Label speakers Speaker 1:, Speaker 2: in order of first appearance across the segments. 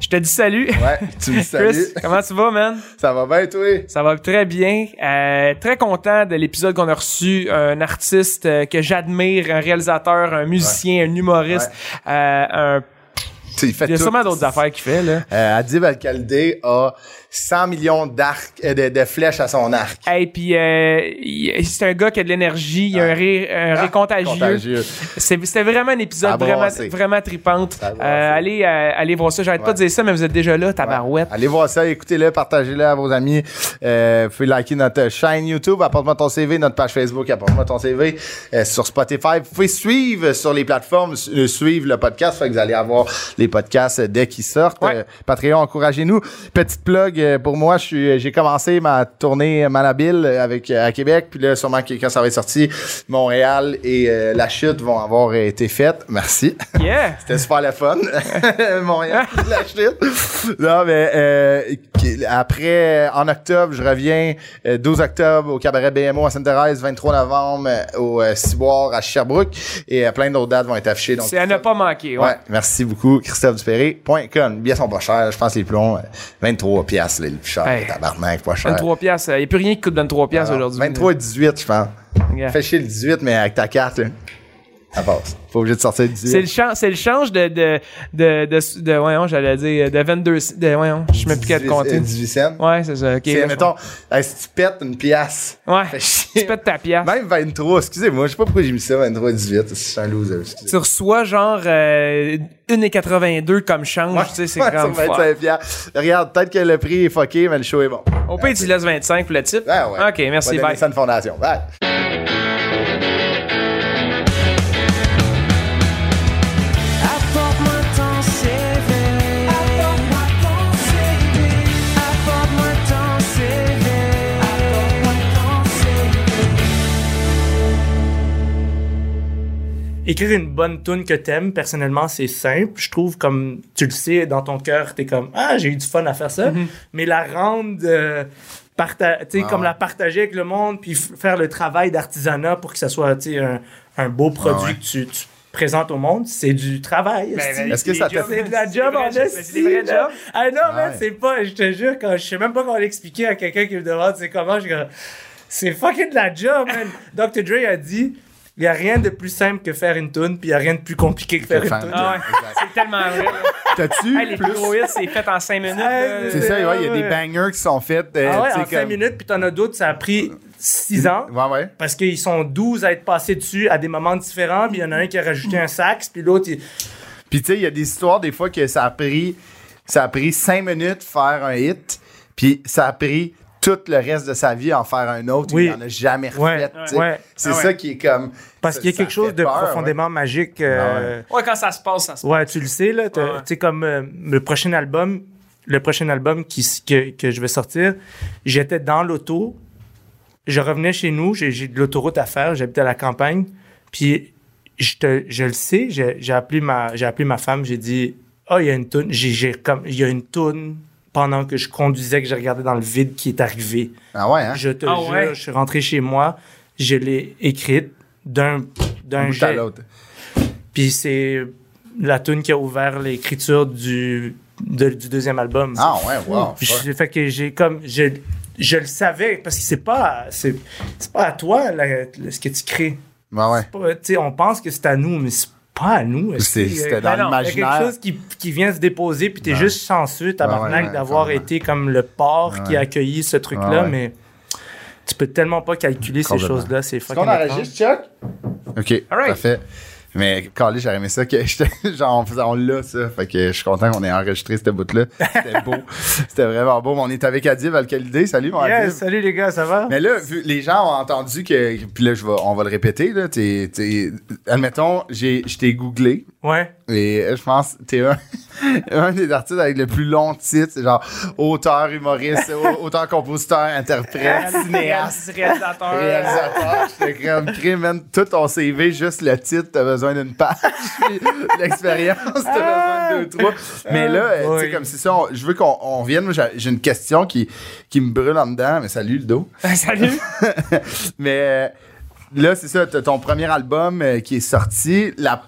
Speaker 1: Je te dis salut.
Speaker 2: Ouais, tu me
Speaker 1: Chris,
Speaker 2: salues.
Speaker 1: comment tu vas, man?
Speaker 2: Ça va bien, toi?
Speaker 1: Ça va très bien. Euh, très content de l'épisode qu'on a reçu. Un artiste euh, que j'admire, un réalisateur, un musicien, un humoriste. euh, un-
Speaker 2: Tu, il fait
Speaker 1: Il y a
Speaker 2: tout.
Speaker 1: sûrement d'autres affaires qu'il fait, là.
Speaker 2: Euh, Adib Al-Khaldi a 100 millions d'arcs, euh, de, de flèches à son arc.
Speaker 1: Et puis, euh, il- c'est un gars qui a de l'énergie, il y a un rire, un
Speaker 2: Ah,
Speaker 1: rire contagieux.
Speaker 2: Contagieux.
Speaker 1: C'est- C'était vraiment un épisode
Speaker 2: Ça a
Speaker 1: vraiment,
Speaker 2: brassé.
Speaker 1: vraiment tripante.
Speaker 2: Ça a brassé.
Speaker 1: Euh, allez, euh, allez voir ça. J'arrête pas de dire ça, mais vous êtes déjà là, tabarouette.
Speaker 2: Allez voir ça, écoutez-le, partagez-le à vos amis. Euh, vous pouvez liker notre chaîne YouTube, apporte-moi ton CV, notre page Facebook, apporte-moi ton CV euh, sur Spotify. Vous pouvez suivre sur les plateformes, su- euh, suivre le podcast, fait que vous allez avoir les podcasts euh, dès qu'ils sortent.
Speaker 1: Ouais.
Speaker 2: Euh, Patreon, encouragez-nous. Petite plug euh, pour moi, je suis, euh, j'ai commencé ma tournée euh, Manabile euh, avec euh, à Québec, puis là sûrement que quand ça va être sorti, Montréal et euh, la chute vont avoir euh, été faites. Merci.
Speaker 1: Yeah!
Speaker 2: C'était super le fun. Montréal, la chute. Non, mais euh, qui- après, euh, en octobre, je reviens euh, 12 octobre au cabaret BMO à Sainte-Thérèse, 23 novembre euh, au euh, Ciboire à Sherbrooke et euh, plein d'autres dates vont être affichées. Donc,
Speaker 1: C'est à ne pas manquer. ouais.
Speaker 2: Ouais, merci beaucoup, christopheduperré.com. Les billets sont pas chers, je pense les plombs, 23 piastres, les plus chers,
Speaker 1: Hey.
Speaker 2: tabarnak, pas cher.
Speaker 1: 23 piastres. Il n'y a plus rien qui coûte 23 piastres
Speaker 2: Alors,
Speaker 1: aujourd'hui.
Speaker 2: 23 et 18, je pense.
Speaker 1: Yeah.
Speaker 2: Fais chier le 18, mais avec ta carte, là, ça passe. Faut obligé de sortir le 18.
Speaker 1: C'est le, chan- c'est le change de, de, de, de, de- voyons, j'allais dire, de 22, c- de, voyons, je sais même plus qu'à te
Speaker 2: 18,
Speaker 1: compter.
Speaker 2: euh, 18 cents.
Speaker 1: Ouais, c'est ça, ok.
Speaker 2: C'est,
Speaker 1: là,
Speaker 2: mettons, hey, si tu pètes une pièce.
Speaker 1: je- Ouais,
Speaker 2: Fais
Speaker 1: tu
Speaker 2: chier.
Speaker 1: pètes ta pièce.
Speaker 2: Même 23, excusez-moi, je sais pas pourquoi j'ai mis ça, 23 18, c'est un loser. excusez.
Speaker 1: Tu reçois genre euh, 1,82 comme change, tu sais, c'est
Speaker 2: Ouais,
Speaker 1: grand.
Speaker 2: sur 25 piastres. Regarde, peut-être que le prix est fucké, mais le show est bon.
Speaker 1: Au pire, tu laisses 25 pour le type.
Speaker 2: Ah ouais.
Speaker 1: Ok, merci,
Speaker 2: On va
Speaker 1: bye.
Speaker 2: donner ça à une fondation. Bye.
Speaker 3: Apporte-moi ton CV. Apporte-moi ton CV. Apporte-moi ton CV. Apporte-moi ton CV.
Speaker 4: Écrire une bonne tune que t'aimes, personnellement, c'est simple. Je trouve comme tu le sais dans ton cœur, t'es comme ah j'ai eu du fun à faire ça,
Speaker 1: Mhm.
Speaker 4: mais la rendre euh, parta- tu sais,
Speaker 1: Ah
Speaker 4: comme la partager avec le monde, puis f- faire le travail d'artisanat pour que ça soit tu sais, un, un beau
Speaker 1: Ah
Speaker 4: produit que tu, tu présentes au monde, c'est du travail.
Speaker 1: Ben,
Speaker 4: esti.
Speaker 2: Est-ce que ça te
Speaker 4: C'est de la job en
Speaker 1: C'est des
Speaker 4: esti,
Speaker 1: vrais
Speaker 4: là.
Speaker 1: jobs.
Speaker 4: Ah non, man,
Speaker 2: Ouais.
Speaker 4: c'est pas, je te jure, quand, je sais même pas comment l'expliquer à quelqu'un qui me demande c'est comment, je suis comme, c'est fucking de la job, man. Dr. Dre a dit, il y a rien de plus simple que faire une tune, puis il y a rien de plus compliqué que faire une tune.
Speaker 1: Ah ouais, c'est tellement vrai. là.
Speaker 2: T'as-tu
Speaker 1: Hey, les plus gros hits, c'est fait en 5 minutes.
Speaker 4: Hey,
Speaker 1: là.
Speaker 2: C'est ça, ouais, il y a des bangers qui sont faits. euh,
Speaker 4: Ah ouais,
Speaker 2: tu sais,
Speaker 4: en 5
Speaker 2: comme-
Speaker 4: minutes, puis t'en as d'autres, ça a pris 6 ans.
Speaker 2: Ouais, ouais.
Speaker 4: Parce qu'ils sont 12 à être passés dessus à des moments différents, puis il y en a un qui a rajouté un sax, puis l'autre, il-
Speaker 2: Puis tu sais, il y a des histoires des fois que ça a pris ça a pris cinq minutes faire un hit, puis ça a pris tout le reste de sa vie en faire un autre,
Speaker 4: Oui.
Speaker 2: il n'en a jamais refait.
Speaker 4: Ouais,
Speaker 2: tu sais.
Speaker 4: ouais.
Speaker 2: C'est
Speaker 1: Ah ouais.
Speaker 2: ça qui est comme
Speaker 4: parce
Speaker 2: ça-
Speaker 4: qu'il y a
Speaker 2: ça
Speaker 4: quelque chose
Speaker 2: fait
Speaker 4: de
Speaker 2: peur, ouais. Ah
Speaker 4: profondément magique. euh,
Speaker 1: Ouais, quand ça se passe, ça se passe.
Speaker 4: Ouais, tu le sais, là. t'as-
Speaker 1: Ouais, ouais.
Speaker 4: Tu sais, comme euh, le prochain album, le prochain album qui, s- que, que je vais sortir, j'étais dans l'auto. Je revenais chez nous, j'ai j'ai de l'autoroute à faire, j'habite à la campagne. Puis, je, te, je le sais, j'ai j'ai appelé, ma- j'ai appelé ma femme, j'ai dit Ah, il y a une toune. J'ai- j'ai comme- Il y a une toune pendant que je conduisais, que j'ai regardé dans le vide qui est arrivée.
Speaker 2: Ah ouais, hein?
Speaker 4: Je te
Speaker 1: Ah
Speaker 4: jure,
Speaker 1: ouais?
Speaker 4: je suis rentré chez moi, je l'ai écrite d'un d'un
Speaker 2: Bout à
Speaker 4: jet.
Speaker 2: l'autre.
Speaker 4: Puis c'est la tune qui a ouvert l'écriture du, de- du deuxième album.
Speaker 2: Ah ouais, wow.
Speaker 4: Puis
Speaker 2: fuck.
Speaker 4: je- fait que j'ai comme je, je le savais parce que c'est pas c'est c'est pas à toi la- la- ce que tu crées.
Speaker 2: Ouais, ouais.
Speaker 4: Pas- tu sais, on pense que c'est à nous mais c'est pas à nous. est-ce
Speaker 2: C'est-
Speaker 4: que-
Speaker 2: C'était dans
Speaker 1: Ben non,
Speaker 4: Il y a
Speaker 2: l'imaginaire.
Speaker 4: quelque chose qui, qui vient se déposer, puis t'es juste chanceux, tabarnak,
Speaker 2: Ouais, ouais, ouais,
Speaker 4: d'avoir
Speaker 2: clairement.
Speaker 4: été comme le port qui a accueilli ce truc-là,
Speaker 2: Ouais, ouais.
Speaker 4: mais tu peux tellement pas calculer ces
Speaker 2: Complètement.
Speaker 4: choses-là, c'est
Speaker 2: Est-ce qu'on
Speaker 4: fucking étrange.
Speaker 2: enregistre, Chuck? OK,
Speaker 1: All right.
Speaker 2: parfait. Mais calé, j'aurais aimé ça que j'étais- genre on faisait on l'a ça. Fait que je suis content qu'on ait enregistré cette bout là. C'était beau. C'était vraiment beau. Mais On est avec Adib Alcalidé. Salut mon
Speaker 4: Yes,
Speaker 2: Adib.
Speaker 4: salut les gars, ça va?
Speaker 2: Mais là, vu- les gens ont entendu que. Puis là, je vais- on va le répéter. Là, t'es- t'es- admettons, j'ai- je t'ai googlé.
Speaker 4: Ouais.
Speaker 2: Et euh, je pense que t'es un, un des artistes avec le plus long titre. C'est genre auteur, humoriste, au- auteur, compositeur, interprète, cinéaste,
Speaker 1: réalisateur.
Speaker 2: réalisateur. Je te crème, crème, man. Tout ton CV, juste le titre, t'as besoin d'une page. Puis L'expérience, t'as besoin de deux, trois. Mais là, euh, tu sais,
Speaker 4: Oui.
Speaker 2: comme si ça, on- je veux qu'on on revienne. Moi, j'ai- j'ai une question qui, qui me brûle en dedans. Mais salut, le dos.
Speaker 1: Salut.
Speaker 2: Mais euh, là, c'est ça, t'as ton premier album euh, qui est sorti. La...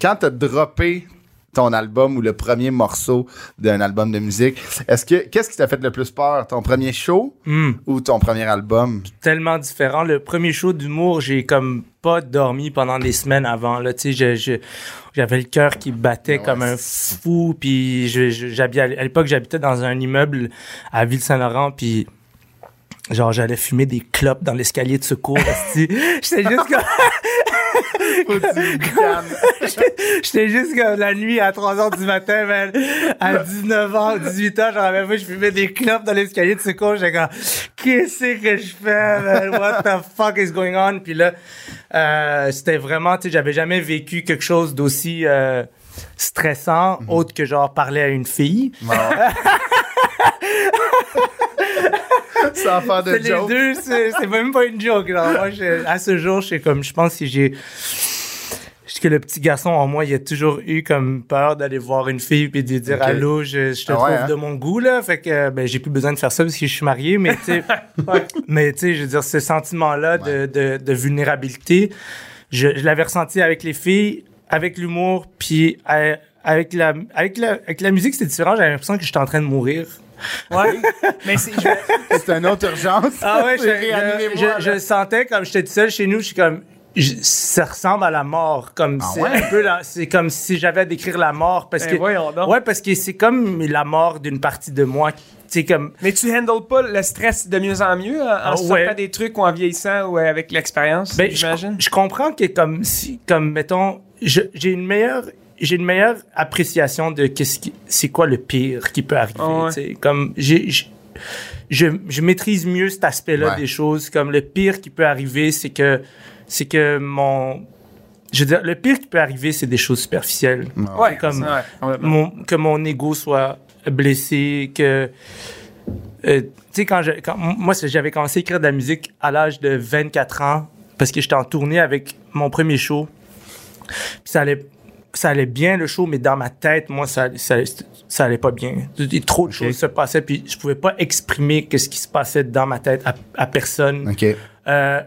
Speaker 2: Quand t'as droppé ton album ou le premier morceau d'un album de musique, est-ce que qu'est-ce qui t'a fait le plus peur, ton premier show
Speaker 4: Hmm.
Speaker 2: ou ton premier album
Speaker 4: tellement différent. Le premier show d'humour, j'ai comme pas dormi pendant des semaines avant. Là, tu sais, je- je- j'avais le cœur qui battait
Speaker 2: ouais,
Speaker 4: comme un fou. Puis je- je- j'habi- à l'époque, j'habitais dans un immeuble à Ville-Saint-Laurent. Puis genre, j'allais fumer des clopes dans l'escalier de secours. esti. J'étais juste comme... J'étais juste comme la nuit à 3h du matin, man. À 19h, 18h, j'en avais vu, je fumais des clopes dans l'escalier de secours. J'étais comme, qu'est-ce que je fais, man? What the fuck is going on? Puis là, euh, c'était vraiment, tu sais, j'avais jamais vécu quelque chose d'aussi euh, stressant, autre que genre parler à une fille.
Speaker 2: Sans faire de
Speaker 4: C'est les
Speaker 2: joke.
Speaker 4: deux, c'est c'est même pas une joke. genre. Moi, je- à ce jour, je suis comme, je pense que j'ai. je- que le petit garçon en moi, il a toujours eu comme peur d'aller voir une fille puis de lui dire
Speaker 2: Ok.
Speaker 4: allô, je, je te
Speaker 2: Ah ouais,
Speaker 4: trouve
Speaker 2: hein?
Speaker 4: de mon goût là, fait que euh, ben j'ai plus besoin de faire ça parce que je suis marié, mais tu sais, ouais. mais tu sais, je veux dire ce sentiment là de, de, de vulnérabilité, je, je l'avais ressenti avec les filles, avec l'humour, puis euh, avec la avec la avec la musique c'était différent, j'avais l'impression que j'étais en train de mourir.
Speaker 1: Ouais. Mais c'est. je-
Speaker 2: C'est une autre urgence.
Speaker 4: Ah ouais, je,
Speaker 2: C'est réanimez-moi,
Speaker 4: je-
Speaker 2: là.
Speaker 4: je le sentais comme j'étais tout seul chez nous, je suis comme je- ça ressemble à la mort comme c'est
Speaker 2: ouais?
Speaker 4: un peu la- c'est comme si j'avais à décrire la mort parce
Speaker 1: Ben
Speaker 4: que
Speaker 1: voyons donc.
Speaker 4: ouais parce que c'est comme la mort d'une partie de moi c'est comme
Speaker 1: Mais tu handles pas le stress de mieux en mieux en, en
Speaker 4: Ah,
Speaker 1: sortant
Speaker 4: ouais.
Speaker 1: des trucs ou en vieillissant ou avec l'expérience,
Speaker 4: ben,
Speaker 1: j'imagine.
Speaker 4: je, je comprends que comme si comme mettons je- j'ai une meilleure j'ai une meilleure appréciation de qu'est-ce qui c'est quoi le pire qui peut arriver
Speaker 1: Ah ouais.
Speaker 4: tu sais. comme j'ai je- je, je maîtrise mieux cet aspect-là
Speaker 2: Ouais.
Speaker 4: des choses. Comme le pire qui peut arriver, c'est que c'est que mon je veux dire, le pire qui peut arriver, c'est des choses superficielles.
Speaker 1: Ouais,
Speaker 4: comme-
Speaker 1: ouais, complètement.
Speaker 4: Mon- que mon ego soit blessé, que euh, tu sais quand je quand- moi c'est- j'avais commencé à écrire de la musique à l'âge de 24 ans parce que j'étais en tournée avec mon premier show. Puis ça allait ça allait bien le show mais dans ma tête moi ça ça, ça allait pas bien. Et Trop de choses se passaient puis je pouvais pas exprimer qu'est-ce qui se passait dans ma tête à, à personne.
Speaker 2: OK.
Speaker 4: Euh,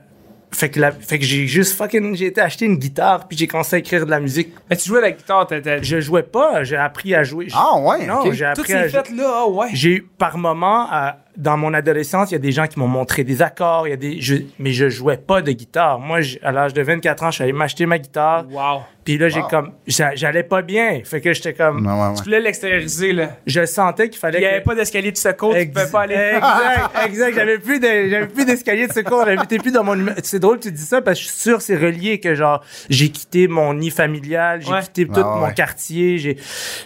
Speaker 4: fait que, la- fait que j'ai juste fucking, j'ai été acheter une guitare, puis j'ai commencé à écrire de la musique.
Speaker 1: Mais tu jouais la guitare, t'as. t'as-
Speaker 4: Je jouais pas, j'ai appris à jouer. J'ai-
Speaker 2: Ah ouais,
Speaker 4: Non,
Speaker 2: ok.
Speaker 4: j'ai
Speaker 1: Toutes
Speaker 4: appris à
Speaker 1: ces
Speaker 4: jouer.
Speaker 1: fêtes-là, ah ouais.
Speaker 4: J'ai eu par moment, à- dans mon adolescence, il y a des gens qui m'ont montré des accords, il y a des, je- mais je jouais pas de guitare. Moi, j'- à l'âge de 24 ans, je suis allé m'acheter ma guitare,
Speaker 1: Wow.
Speaker 4: puis là, j'ai
Speaker 2: Wow.
Speaker 4: comme, j'a- j'allais pas bien. Fait que j'étais comme,
Speaker 2: Ouais, ouais, ouais.
Speaker 1: Tu voulais l'extérioriser, là.
Speaker 4: je sentais qu'il fallait
Speaker 1: Il n'y avait
Speaker 4: que-
Speaker 1: pas d'escalier de secours, Oh, tu pouvais
Speaker 4: Ex-
Speaker 1: pas aller.
Speaker 4: Exact, exact. J'avais plus de- j'avais plus d'escalier de secours, j'habitais plus dans mon immeu- C'est drôle que tu dis ça parce que je suis sûr que c'est relié que genre j'ai quitté mon nid familial, j'ai
Speaker 1: Ouais.
Speaker 4: quitté tout
Speaker 2: Ouais, Ah ouais,
Speaker 4: mon
Speaker 2: ouais.
Speaker 4: quartier, j'ai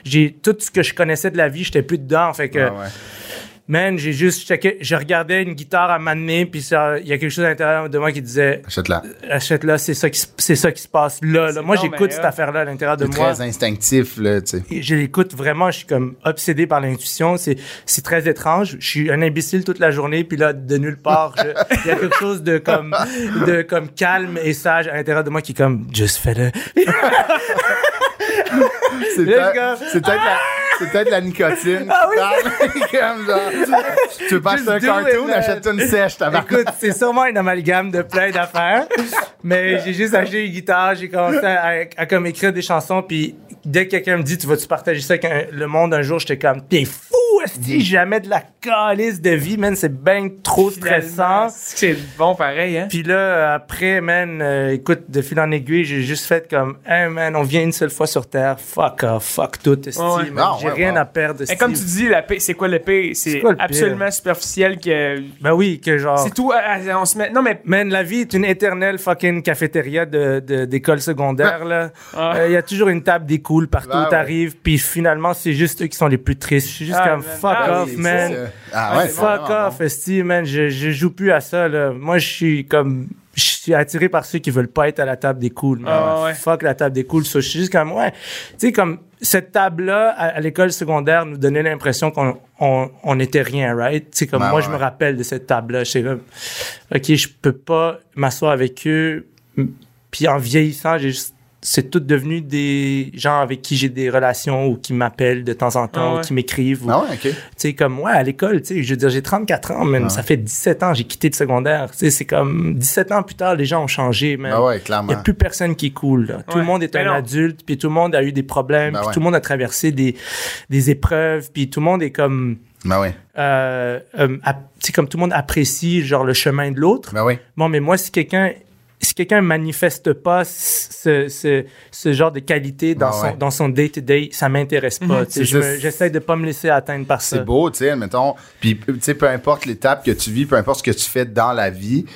Speaker 4: j'ai tout ce que je connaissais de la vie, j'étais plus dedans, fait que
Speaker 2: Ouais, Ah ouais.
Speaker 4: man, j'ai juste checké- je regardais une guitare à m'amener puis ça il y a quelque chose à l'intérieur de moi qui disait
Speaker 2: Achète-la.
Speaker 4: achète là, c'est ça qui se- c'est ça qui se passe là, là.
Speaker 1: C'est
Speaker 4: Moi
Speaker 1: donc
Speaker 4: j'écoute
Speaker 1: bien
Speaker 4: cette
Speaker 1: hot.
Speaker 4: affaire là à l'intérieur de
Speaker 2: C'est
Speaker 4: moi.
Speaker 2: très instinctif, là, tu sais.
Speaker 4: Et je l'écoute vraiment, je suis comme obsédé par l'intuition. C'est, c'est très étrange. Je suis un imbécile toute la journée, puis là, de nulle part, je- il y a quelque chose de comme, de comme calme et sage à l'intérieur de moi qui est comme, juste fais-le.
Speaker 2: C'est
Speaker 4: Let's
Speaker 2: peut-être
Speaker 4: go.
Speaker 2: c'est peut-être la, c'est peut-être la nicotine. Ah oui, comme genre, tu veux passer
Speaker 4: Just
Speaker 2: un
Speaker 4: do it,
Speaker 2: cartoon,
Speaker 4: man.
Speaker 2: achète une sèche, t'as
Speaker 4: Écoute, c'est sûrement une amalgame de plein d'affaires, mais j'ai juste acheté une guitare, j'ai commencé à, à- à comme écrire des chansons, puis dès que quelqu'un me dit, tu vas-tu partager ça avec un- le monde un jour, j'étais comme, t'es fou! si jamais de la calice de vie, man, c'est ben trop stressant.
Speaker 1: Finalement, C'est bon pareil, hein?
Speaker 4: Puis là, après, man, euh, écoute, de fil en aiguille, j'ai juste fait comme, hey, man, on vient une seule fois sur Terre, fuck off, fuck tout, esti,
Speaker 1: Ouais, ouais.
Speaker 4: man,
Speaker 2: Non,
Speaker 4: j'ai
Speaker 2: ouais,
Speaker 4: rien
Speaker 2: ouais.
Speaker 4: à perdre.
Speaker 1: Et comme tu
Speaker 4: esti.
Speaker 1: dis, la paix, c'est quoi le paix? C'est
Speaker 4: C'est quoi le pire?
Speaker 1: absolument superficiel que.
Speaker 4: Ben oui, que genre.
Speaker 1: C'est tout. euh, On se met. Non, mais.
Speaker 4: Man, la vie est une éternelle fucking cafétéria d'école de, d'école secondaire, là. Il
Speaker 1: Ah.
Speaker 4: y a toujours une table des cools partout
Speaker 2: Ben
Speaker 4: où t'arrives, puis finalement, c'est juste eux qui sont les plus tristes. Je suis juste
Speaker 1: Ah,
Speaker 4: comme,
Speaker 1: man.
Speaker 4: fuck
Speaker 1: Ah
Speaker 4: off,
Speaker 1: oui,
Speaker 4: man.
Speaker 2: Ah ouais,
Speaker 4: fuck off, esti, man. Je, je joue plus à ça, là. Moi, je suis comme... Je suis attiré par ceux qui veulent pas être à la table des cools. man.
Speaker 1: Ah ouais.
Speaker 4: Fuck la table des cools. So, je suis juste comme, ouais. Tu sais, comme, cette table-là, à, à l'école secondaire, nous donnait l'impression qu'on on, on était rien, right? Tu sais, comme,
Speaker 2: Ben
Speaker 4: moi,
Speaker 2: ouais.
Speaker 4: je me rappelle de cette table-là. Je sais, comme, OK, je peux pas m'asseoir avec eux. M- Puis en vieillissant, j'ai juste- c'est tout devenu des gens avec qui j'ai des relations ou qui m'appellent de temps en temps
Speaker 1: Ah ouais.
Speaker 4: ou qui m'écrivent. ou-
Speaker 2: Ah ouais, ok.
Speaker 4: tu sais, comme moi, à l'école, tu sais, je veux dire, j'ai 34 ans, man. Ça fait 17 ans, j'ai quitté le secondaire. Tu sais, c'est comme 17 ans plus tard, les gens ont changé, man.
Speaker 2: Ah ouais,
Speaker 4: Il n'y a
Speaker 2: clairement.
Speaker 4: plus personne qui coule. là. Tout
Speaker 1: Ouais.
Speaker 4: le monde est
Speaker 1: Mais
Speaker 4: un
Speaker 1: non.
Speaker 4: adulte, puis tout le monde a eu des problèmes,
Speaker 2: Ben
Speaker 4: puis
Speaker 2: ouais.
Speaker 4: tout le monde a traversé des, des épreuves, puis tout le monde est comme...
Speaker 2: Ben oui,
Speaker 4: Euh, euh, ap- tu sais, comme tout le monde apprécie, genre, le chemin de l'autre.
Speaker 2: ben oui.
Speaker 4: Bon, mais moi, si quelqu'un si quelqu'un manifeste pas ce, ce, ce genre de qualité dans
Speaker 2: Ah ouais.
Speaker 4: son dans son day to day, ça m'intéresse pas.
Speaker 1: Mhm.
Speaker 4: tu sais.
Speaker 2: C'est
Speaker 4: Je me-
Speaker 2: juste-
Speaker 4: J'essaie de pas me laisser atteindre par ça.
Speaker 2: C'est beau, tu sais, mettons. Puis, tu sais, peu importe l'étape que tu vis, peu importe ce que tu fais dans la vie, tu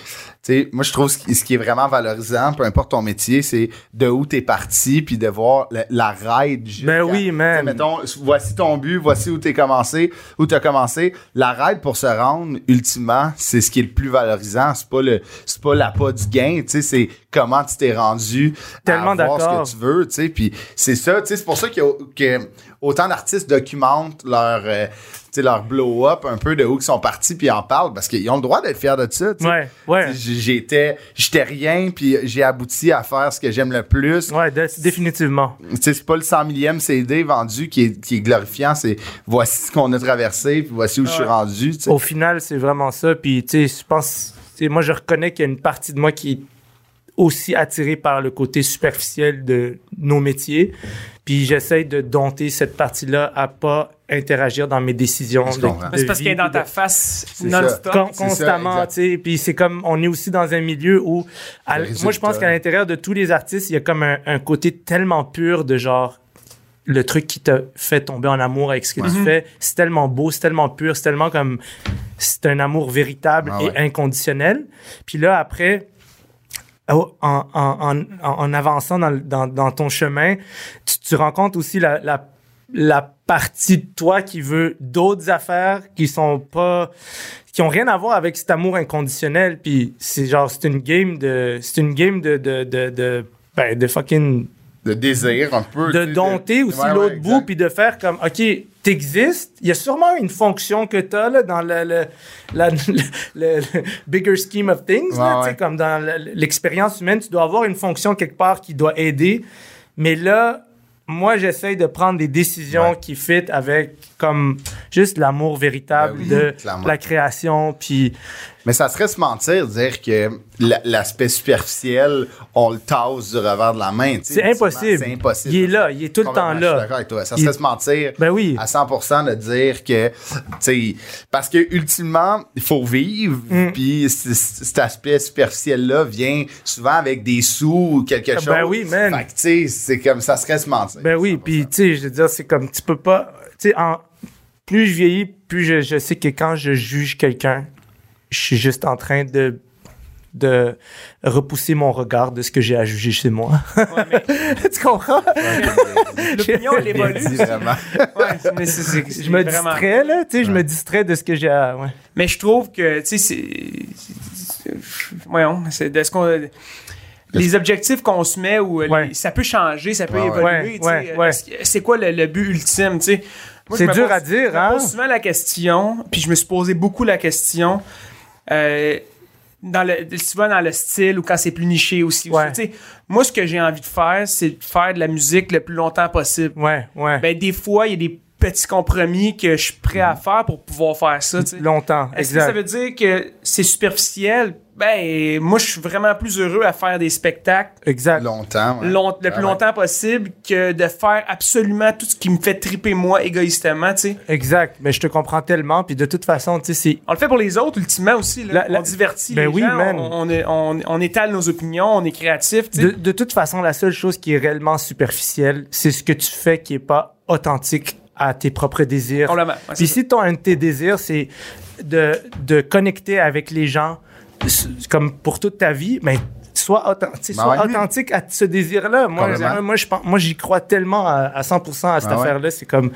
Speaker 2: sais, moi, je trouve ce qui, ce qui est vraiment valorisant, peu importe ton métier, c'est de où t'es parti, puis de voir la, la ride. jusqu'à-
Speaker 4: Ben oui,
Speaker 2: Tu
Speaker 4: man.
Speaker 2: sais, Mettons, voici ton but, voici où t'es commencé, où t'as commencé. La ride pour se rendre, ultimement, c'est ce qui est le plus valorisant. C'est pas le, c'est pas l'appât du gain, tu sais, c'est comment tu t'es rendu
Speaker 4: Tellement
Speaker 2: à avoir
Speaker 4: d'accord.
Speaker 2: ce que tu veux, tu sais. Puis c'est ça, tu sais, c'est pour ça qu'il y a- que autant d'artistes documentent leur, euh, tu sais, leur blow-up un peu de où ils sont partis puis en parlent parce qu'ils ont le droit d'être fiers de ça, tu sais.
Speaker 4: Ouais, ouais.
Speaker 2: J- J'étais, j'étais rien, puis j'ai abouti à faire ce que j'aime le plus.
Speaker 4: Ouais, dé- définitivement.
Speaker 2: Tu sais, c'est pas le 100 millième CD vendu qui est, qui est glorifiant, c'est voici ce qu'on a traversé, puis voici où je suis rendu. tu sais.
Speaker 4: Au final, c'est vraiment ça. Puis, tu sais, je pense, tu sais, moi, je reconnais qu'il y a une partie de moi qui est aussi attirée par le côté superficiel de nos métiers. Puis, j'essaie de dompter cette partie-là à pas interagir dans mes décisions.
Speaker 2: Je
Speaker 4: de-
Speaker 2: comprends.
Speaker 4: de
Speaker 1: C'est parce
Speaker 4: vie,
Speaker 1: qu'il est dans
Speaker 4: de-
Speaker 1: ta face
Speaker 2: C'est
Speaker 1: non-stop.
Speaker 4: Con-
Speaker 2: C'est ça,
Speaker 4: constamment,
Speaker 2: exact.
Speaker 4: tu sais. Puis c'est comme, on est aussi dans un milieu où, à-
Speaker 2: Le
Speaker 4: moi, je pense
Speaker 2: résultat.
Speaker 4: qu'à l'intérieur de tous les artistes, il y a comme un, un côté tellement pur de genre, le truc qui te fait tomber en amour avec ce que tu fais, c'est tellement beau, c'est tellement pur, c'est tellement comme, c'est un amour véritable
Speaker 2: Ah
Speaker 4: et
Speaker 2: ouais.
Speaker 4: inconditionnel. Puis là, après, Oh, en, en- en- en avançant dans, le- dans- dans ton chemin, tu, tu rencontres aussi la, la- la partie de toi qui veut d'autres affaires qui sont pas qui ont rien à voir avec cet amour inconditionnel puis c'est genre c'est une game de c'est une game de de de, de- ben, de fucking
Speaker 2: De désir un peu. tu
Speaker 4: de
Speaker 2: sais,
Speaker 4: dompter aussi
Speaker 2: Ouais, ouais,
Speaker 4: l'autre
Speaker 2: exact.
Speaker 4: bout puis de faire comme OK, t'existes, il y a sûrement une fonction que t'as là dans le le, la- le- le- le bigger scheme of things là,
Speaker 2: Ouais,
Speaker 4: tu sais,
Speaker 2: ouais.
Speaker 4: comme dans le- l'expérience humaine, tu dois avoir une fonction quelque part qui doit aider. Mais là moi, j'essaye de prendre des décisions
Speaker 2: Ouais.
Speaker 4: qui fit avec comme juste l'amour véritable
Speaker 2: Ben oui,
Speaker 4: de
Speaker 2: clairement.
Speaker 4: la création, puis
Speaker 2: Mais ça serait se mentir, dire que la- l'aspect superficiel, on le tasse du revers de la main. tu sais,
Speaker 4: c'est
Speaker 2: ultimement,
Speaker 4: impossible.
Speaker 2: C'est impossible.
Speaker 4: Il est là, il est tout le
Speaker 2: Complètement,
Speaker 4: temps
Speaker 2: Je suis
Speaker 4: là.
Speaker 2: d'accord avec toi. Ça
Speaker 4: Il-
Speaker 2: serait se mentir
Speaker 4: Ben oui.
Speaker 2: à 100% de dire que, tu sais, parce que ultimement, il faut vivre,
Speaker 4: Mm.
Speaker 2: puis c- c- cet aspect superficiel-là vient souvent avec des sous ou quelque chose.
Speaker 4: Ben oui, man.
Speaker 2: Fait que, tu sais, c'est comme ça serait se mentir.
Speaker 4: Ben oui, puis tu sais, je veux dire, c'est comme, tu peux pas, tu sais, en- plus je vieillis, plus je, je sais que quand je juge quelqu'un, je suis juste en train de de repousser mon regard de ce que j'ai à juger chez moi. tu comprends?
Speaker 1: L'opinion, elle
Speaker 2: Bien
Speaker 1: évolue.
Speaker 2: dit, vraiment.
Speaker 1: Ouais, mais c'est- c'est-
Speaker 4: Je me
Speaker 1: vraiment-
Speaker 4: distrais, là, tu sais, je me distrais de ce que j'ai à... Ouais.
Speaker 1: Mais je trouve que, tu sais, c'est. c'est- Voyons, c'est de ce qu'on. Les objectifs qu'on se met, ou euh, les-
Speaker 4: Ouais.
Speaker 1: ça peut changer, ça peut
Speaker 2: Ouais, ouais.
Speaker 1: évoluer.
Speaker 4: Ouais,
Speaker 1: tu sais.
Speaker 4: ouais, ouais.
Speaker 1: Est-ce que- C'est quoi le, le but ultime, tu sais? Moi, je
Speaker 4: C'est
Speaker 1: me
Speaker 4: dur
Speaker 1: pose-
Speaker 4: à dire,
Speaker 1: Je me
Speaker 4: hein?
Speaker 1: pose souvent la question, puis je me suis posé beaucoup la question. euh, dans le, souvent dans le style ou quand c'est plus niché aussi.
Speaker 4: Ouais.
Speaker 1: Tu sais, moi, ce que j'ai envie de faire, c'est de faire de la musique le plus longtemps possible.
Speaker 4: Ouais, ouais.
Speaker 1: Ben, des fois, il y a des petits compromis que
Speaker 4: Mm.
Speaker 1: je suis prêt à faire pour pouvoir faire ça. tu sais.
Speaker 4: Longtemps,
Speaker 1: Est-ce que ça
Speaker 4: exact.
Speaker 1: veut dire que c'est superficiel? Ben, ben, moi, je suis vraiment plus heureux à faire des spectacles
Speaker 4: Exact.
Speaker 2: Longtemps. ouais.
Speaker 1: long- le
Speaker 2: Ah
Speaker 1: plus
Speaker 2: ouais.
Speaker 1: longtemps possible que de faire absolument tout ce qui me fait triper moi égoïstement, tu sais.
Speaker 4: Exact. Mais je te comprends tellement. Puis de toute façon, tu sais, c'est.
Speaker 1: On le fait pour les autres, ultimement aussi. Là.
Speaker 4: La- la-
Speaker 1: on divertit
Speaker 4: Ben
Speaker 1: les
Speaker 4: oui,
Speaker 1: gens,
Speaker 4: man.
Speaker 1: On, on est- on- on étale nos opinions, on est créatif. tu sais.
Speaker 4: De, de toute façon, la seule chose qui est réellement superficielle, c'est ce que tu fais qui est pas authentique à tes propres désirs.
Speaker 1: Complètement.
Speaker 2: Ah,
Speaker 1: Ouais,
Speaker 4: Puis
Speaker 1: c'est
Speaker 4: si ton, un de tes désirs, c'est de, de connecter avec les gens s- comme pour toute ta vie, mais sois, authentique,
Speaker 2: Ben
Speaker 4: sois
Speaker 2: ouais.
Speaker 4: authentique à ce désir-là. Moi,
Speaker 2: Complètement.
Speaker 4: je- moi, je pense- moi, j'y crois tellement à, à 100% à cette
Speaker 2: Ben ouais.
Speaker 4: affaire-là. C'est comme... euh,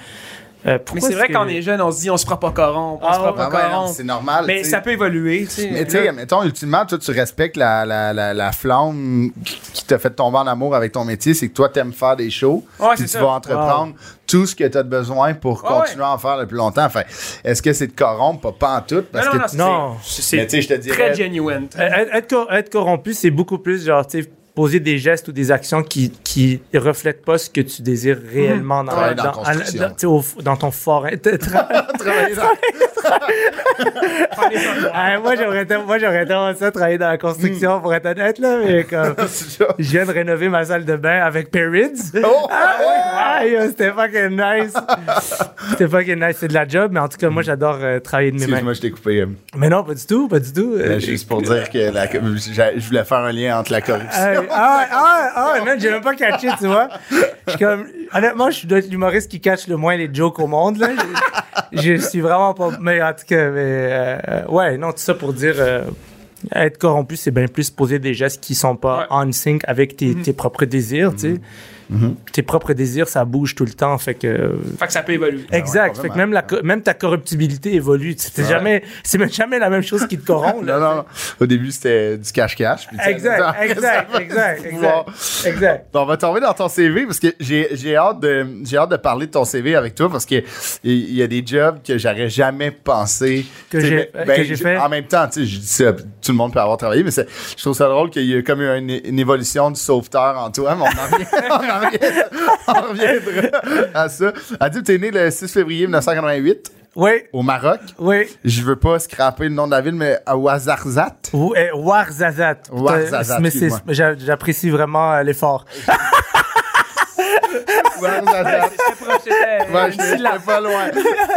Speaker 1: Mais
Speaker 4: pourquoi
Speaker 1: c'est
Speaker 4: est-ce
Speaker 1: vrai
Speaker 4: que-
Speaker 1: qu'on est jeune, on se dit on se fera pas corrompre, on
Speaker 4: Ah
Speaker 1: se fera
Speaker 4: ouais.
Speaker 1: pas
Speaker 2: Ah ouais, non,
Speaker 1: corrompre.
Speaker 2: c'est normal.
Speaker 4: Ben,
Speaker 1: Mais
Speaker 2: tu sais.
Speaker 1: ça peut évoluer, tu sais.
Speaker 2: Mais tu sais, mettons, ultimement, toi, tu respectes la, la, la, la flamme qui qui t'a fait tomber en amour avec ton métier. C'est que toi, t'aimes faire des shows.
Speaker 1: Ouais,
Speaker 2: puis
Speaker 1: c'est
Speaker 2: tu
Speaker 1: ça.
Speaker 2: vas entreprendre tout ce que t'as de besoin pour
Speaker 1: Ouais,
Speaker 2: continuer à en faire le plus longtemps. Fait, est-ce que c'est de corrompre? Pas, pas en tout. Parce
Speaker 1: non,
Speaker 2: que
Speaker 1: non, c'est-
Speaker 4: Non.
Speaker 1: c'est-
Speaker 2: Mais tu sais, je te
Speaker 1: c'est
Speaker 2: dirais-
Speaker 1: très genuine.
Speaker 4: Euh, Être, être cor- être corrompu, c'est beaucoup plus genre, tu sais, poser des gestes ou des actions qui qui reflètent pas ce que tu désires
Speaker 1: Mhm.
Speaker 4: réellement dans,
Speaker 2: Travailler dans la
Speaker 4: dans-
Speaker 2: construction.
Speaker 4: dans- tu sais, au f- dans ton fort. in- tra-
Speaker 2: travailler dans-
Speaker 4: Ah, moi, j'aurais ten- moi, j'aurais tendance à travailler dans la
Speaker 2: Mhm.
Speaker 4: construction, pour être honnête, là, mais comme...
Speaker 2: C'est ça.
Speaker 4: Je viens de rénover ma salle de bain avec Perrids.
Speaker 2: Oh!
Speaker 4: Ah ouais! Ah, yo, c'était fucking nice! c'était fucking nice, c'est de la job, mais en tout cas, moi, j'adore euh, travailler de mes mains.
Speaker 2: Excuse-moi, je t'ai coupé.
Speaker 4: Mais non, pas du tout, pas du tout. euh,
Speaker 2: Euh, Juste pour dire que la- j'a- je voulais faire un lien entre la corruption.
Speaker 4: Hey, ah, ah, ah, man, j'ai même pas catché, tu vois. Je suis comme, honnêtement, je dois être l'humoriste qui catch le moins les jokes au monde, là. Je, je suis vraiment pas, mais en tout cas, mais, euh, euh, ouais, non, tout ça pour dire, euh, être corrompu, c'est bien plus poser des gestes qui sont pas
Speaker 1: Ouais.
Speaker 4: en sync avec tes, tes propres désirs, tu sais. Tes propres désirs, ça bouge tout le temps, fait que
Speaker 1: Fait que ça peut évoluer.
Speaker 4: Exact.
Speaker 2: ouais,
Speaker 4: fait que même, la, co- même ta corruptibilité évolue. C'est jamais, c'est même jamais la même chose qui te
Speaker 1: Ah,
Speaker 4: corrompt.
Speaker 2: Non,
Speaker 4: là.
Speaker 2: non, non. Au début, c'était du cache-cache. puis tu sais,
Speaker 4: Exact,
Speaker 2: après, ça
Speaker 4: exact,
Speaker 2: va
Speaker 4: exact,
Speaker 2: pouvoir-
Speaker 4: exact, exact.
Speaker 2: On va tomber dans ton CV parce que j'ai j'ai hâte, de- j'ai hâte de parler de ton CV avec toi parce que il il y a des jobs que j'aurais jamais pensé
Speaker 4: Que
Speaker 2: Tu sais,
Speaker 4: j'ai-
Speaker 2: ben,
Speaker 4: que j'ai
Speaker 2: je-
Speaker 4: fait.
Speaker 2: En même temps, tu sais, je dis ça, puis tout le monde peut avoir travaillé, mais c'est- je trouve ça drôle qu'il y ait comme eu une, une évolution du sauveteur en toi, mais on en revient- on en revient- on reviendra à ça. Adib, t'es né le 6 février 1988
Speaker 4: Oui,
Speaker 2: au Maroc.
Speaker 4: oui.
Speaker 2: Je veux pas scraper le nom de la ville, mais à Ouazarzat.
Speaker 4: Ou- eh, Warzazat.
Speaker 2: Warzazat,
Speaker 4: Mais c'est-
Speaker 2: excuse-moi.
Speaker 4: j'a- j'apprécie vraiment euh, l'effort.
Speaker 2: Ouazarzat.
Speaker 1: C'était proche, c'était-
Speaker 2: Ouais, je j'étais pas loin.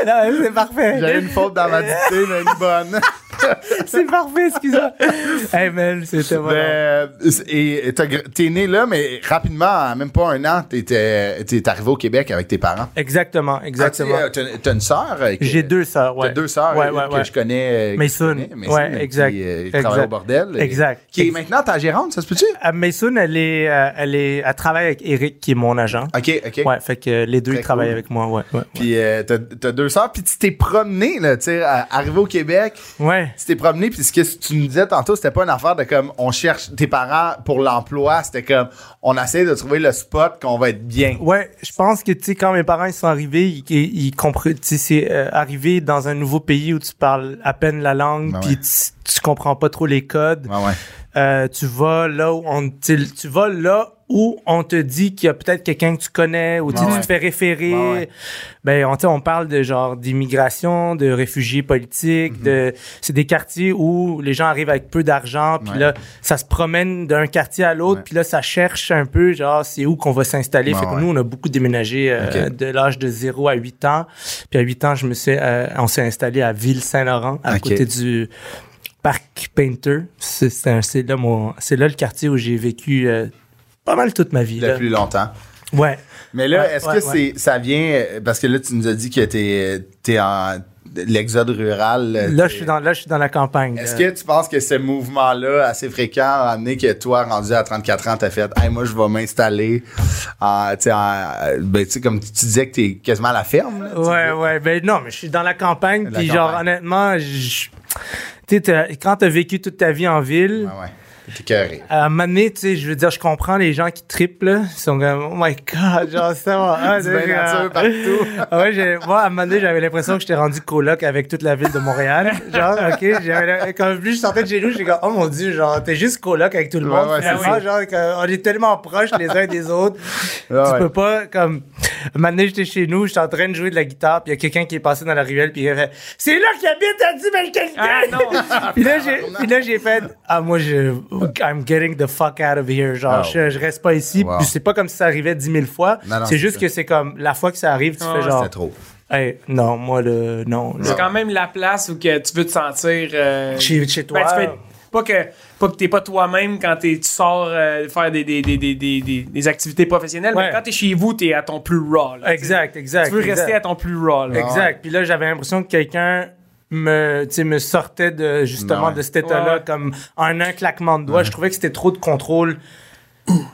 Speaker 4: Non, c'est parfait.
Speaker 2: J'avais une faute dans ma dictée, mais une bonne.
Speaker 4: C'est parfait, excuse-moi. hey, man, c'était vraiment...
Speaker 2: Ben, et et t'as gr- t'es né là, mais rapidement, en même pas un an, t'étais- t'es arrivé au Québec avec tes parents.
Speaker 4: Exactement, exactement.
Speaker 2: Ah, tu- euh, T'as t'as une sœur? euh, que-
Speaker 4: J'ai deux sœurs, ouais.
Speaker 2: T'as deux sœurs
Speaker 4: Ouais,
Speaker 2: une
Speaker 4: ouais,
Speaker 2: que
Speaker 4: ouais.
Speaker 2: je connais. euh, que
Speaker 4: Mason.
Speaker 2: je connais,
Speaker 4: Ouais,
Speaker 2: qui,
Speaker 4: exact.
Speaker 2: euh,
Speaker 4: Exact.
Speaker 2: travaille au bordel. et-
Speaker 4: Exact.
Speaker 2: Qui est
Speaker 4: Ex-
Speaker 2: maintenant ta gérante, ça se peut-tu?
Speaker 4: Ah, Mason, elle est, euh, elle est, elle travaille avec Eric, qui est mon agent.
Speaker 2: OK, Ah, OK.
Speaker 4: Ouais, fait que euh, les deux,
Speaker 2: Très
Speaker 4: ils travaillent
Speaker 2: cool.
Speaker 4: avec moi, ouais. ouais.
Speaker 2: Puis euh, t'as t'as deux sœurs, puis tu t'es promené, là, tu sais, à- arrivé au Québec,
Speaker 4: Ouais.
Speaker 2: tu t'es promené, puis ce que tu nous disais tantôt, c'était pas une affaire de comme on cherche tes parents pour l'emploi, c'était comme on essaie de trouver le spot qu'on va être bien.
Speaker 4: Ouais, je pense que tu sais quand mes parents ils sont arrivés, ils, ils, ils compre- tu sais c'est euh, arriver dans un nouveau pays où tu parles à peine la langue,
Speaker 2: Ben
Speaker 4: puis
Speaker 2: ouais.
Speaker 4: tu, tu comprends pas trop les codes.
Speaker 2: Ouais, ouais.
Speaker 4: Euh, tu vas là où on tu, tu vas là où on te dit qu'il y a peut-être quelqu'un que tu connais ou tu, sais,
Speaker 2: Ouais,
Speaker 4: tu
Speaker 2: ouais.
Speaker 4: te fais référer.
Speaker 2: Ouais, ouais.
Speaker 4: Ben on tu sais, on parle de genre d'immigration, de réfugiés politiques,
Speaker 2: Mm-hmm.
Speaker 4: de c'est des quartiers où les gens arrivent avec peu d'argent puis
Speaker 2: Ouais.
Speaker 4: là ça se promène d'un quartier à l'autre
Speaker 2: Ouais.
Speaker 4: puis là ça cherche un peu genre c'est où qu'on va s'installer.
Speaker 2: Ouais,
Speaker 4: fait que
Speaker 2: ouais.
Speaker 4: nous on a beaucoup déménagé euh,
Speaker 2: Ok.
Speaker 4: de l'âge de 0 à 8 ans. Puis à 8 ans, je me suis euh, on s'est installé à Ville-Saint-Laurent à
Speaker 2: Ok.
Speaker 4: côté du Parc Painter. C'est c'est un- c'est là, mon- c'est là le quartier où j'ai vécu euh, pas mal toute ma vie.
Speaker 2: Le
Speaker 4: là.
Speaker 2: plus longtemps.
Speaker 4: Ouais.
Speaker 2: Mais là,
Speaker 4: Ouais,
Speaker 2: est-ce
Speaker 4: ouais,
Speaker 2: que
Speaker 4: ouais.
Speaker 2: c'est ça vient euh, parce que là tu nous as dit que t'es t'es en l'exode rural. euh,
Speaker 4: Là
Speaker 2: t'es-
Speaker 4: je, suis dans, là, je suis dans la campagne.
Speaker 2: Est-ce
Speaker 4: là.
Speaker 2: que tu penses que ce mouvement-là, assez fréquent, a amené que toi, rendu à 34 ans, t'as fait hey, « moi, je vais m'installer en... tu sais, en- ben, tu sais, comme tu tu disais que t'es quasiment à la ferme. là, tu
Speaker 4: Ouais,
Speaker 2: dis.
Speaker 4: ouais. Ben non, mais je suis dans la campagne.
Speaker 2: La
Speaker 4: Puis genre,
Speaker 2: campagne.
Speaker 4: honnêtement, je- tu sais, t'as- quand t'as vécu toute ta vie en ville,
Speaker 2: Ah Ouais, ouais. T'es carré.
Speaker 4: À un moment donné, tu sais, je veux dire, je comprends les gens qui triplent. Ils sont comme, oh my god, genre, c'est vraiment- ah,
Speaker 2: Du bain
Speaker 4: c'est- ah.
Speaker 2: nature partout.
Speaker 4: Ah ouais, j'ai- moi, à un moment donné, j'avais l'impression que j'étais rendu coloc avec toute la ville de Montréal. Genre, OK, j'avais la- quand plus je sortais de chez nous, j'étais comme, oh mon Dieu, genre, t'es juste coloc avec tout le
Speaker 2: Ouais,
Speaker 4: monde.
Speaker 2: ouais, c'est
Speaker 4: finalement,
Speaker 2: ça.
Speaker 4: genre, que- on est tellement proches les uns des autres.
Speaker 2: Ouais,
Speaker 4: tu
Speaker 2: ouais.
Speaker 4: peux pas, comme, un moment donné, j'étais chez nous, j'étais en train de jouer de la guitare, puis il y a quelqu'un qui est passé dans la ruelle, puis il a fait, c'est là qu'il habite à 10 000 quelqu'un!
Speaker 1: Ah non!
Speaker 4: Puis là, j'ai, puis là, j'ai fait, ah, moi, je, I'm getting the fuck out of here. Genre,
Speaker 2: Ah
Speaker 4: je, je reste pas ici.
Speaker 2: Wow.
Speaker 4: Puis c'est pas comme si ça arrivait dix mille fois.
Speaker 2: Non, non,
Speaker 4: c'est
Speaker 2: c'est
Speaker 4: juste
Speaker 2: ça.
Speaker 4: que c'est comme, la fois que ça arrive, tu
Speaker 1: Ah,
Speaker 4: fais genre,
Speaker 2: C'était trop.
Speaker 4: hey, non, moi, le, non. là.
Speaker 1: C'est quand même la place où que tu veux te sentir. euh,
Speaker 4: Chez- chez
Speaker 1: ben,
Speaker 4: toi.
Speaker 1: tu peux être- pas que pas que t'es pas toi-même quand t'es- tu sors euh, faire des, des, des, des, des, des- des activités professionnelles,
Speaker 4: Ouais.
Speaker 1: mais quand t'es chez vous, t'es à ton plus raw. là,
Speaker 4: Exact,
Speaker 1: tu sais.
Speaker 4: exact,
Speaker 1: Tu veux
Speaker 4: exact.
Speaker 1: rester à ton plus raw.
Speaker 2: Ah,
Speaker 1: là.
Speaker 4: Exact. Puis là, j'avais l'impression que quelqu'un me, tu sais, me sortait de, justement,
Speaker 2: Ouais.
Speaker 4: de cet état-là,
Speaker 1: Ouais.
Speaker 4: comme, en un claquement de doigts. Je trouvais que c'était trop de contrôle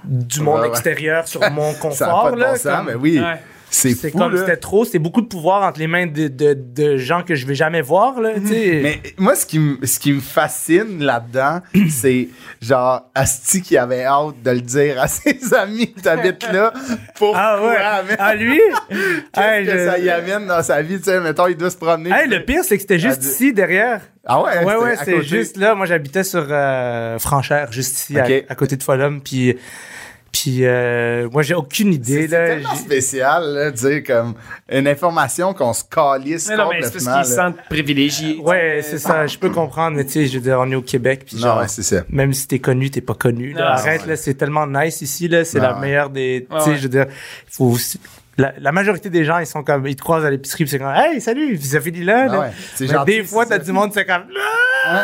Speaker 4: du monde
Speaker 2: Ouais, ouais.
Speaker 4: extérieur sur mon confort.
Speaker 2: Ça n'a pas de
Speaker 4: là,
Speaker 2: bon sens,
Speaker 4: comme-
Speaker 2: mais oui.
Speaker 1: Ouais.
Speaker 2: C'est
Speaker 4: C'est
Speaker 2: fou,
Speaker 4: comme
Speaker 2: là.
Speaker 4: c'était trop, c'est beaucoup de pouvoir entre les mains de, de, de gens que je vais jamais voir là, tu sais.
Speaker 2: Mais moi, ce qui, me- ce qui me fascine là-dedans, c'est genre Asti qui avait hâte de le dire à ses amis que t'habites là pour
Speaker 4: ah ouais, à lui. Hey,
Speaker 2: Qu'est-ce que
Speaker 4: je-
Speaker 2: ça y amène dans sa vie, tu sais, mettons, il doit se promener.
Speaker 4: Hey, le pire c'est que c'était juste
Speaker 2: Ah, de-
Speaker 4: ici derrière.
Speaker 2: Ah ouais,
Speaker 4: ouais
Speaker 2: c'était
Speaker 4: ouais,
Speaker 2: à
Speaker 4: c'est
Speaker 2: côté.
Speaker 4: juste là, moi j'habitais sur euh, Franchère juste ici à-
Speaker 2: Ok.
Speaker 4: à, côté de Folum puis puis euh, moi j'ai aucune idée
Speaker 2: C'est
Speaker 4: là.
Speaker 2: tellement
Speaker 4: j'ai-
Speaker 2: spécial, là, de dire comme une information qu'on se calisse
Speaker 1: Mais non, mais c'est parce
Speaker 2: complètement.
Speaker 1: qu'ils se
Speaker 2: là.
Speaker 1: sentent privilégiés.
Speaker 4: Ouais, c'est ça, je peux comprendre, mais tu sais, je veux dire, on est au Québec puis
Speaker 2: Non,
Speaker 4: genre
Speaker 2: ouais, c'est ça.
Speaker 4: même si t'es connu, t'es pas connu. là.
Speaker 1: Non,
Speaker 4: Arrête,
Speaker 2: ouais.
Speaker 4: là, c'est tellement nice ici, là. C'est
Speaker 2: Non,
Speaker 4: la
Speaker 2: Ah, ouais.
Speaker 4: meilleure des.
Speaker 1: Ah, Ouais,
Speaker 4: tu sais,
Speaker 1: ouais.
Speaker 4: je veux dire, il faut. La, la majorité des gens, ils sont comme, ils te croisent à l'épicerie, puis c'est comme, hey, salut, ça finit là.
Speaker 2: Ah
Speaker 4: là.
Speaker 2: ouais, c'est
Speaker 4: Mais
Speaker 2: gentil,
Speaker 4: des fois,
Speaker 2: c'est
Speaker 4: t'as
Speaker 2: ça.
Speaker 4: du monde, c'est comme, Ah!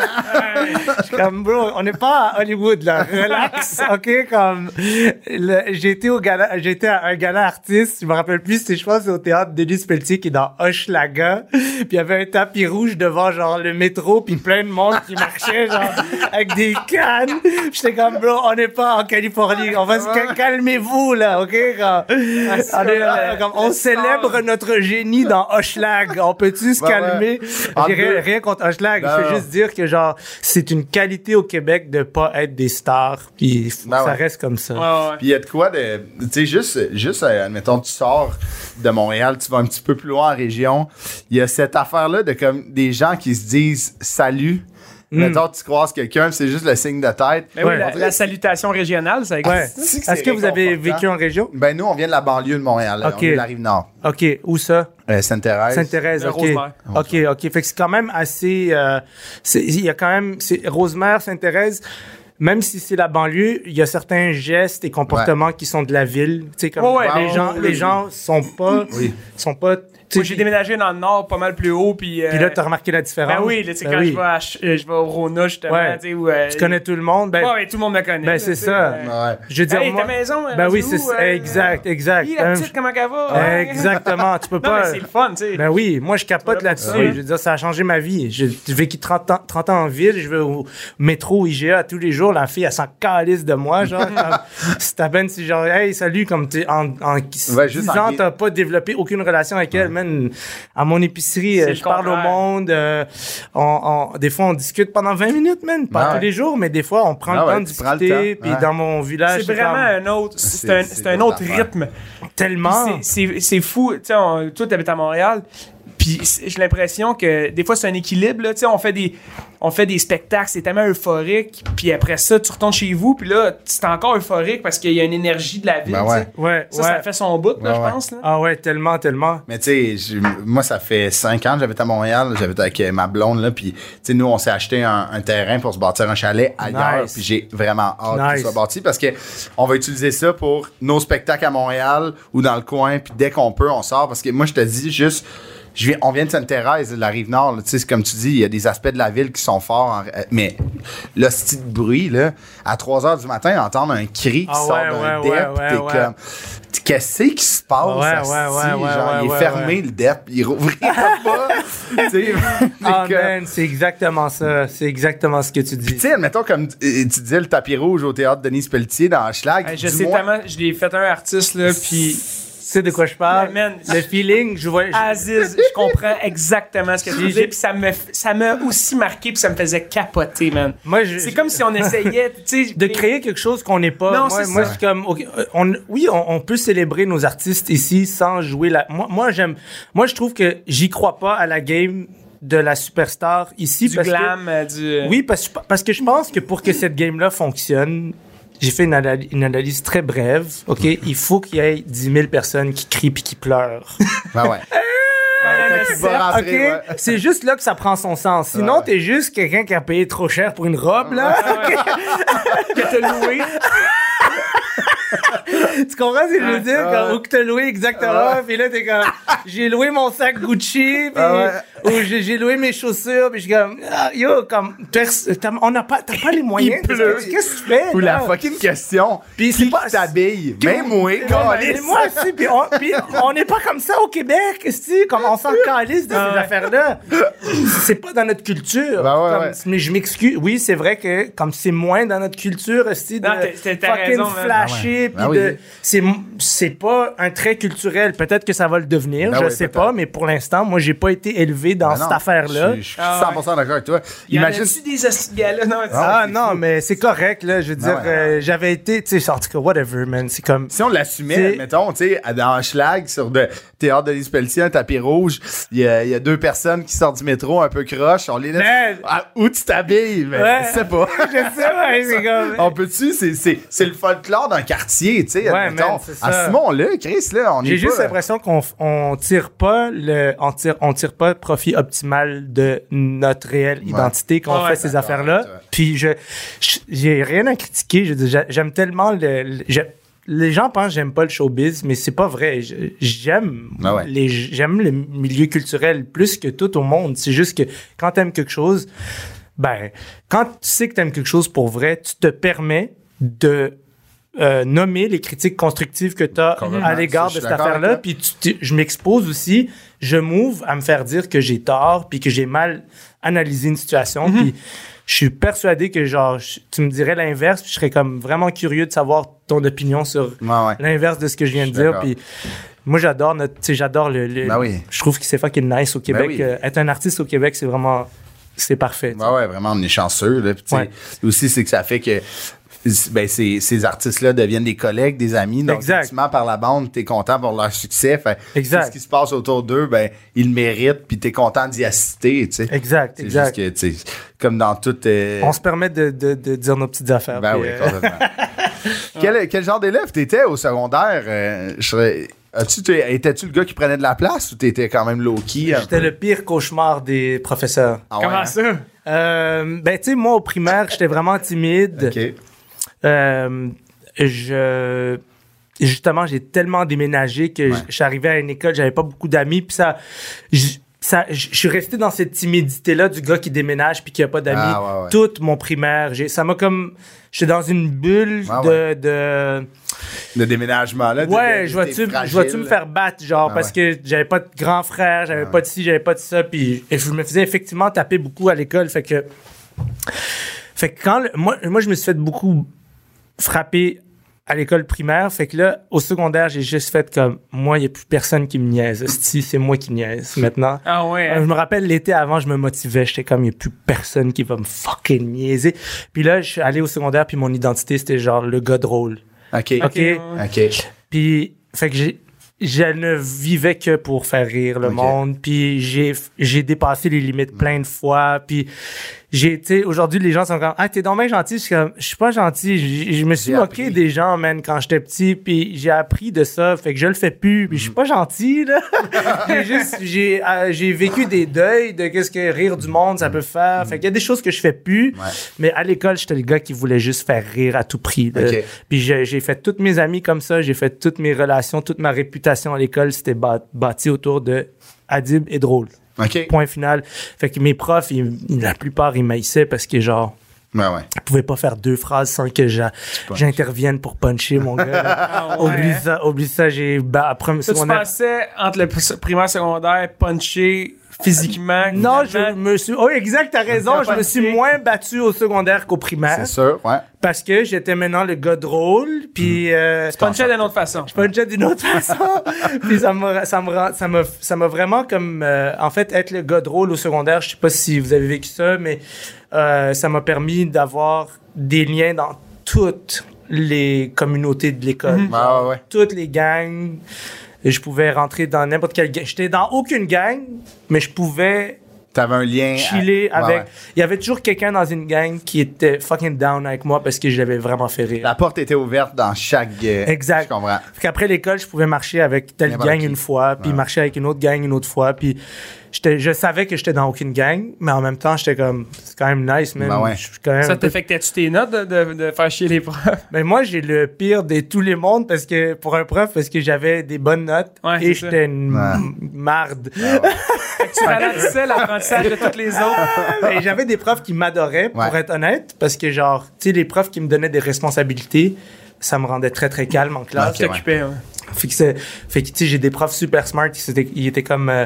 Speaker 4: je suis comme, bro, on n'est pas à Hollywood, là. Relax, ok, comme, le- j'ai été au gala, j'ai été à un gala artiste, je me rappelle plus, c'est, je pense, que c'est au théâtre Denis Pelletier qui est dans Hochelaga. Puis il y avait un tapis rouge devant, genre, le métro, puis plein de monde qui marchait, genre, avec des cannes. J'étais comme, bro, on n'est pas en Californie. On va se cal- calmez-vous, là, OK? Comme- on, est- euh,
Speaker 1: ouais.
Speaker 4: comme, on célèbre notre génie dans Hochelag. On peut-tu se
Speaker 2: Ben Ouais, ouais.
Speaker 4: calmer?
Speaker 2: En
Speaker 4: J'ai rien,
Speaker 2: deux. Ben
Speaker 4: rien contre Hochelag.
Speaker 2: Non,
Speaker 4: Je veux
Speaker 2: non.
Speaker 4: juste dire que, genre, c'est une qualité au Québec de pas être des stars. Puis faut
Speaker 2: Ben
Speaker 4: que ça
Speaker 2: ouais.
Speaker 4: reste comme ça.
Speaker 1: Ouais, ouais.
Speaker 2: Puis il y a de quoi de. Tu sais, juste, juste, euh, admettons, tu sors de Montréal, tu vas un petit peu plus loin en région. Il y a cette affaire-là de comme des gens qui se disent salut. Mettons, tu croises quelqu'un, c'est juste le signe de tête.
Speaker 1: Mais Hmm. Ben oui,
Speaker 4: Ouais.
Speaker 1: la, la salutation régionale, ça
Speaker 4: Ouais.
Speaker 1: existe.
Speaker 2: C'est que
Speaker 4: Est-ce
Speaker 2: c'est
Speaker 4: que vous avez
Speaker 2: réconfortant.
Speaker 4: vécu en région?
Speaker 2: Ben, nous, on vient de la banlieue de Montréal. là.
Speaker 4: Ok.
Speaker 2: On est de la rive nord.
Speaker 4: OK. Où ça?
Speaker 2: Euh, Sainte-Thérèse.
Speaker 4: Sainte-Thérèse,
Speaker 1: Euh,
Speaker 4: ok.
Speaker 1: Rosemère.
Speaker 2: Ah,
Speaker 4: Ok, ok. Fait que c'est quand même assez. euh, c'est- Il y a quand même. c'est- Rosemère, Sainte-Thérèse, même si c'est la banlieue, il y a certains gestes et comportements qui sont de la ville. Tu sais, comme
Speaker 1: Ouais, ouais.
Speaker 4: les,
Speaker 1: Ouais,
Speaker 4: gens,
Speaker 1: ouais,
Speaker 4: les
Speaker 1: ouais.
Speaker 4: gens sont pas. Sont pas tu sais,
Speaker 1: Moi, j'ai déménagé dans le nord pas mal plus haut. Puis, euh,
Speaker 4: Puis là, t'as remarqué la différence.
Speaker 1: Ben oui, là, tu sais,
Speaker 4: Ben
Speaker 1: quand
Speaker 4: oui.
Speaker 1: je, vais à Ch- euh, je vais au Rona, justement,
Speaker 4: Ouais.
Speaker 1: tu sais, où, euh,
Speaker 4: Tu connais tout le monde. Ben,
Speaker 1: Ouais, ouais, tout le monde me connaît.
Speaker 4: ben,
Speaker 1: là,
Speaker 4: c'est
Speaker 1: tu sais,
Speaker 4: ça.
Speaker 1: euh,
Speaker 2: Ouais.
Speaker 4: je veux dire.
Speaker 1: Hey,
Speaker 4: moi-
Speaker 1: ta maison,
Speaker 4: ben
Speaker 1: euh,
Speaker 4: oui,
Speaker 1: c'est
Speaker 4: c'est
Speaker 1: où, euh,
Speaker 4: exact, exact.
Speaker 1: Hi, la
Speaker 4: Hein,
Speaker 1: petite, comment elle va?
Speaker 4: ben,
Speaker 1: Ouais.
Speaker 4: exactement. Tu peux
Speaker 1: Non, mais
Speaker 4: pas.
Speaker 1: c'est le fun, tu sais.
Speaker 4: Ben oui, moi je capote là-dessus.
Speaker 1: Ouais.
Speaker 4: Je veux dire, ça a changé ma vie. J'ai vécu 30 ans, 30 ans en ville, je vais au métro, IGA tous les jours. La fille, elle s'en calisse de moi. Genre, comme, c'est à peine si genre, hey, salut, comme t'es en, en 10
Speaker 2: Ouais, juste en
Speaker 4: ans,
Speaker 2: gui-
Speaker 4: t'as pas développé aucune relation avec elle. Man, à mon épicerie,
Speaker 1: C'est
Speaker 4: euh,
Speaker 1: le
Speaker 4: je parle au
Speaker 1: contraire.
Speaker 4: monde. euh, on, on- des fois, on discute pendant 20 minutes, man. Pas
Speaker 2: Ouais.
Speaker 4: tous les jours, mais des fois, on prend
Speaker 2: Ah
Speaker 4: le
Speaker 2: ouais,
Speaker 4: temps de
Speaker 2: tu prends le
Speaker 4: discuter.
Speaker 2: temps.
Speaker 4: Puis
Speaker 2: Ouais.
Speaker 4: dans mon village,
Speaker 1: c'est vraiment
Speaker 4: comme
Speaker 1: un autre, c'est
Speaker 2: C'est-
Speaker 1: un,
Speaker 2: c'est
Speaker 1: c'est un autre
Speaker 2: d'autres affaires.
Speaker 1: rythme.
Speaker 4: tellement.
Speaker 1: Puis C'est c'est- c'est fou. Tu sais, on- toi, t'habites à Montréal. Puis c'est- j'ai l'impression que des fois, c'est un équilibre. Là, Tu sais, on, fait des, on fait des spectacles, c'est tellement euphorique. Puis après ça, tu retournes chez vous. Puis là, c'est encore euphorique parce qu'il y a une énergie de la ville.
Speaker 2: Ben
Speaker 1: tu sais.
Speaker 2: ouais.
Speaker 4: Ouais,
Speaker 1: Ça, ça
Speaker 4: ouais.
Speaker 1: fait son bout, là,
Speaker 2: Ouais, ouais.
Speaker 1: je pense. Là.
Speaker 4: Ah ouais, tellement, tellement.
Speaker 2: Mais tu sais, j'ai- moi, ça fait cinq ans que j'habite à Montréal, j'habite avec euh, ma blonde, là, puis tu sais, nous, on s'est acheté un, un terrain pour se bâtir un chalet ailleurs,
Speaker 4: Nice.
Speaker 2: puis j'ai vraiment hâte qu'il
Speaker 4: Nice.
Speaker 2: soit bâti parce que on va utiliser ça pour nos spectacles à Montréal ou dans le coin, puis dès qu'on peut, on sort, parce que moi, je te dis juste, je viens, on vient de Sainte-Thérèse, de la Rive-Nord, là, tu sais, c'est comme tu dis, il y a des aspects de la ville qui sont forts, en- euh, mais le style de bruit, là, à 3 heures du matin, entendre un cri qui
Speaker 4: Ah
Speaker 2: sort
Speaker 4: ouais,
Speaker 2: d'un
Speaker 4: ouais,
Speaker 2: dep,
Speaker 4: ouais, ouais,
Speaker 2: t'es
Speaker 4: ouais.
Speaker 2: comme... Qu'est-ce qui Oh, se passe?
Speaker 4: Ouais,
Speaker 2: asti?
Speaker 4: ouais, ouais, ouais,
Speaker 2: Genre, il est
Speaker 4: ouais,
Speaker 2: fermé,
Speaker 4: ouais.
Speaker 2: le DEP, il rouvrira pas. tu sais,
Speaker 4: Ah
Speaker 2: c'est que-
Speaker 4: man, c'est exactement ça. C'est exactement ce que tu dis.
Speaker 2: Tu sais, admettons, comme euh, tu disais, le tapis rouge au théâtre Denise Pelletier dans Schlag.
Speaker 1: Hey, je sais tellement, je l'ai fait un artiste, là, puis
Speaker 4: sais de quoi je parle.
Speaker 1: Man, Ah,
Speaker 4: Le feeling, je vois. je-
Speaker 1: Aziz, je comprends exactement ce que tu
Speaker 4: J'ai-
Speaker 1: dis, puis ça me, ça m'a aussi marqué, puis ça me faisait capoter, man.
Speaker 4: moi, je-
Speaker 1: C'est comme si on essayait, tu sais,
Speaker 4: de créer quelque chose qu'on n'est pas.
Speaker 1: Non,
Speaker 4: moi,
Speaker 1: c'est
Speaker 4: moi,
Speaker 1: ça.
Speaker 4: c'est comme, ok, euh, on, oui, on, on peut célébrer nos artistes ici sans jouer la. Moi, moi j'aime. Moi, je trouve que j'y crois pas à la game de la superstar ici
Speaker 1: du
Speaker 4: parce que-
Speaker 1: glam, euh, du.
Speaker 4: oui, parce, que- parce que je pense que pour que cette game-là fonctionne, j'ai fait une, anal- une analyse très brève. Ok, il faut qu'il y ait 10 000 personnes qui crient puis qui pleurent.
Speaker 2: Ben ouais.
Speaker 4: Ah,
Speaker 1: Fait
Speaker 2: qu'il va
Speaker 1: que-
Speaker 4: Ok,
Speaker 2: rentrer, ouais.
Speaker 4: c'est juste là que ça prend son sens. Sinon,
Speaker 2: Ouais.
Speaker 4: t'es juste quelqu'un qui a payé trop cher pour une robe là.
Speaker 1: que t'as loué.
Speaker 4: Tu comprends ce que je veux dire?
Speaker 2: ouais,
Speaker 4: Comme,
Speaker 2: ouais.
Speaker 4: Ou que t'as loué exactement, puis là t'es comme, j'ai loué mon sac Gucci, puis,
Speaker 2: Ah
Speaker 4: ou j'ai j'ai loué mes chaussures, puis je suis comme, Ah, yo, comme, t'as- t'as- on n'a pas, t'as pas les moyens.
Speaker 2: Il
Speaker 4: parce
Speaker 2: pleut.
Speaker 4: que- Qu'est-ce que tu fais?
Speaker 2: Ou la
Speaker 4: là?
Speaker 2: fucking question.
Speaker 4: Puis c'est
Speaker 2: qui
Speaker 4: pas-
Speaker 2: t'habille?
Speaker 4: Que-
Speaker 2: Même moi,
Speaker 4: Mais
Speaker 2: câlisse.
Speaker 4: mais ben, moi aussi, puis on, puis on n'est pas comme ça au Québec, si, comme on s'en calisse de ces
Speaker 1: Ah
Speaker 4: affaires-là. C'est pas dans notre culture.
Speaker 2: Ben ouais,
Speaker 4: Comme-
Speaker 2: ouais.
Speaker 4: Mais je m'excuse. Oui, c'est vrai que comme c'est moins dans notre culture, si, de
Speaker 1: Non, t'es- t'es- t'as
Speaker 4: fucking
Speaker 1: raison, man.
Speaker 4: flasher,
Speaker 2: Ben ouais. Ben
Speaker 4: puis de-
Speaker 2: oui.
Speaker 4: c'est c'est pas un trait culturel. Peut-être que ça va le devenir,
Speaker 2: Ben
Speaker 4: je
Speaker 2: ouais,
Speaker 4: sais
Speaker 2: peut-être.
Speaker 4: pas, mais pour l'instant, moi, j'ai pas été élevé dans
Speaker 2: Ben non,
Speaker 4: cette affaire-là.
Speaker 2: Je je suis
Speaker 1: Ah
Speaker 2: 100% d'accord avec toi. Imagine.
Speaker 1: tu des astigas, là? Non,
Speaker 4: Ah non, mais c'est correct, là. Je veux dire,
Speaker 2: Ben ouais.
Speaker 4: euh, j'avais été, tu sais, en tout cas, whatever, man. C'est comme.
Speaker 2: Si on l'assumait,
Speaker 4: C'est-
Speaker 2: mettons, tu sais, dans un schlag sur le théâtre de Lise Pelletier, un tapis rouge, il y, a il y a deux personnes qui sortent du métro un peu croche, on les laisse.
Speaker 4: Man.
Speaker 2: Ah, où tu t'habilles? Ben,
Speaker 4: Ouais.
Speaker 2: Je sais pas.
Speaker 4: Je sais, ouais, c'est comme.
Speaker 2: On peut-tu? C'est, c'est, c'est le folklore d'un quartier, tu sais.
Speaker 4: Ouais,
Speaker 2: admettons.
Speaker 4: man, c'est ça.
Speaker 2: À Simon, là, Chris, là, on est.
Speaker 4: J'ai juste
Speaker 2: pas- euh,
Speaker 4: l'impression qu'on f- on tire pas le on tire on tire pas profit optimal de notre réelle identité quand on
Speaker 1: Ouais,
Speaker 4: fait ces
Speaker 2: d'accord,
Speaker 4: affaires là.
Speaker 2: ouais.
Speaker 4: Puis je je- j'ai rien à critiquer, je veux dire, j'a- j'aime tellement le, le- j'ai- les gens pensent que j'aime pas le showbiz, mais c'est pas vrai. Je- J'aime
Speaker 2: Ah ouais.
Speaker 4: les j'aime le milieu culturel plus que tout au monde. C'est juste que quand t'aimes quelque chose, ben quand tu sais que t'aimes quelque chose pour vrai, tu te permets de euh, nommer les critiques constructives que tu as
Speaker 2: Complètement.
Speaker 4: à l'égard
Speaker 2: Ça, je
Speaker 4: de
Speaker 2: suis
Speaker 4: cette
Speaker 2: d'accord
Speaker 4: affaire-là.
Speaker 2: avec
Speaker 4: Puis tu- tu- je m'expose aussi, je m'ouvre à me faire dire que j'ai tort, puis que j'ai mal analysé une situation.
Speaker 2: Mhm.
Speaker 4: Puis je suis persuadé que genre je- tu me dirais l'inverse, puis je serais comme vraiment curieux de savoir ton opinion sur
Speaker 2: Ouais, ouais.
Speaker 4: l'inverse de ce que je viens de
Speaker 2: Je suis
Speaker 4: dire.
Speaker 2: d'accord.
Speaker 4: Puis moi j'adore notre, tu sais, j'adore le, le-
Speaker 2: Ben oui. Ben
Speaker 4: je trouve que c'est fucking nice au Québec.
Speaker 2: oui. Ben
Speaker 4: Euh, être un artiste au Québec, c'est vraiment, c'est parfait. tu sais.
Speaker 2: Ouais, ouais, vraiment, on est chanceux. Là. Puis, tu sais,
Speaker 4: Ouais.
Speaker 2: Aussi, c'est que ça fait que ben, ces, ces artistes-là deviennent des collègues, des amis. Donc,
Speaker 4: Exact.
Speaker 2: effectivement, par la bande, t'es content pour leur succès. Fait,
Speaker 4: Exact.
Speaker 2: tout Ce qui se passe autour d'eux, ben, ils le méritent, puis t'es content d'y assister. tu sais.
Speaker 4: Exact,
Speaker 2: C'est juste
Speaker 4: exact.
Speaker 2: que, tu sais, comme dans toute. euh,
Speaker 4: On se permet de, de- de dire nos petites affaires.
Speaker 2: ben
Speaker 4: puis,
Speaker 2: oui,
Speaker 4: euh,
Speaker 2: complètement. quel, quel genre d'élève t'étais au secondaire? euh, je serais- as-tu- t'es- étais-tu le gars qui prenait de la place ou t'étais quand même low-key? un
Speaker 4: J'étais
Speaker 2: peu?
Speaker 4: le pire cauchemar des professeurs.
Speaker 2: Ah ouais,
Speaker 1: Comment
Speaker 2: hein?
Speaker 1: ça?
Speaker 4: Euh, ben, tu sais, moi, au primaire, j'étais vraiment timide.
Speaker 2: OK.
Speaker 4: Euh, je... Justement, j'ai tellement déménagé que je suis arrivé à une école, j'avais pas beaucoup d'amis, puis ça... j- ça- Je je suis resté dans cette timidité-là du gars qui déménage puis qui a pas d'amis.
Speaker 2: Ah, ouais, ouais.
Speaker 4: Toute mon primaire, j'ai- ça m'a comme... J'étais dans une bulle
Speaker 2: Ah,
Speaker 4: de-
Speaker 2: ouais.
Speaker 4: de
Speaker 2: Le déménagement, là.
Speaker 4: Ouais,
Speaker 2: t'étais-
Speaker 4: je vois-tu
Speaker 2: t'étais
Speaker 4: je vois-tu me
Speaker 2: fragile.
Speaker 4: faire battre, genre,
Speaker 2: Ah
Speaker 4: parce que j'avais pas de grand frère, j'avais pas de ci, j'avais pas de ça, puis je me faisais effectivement taper beaucoup à l'école, fait que... Fait que quand... le- moi, moi, je me suis fait beaucoup frapper à l'école primaire, fait que là, au secondaire, j'ai juste fait comme, moi, il y a plus personne qui me niaise, si c'est moi qui niaise, maintenant.
Speaker 1: Ah ouais.
Speaker 4: Euh, Je me rappelle l'été avant, je me motivais. J'étais comme, il n'y a plus personne qui va me fucking niaiser. Puis là, je suis allé au secondaire, puis mon identité, c'était genre le gars drôle.
Speaker 2: OK.
Speaker 4: OK?
Speaker 2: OK.
Speaker 4: Puis, fait que j'ai. Je ne vivais que pour faire rire le
Speaker 2: Ok.
Speaker 4: monde, puis j'ai j'ai dépassé les limites plein de fois, puis j'ai été aujourd'hui les gens sont comme ah t'es donc bien gentil, je suis comme je suis pas gentil, J- je me suis
Speaker 2: J'ai
Speaker 4: moqué
Speaker 2: appris.
Speaker 4: des gens man quand j'étais petit, puis j'ai appris de ça, fait que je le fais plus, puis je
Speaker 2: Mm.
Speaker 4: suis pas gentil là, j'ai juste j'ai euh, j'ai vécu des deuils de qu'est-ce que rire du monde
Speaker 2: Mm.
Speaker 4: ça peut faire, fait qu'il y a des choses que je fais plus, mais à l'école j'étais le gars qui voulait juste faire rire à tout prix, là.
Speaker 2: Ok.
Speaker 4: Euh, Puis j'ai j'ai fait toutes mes amies comme ça, j'ai fait toutes mes relations, toute ma réputation à l'école, c'était ba- bâti autour de Adib et drôle.
Speaker 2: OK.
Speaker 4: Point final. Fait que mes profs, ils- ils- la plupart, ils maïssaient parce que genre,
Speaker 2: Ben ouais.
Speaker 4: je pouvais pas faire deux phrases sans que j'a- j'intervienne pour puncher mon gars. là.
Speaker 1: Ah ouais.
Speaker 4: Oublie ça, oublie ça, j'ai bah, après
Speaker 1: Ça, tu
Speaker 4: secondaire-
Speaker 1: pensais entre le primaire et secondaire, puncher, physiquement.
Speaker 4: Non, je
Speaker 1: finalement.
Speaker 4: me suis. Oh, exact, t'as raison. Je me suis moins battu au secondaire qu'au
Speaker 2: C'est
Speaker 4: primaire.
Speaker 2: sûr, ouais.
Speaker 4: Parce que j'étais maintenant le gars drôle,
Speaker 2: Mm.
Speaker 4: puis. euh,
Speaker 1: Punchait d'une autre façon.
Speaker 4: je punchais d'une autre façon. Puis ça m'a, ça me rend- ça m'a, ça m'a vraiment comme, euh, en fait, être le gars drôle au secondaire. Je sais pas si vous avez vécu ça, mais euh, ça m'a permis d'avoir des liens dans toutes les communautés de l'école,
Speaker 2: Ah, ouais, ouais.
Speaker 4: toutes les gangs. Et je pouvais rentrer dans n'importe quelle gang. J'étais dans aucune gang, mais je pouvais
Speaker 2: T'avais un lien. à-
Speaker 4: chiller
Speaker 2: euh, Ouais,
Speaker 4: avec.
Speaker 2: ouais.
Speaker 4: Il y avait toujours quelqu'un dans une gang qui était fucking down avec moi parce que je l'avais vraiment fait rire.
Speaker 2: La porte était ouverte dans chaque. euh,
Speaker 4: Exact.
Speaker 2: Je comprends.
Speaker 4: Fait qu'après l'école, je pouvais marcher avec telle
Speaker 2: N'importe
Speaker 4: gang
Speaker 2: qui.
Speaker 4: une fois, puis
Speaker 2: Ouais.
Speaker 4: marcher avec une autre gang une autre fois, puis j'étais, je savais que j'étais dans aucune gang, mais en même temps, j'étais comme, c'est quand même nice, même.
Speaker 2: Ben ouais.
Speaker 4: Je suis quand même
Speaker 1: Ça
Speaker 4: un peu-
Speaker 1: t'affectait-tu tes notes de, de, de faire chier les profs?
Speaker 4: Mais moi, j'ai le pire de tous les mondes parce que, pour un prof, parce que j'avais des bonnes notes
Speaker 1: Ouais,
Speaker 4: et
Speaker 1: c'est ça.
Speaker 4: j'étais une
Speaker 2: Ouais.
Speaker 4: marde.
Speaker 1: tu ralentissais l'apprentissage de toutes les autres.
Speaker 4: Mais j'avais des profs qui m'adoraient, pour
Speaker 2: Ouais.
Speaker 4: être honnête, parce que, genre, tu sais, les profs qui me donnaient des responsabilités, ça me rendait très, très calme en classe.
Speaker 2: Ok,
Speaker 1: Tu t'occupais, ouais.
Speaker 4: Fait que, c'est- fait que, tu sais, j'ai des profs super smart qui s'étaient- ils étaient comme euh,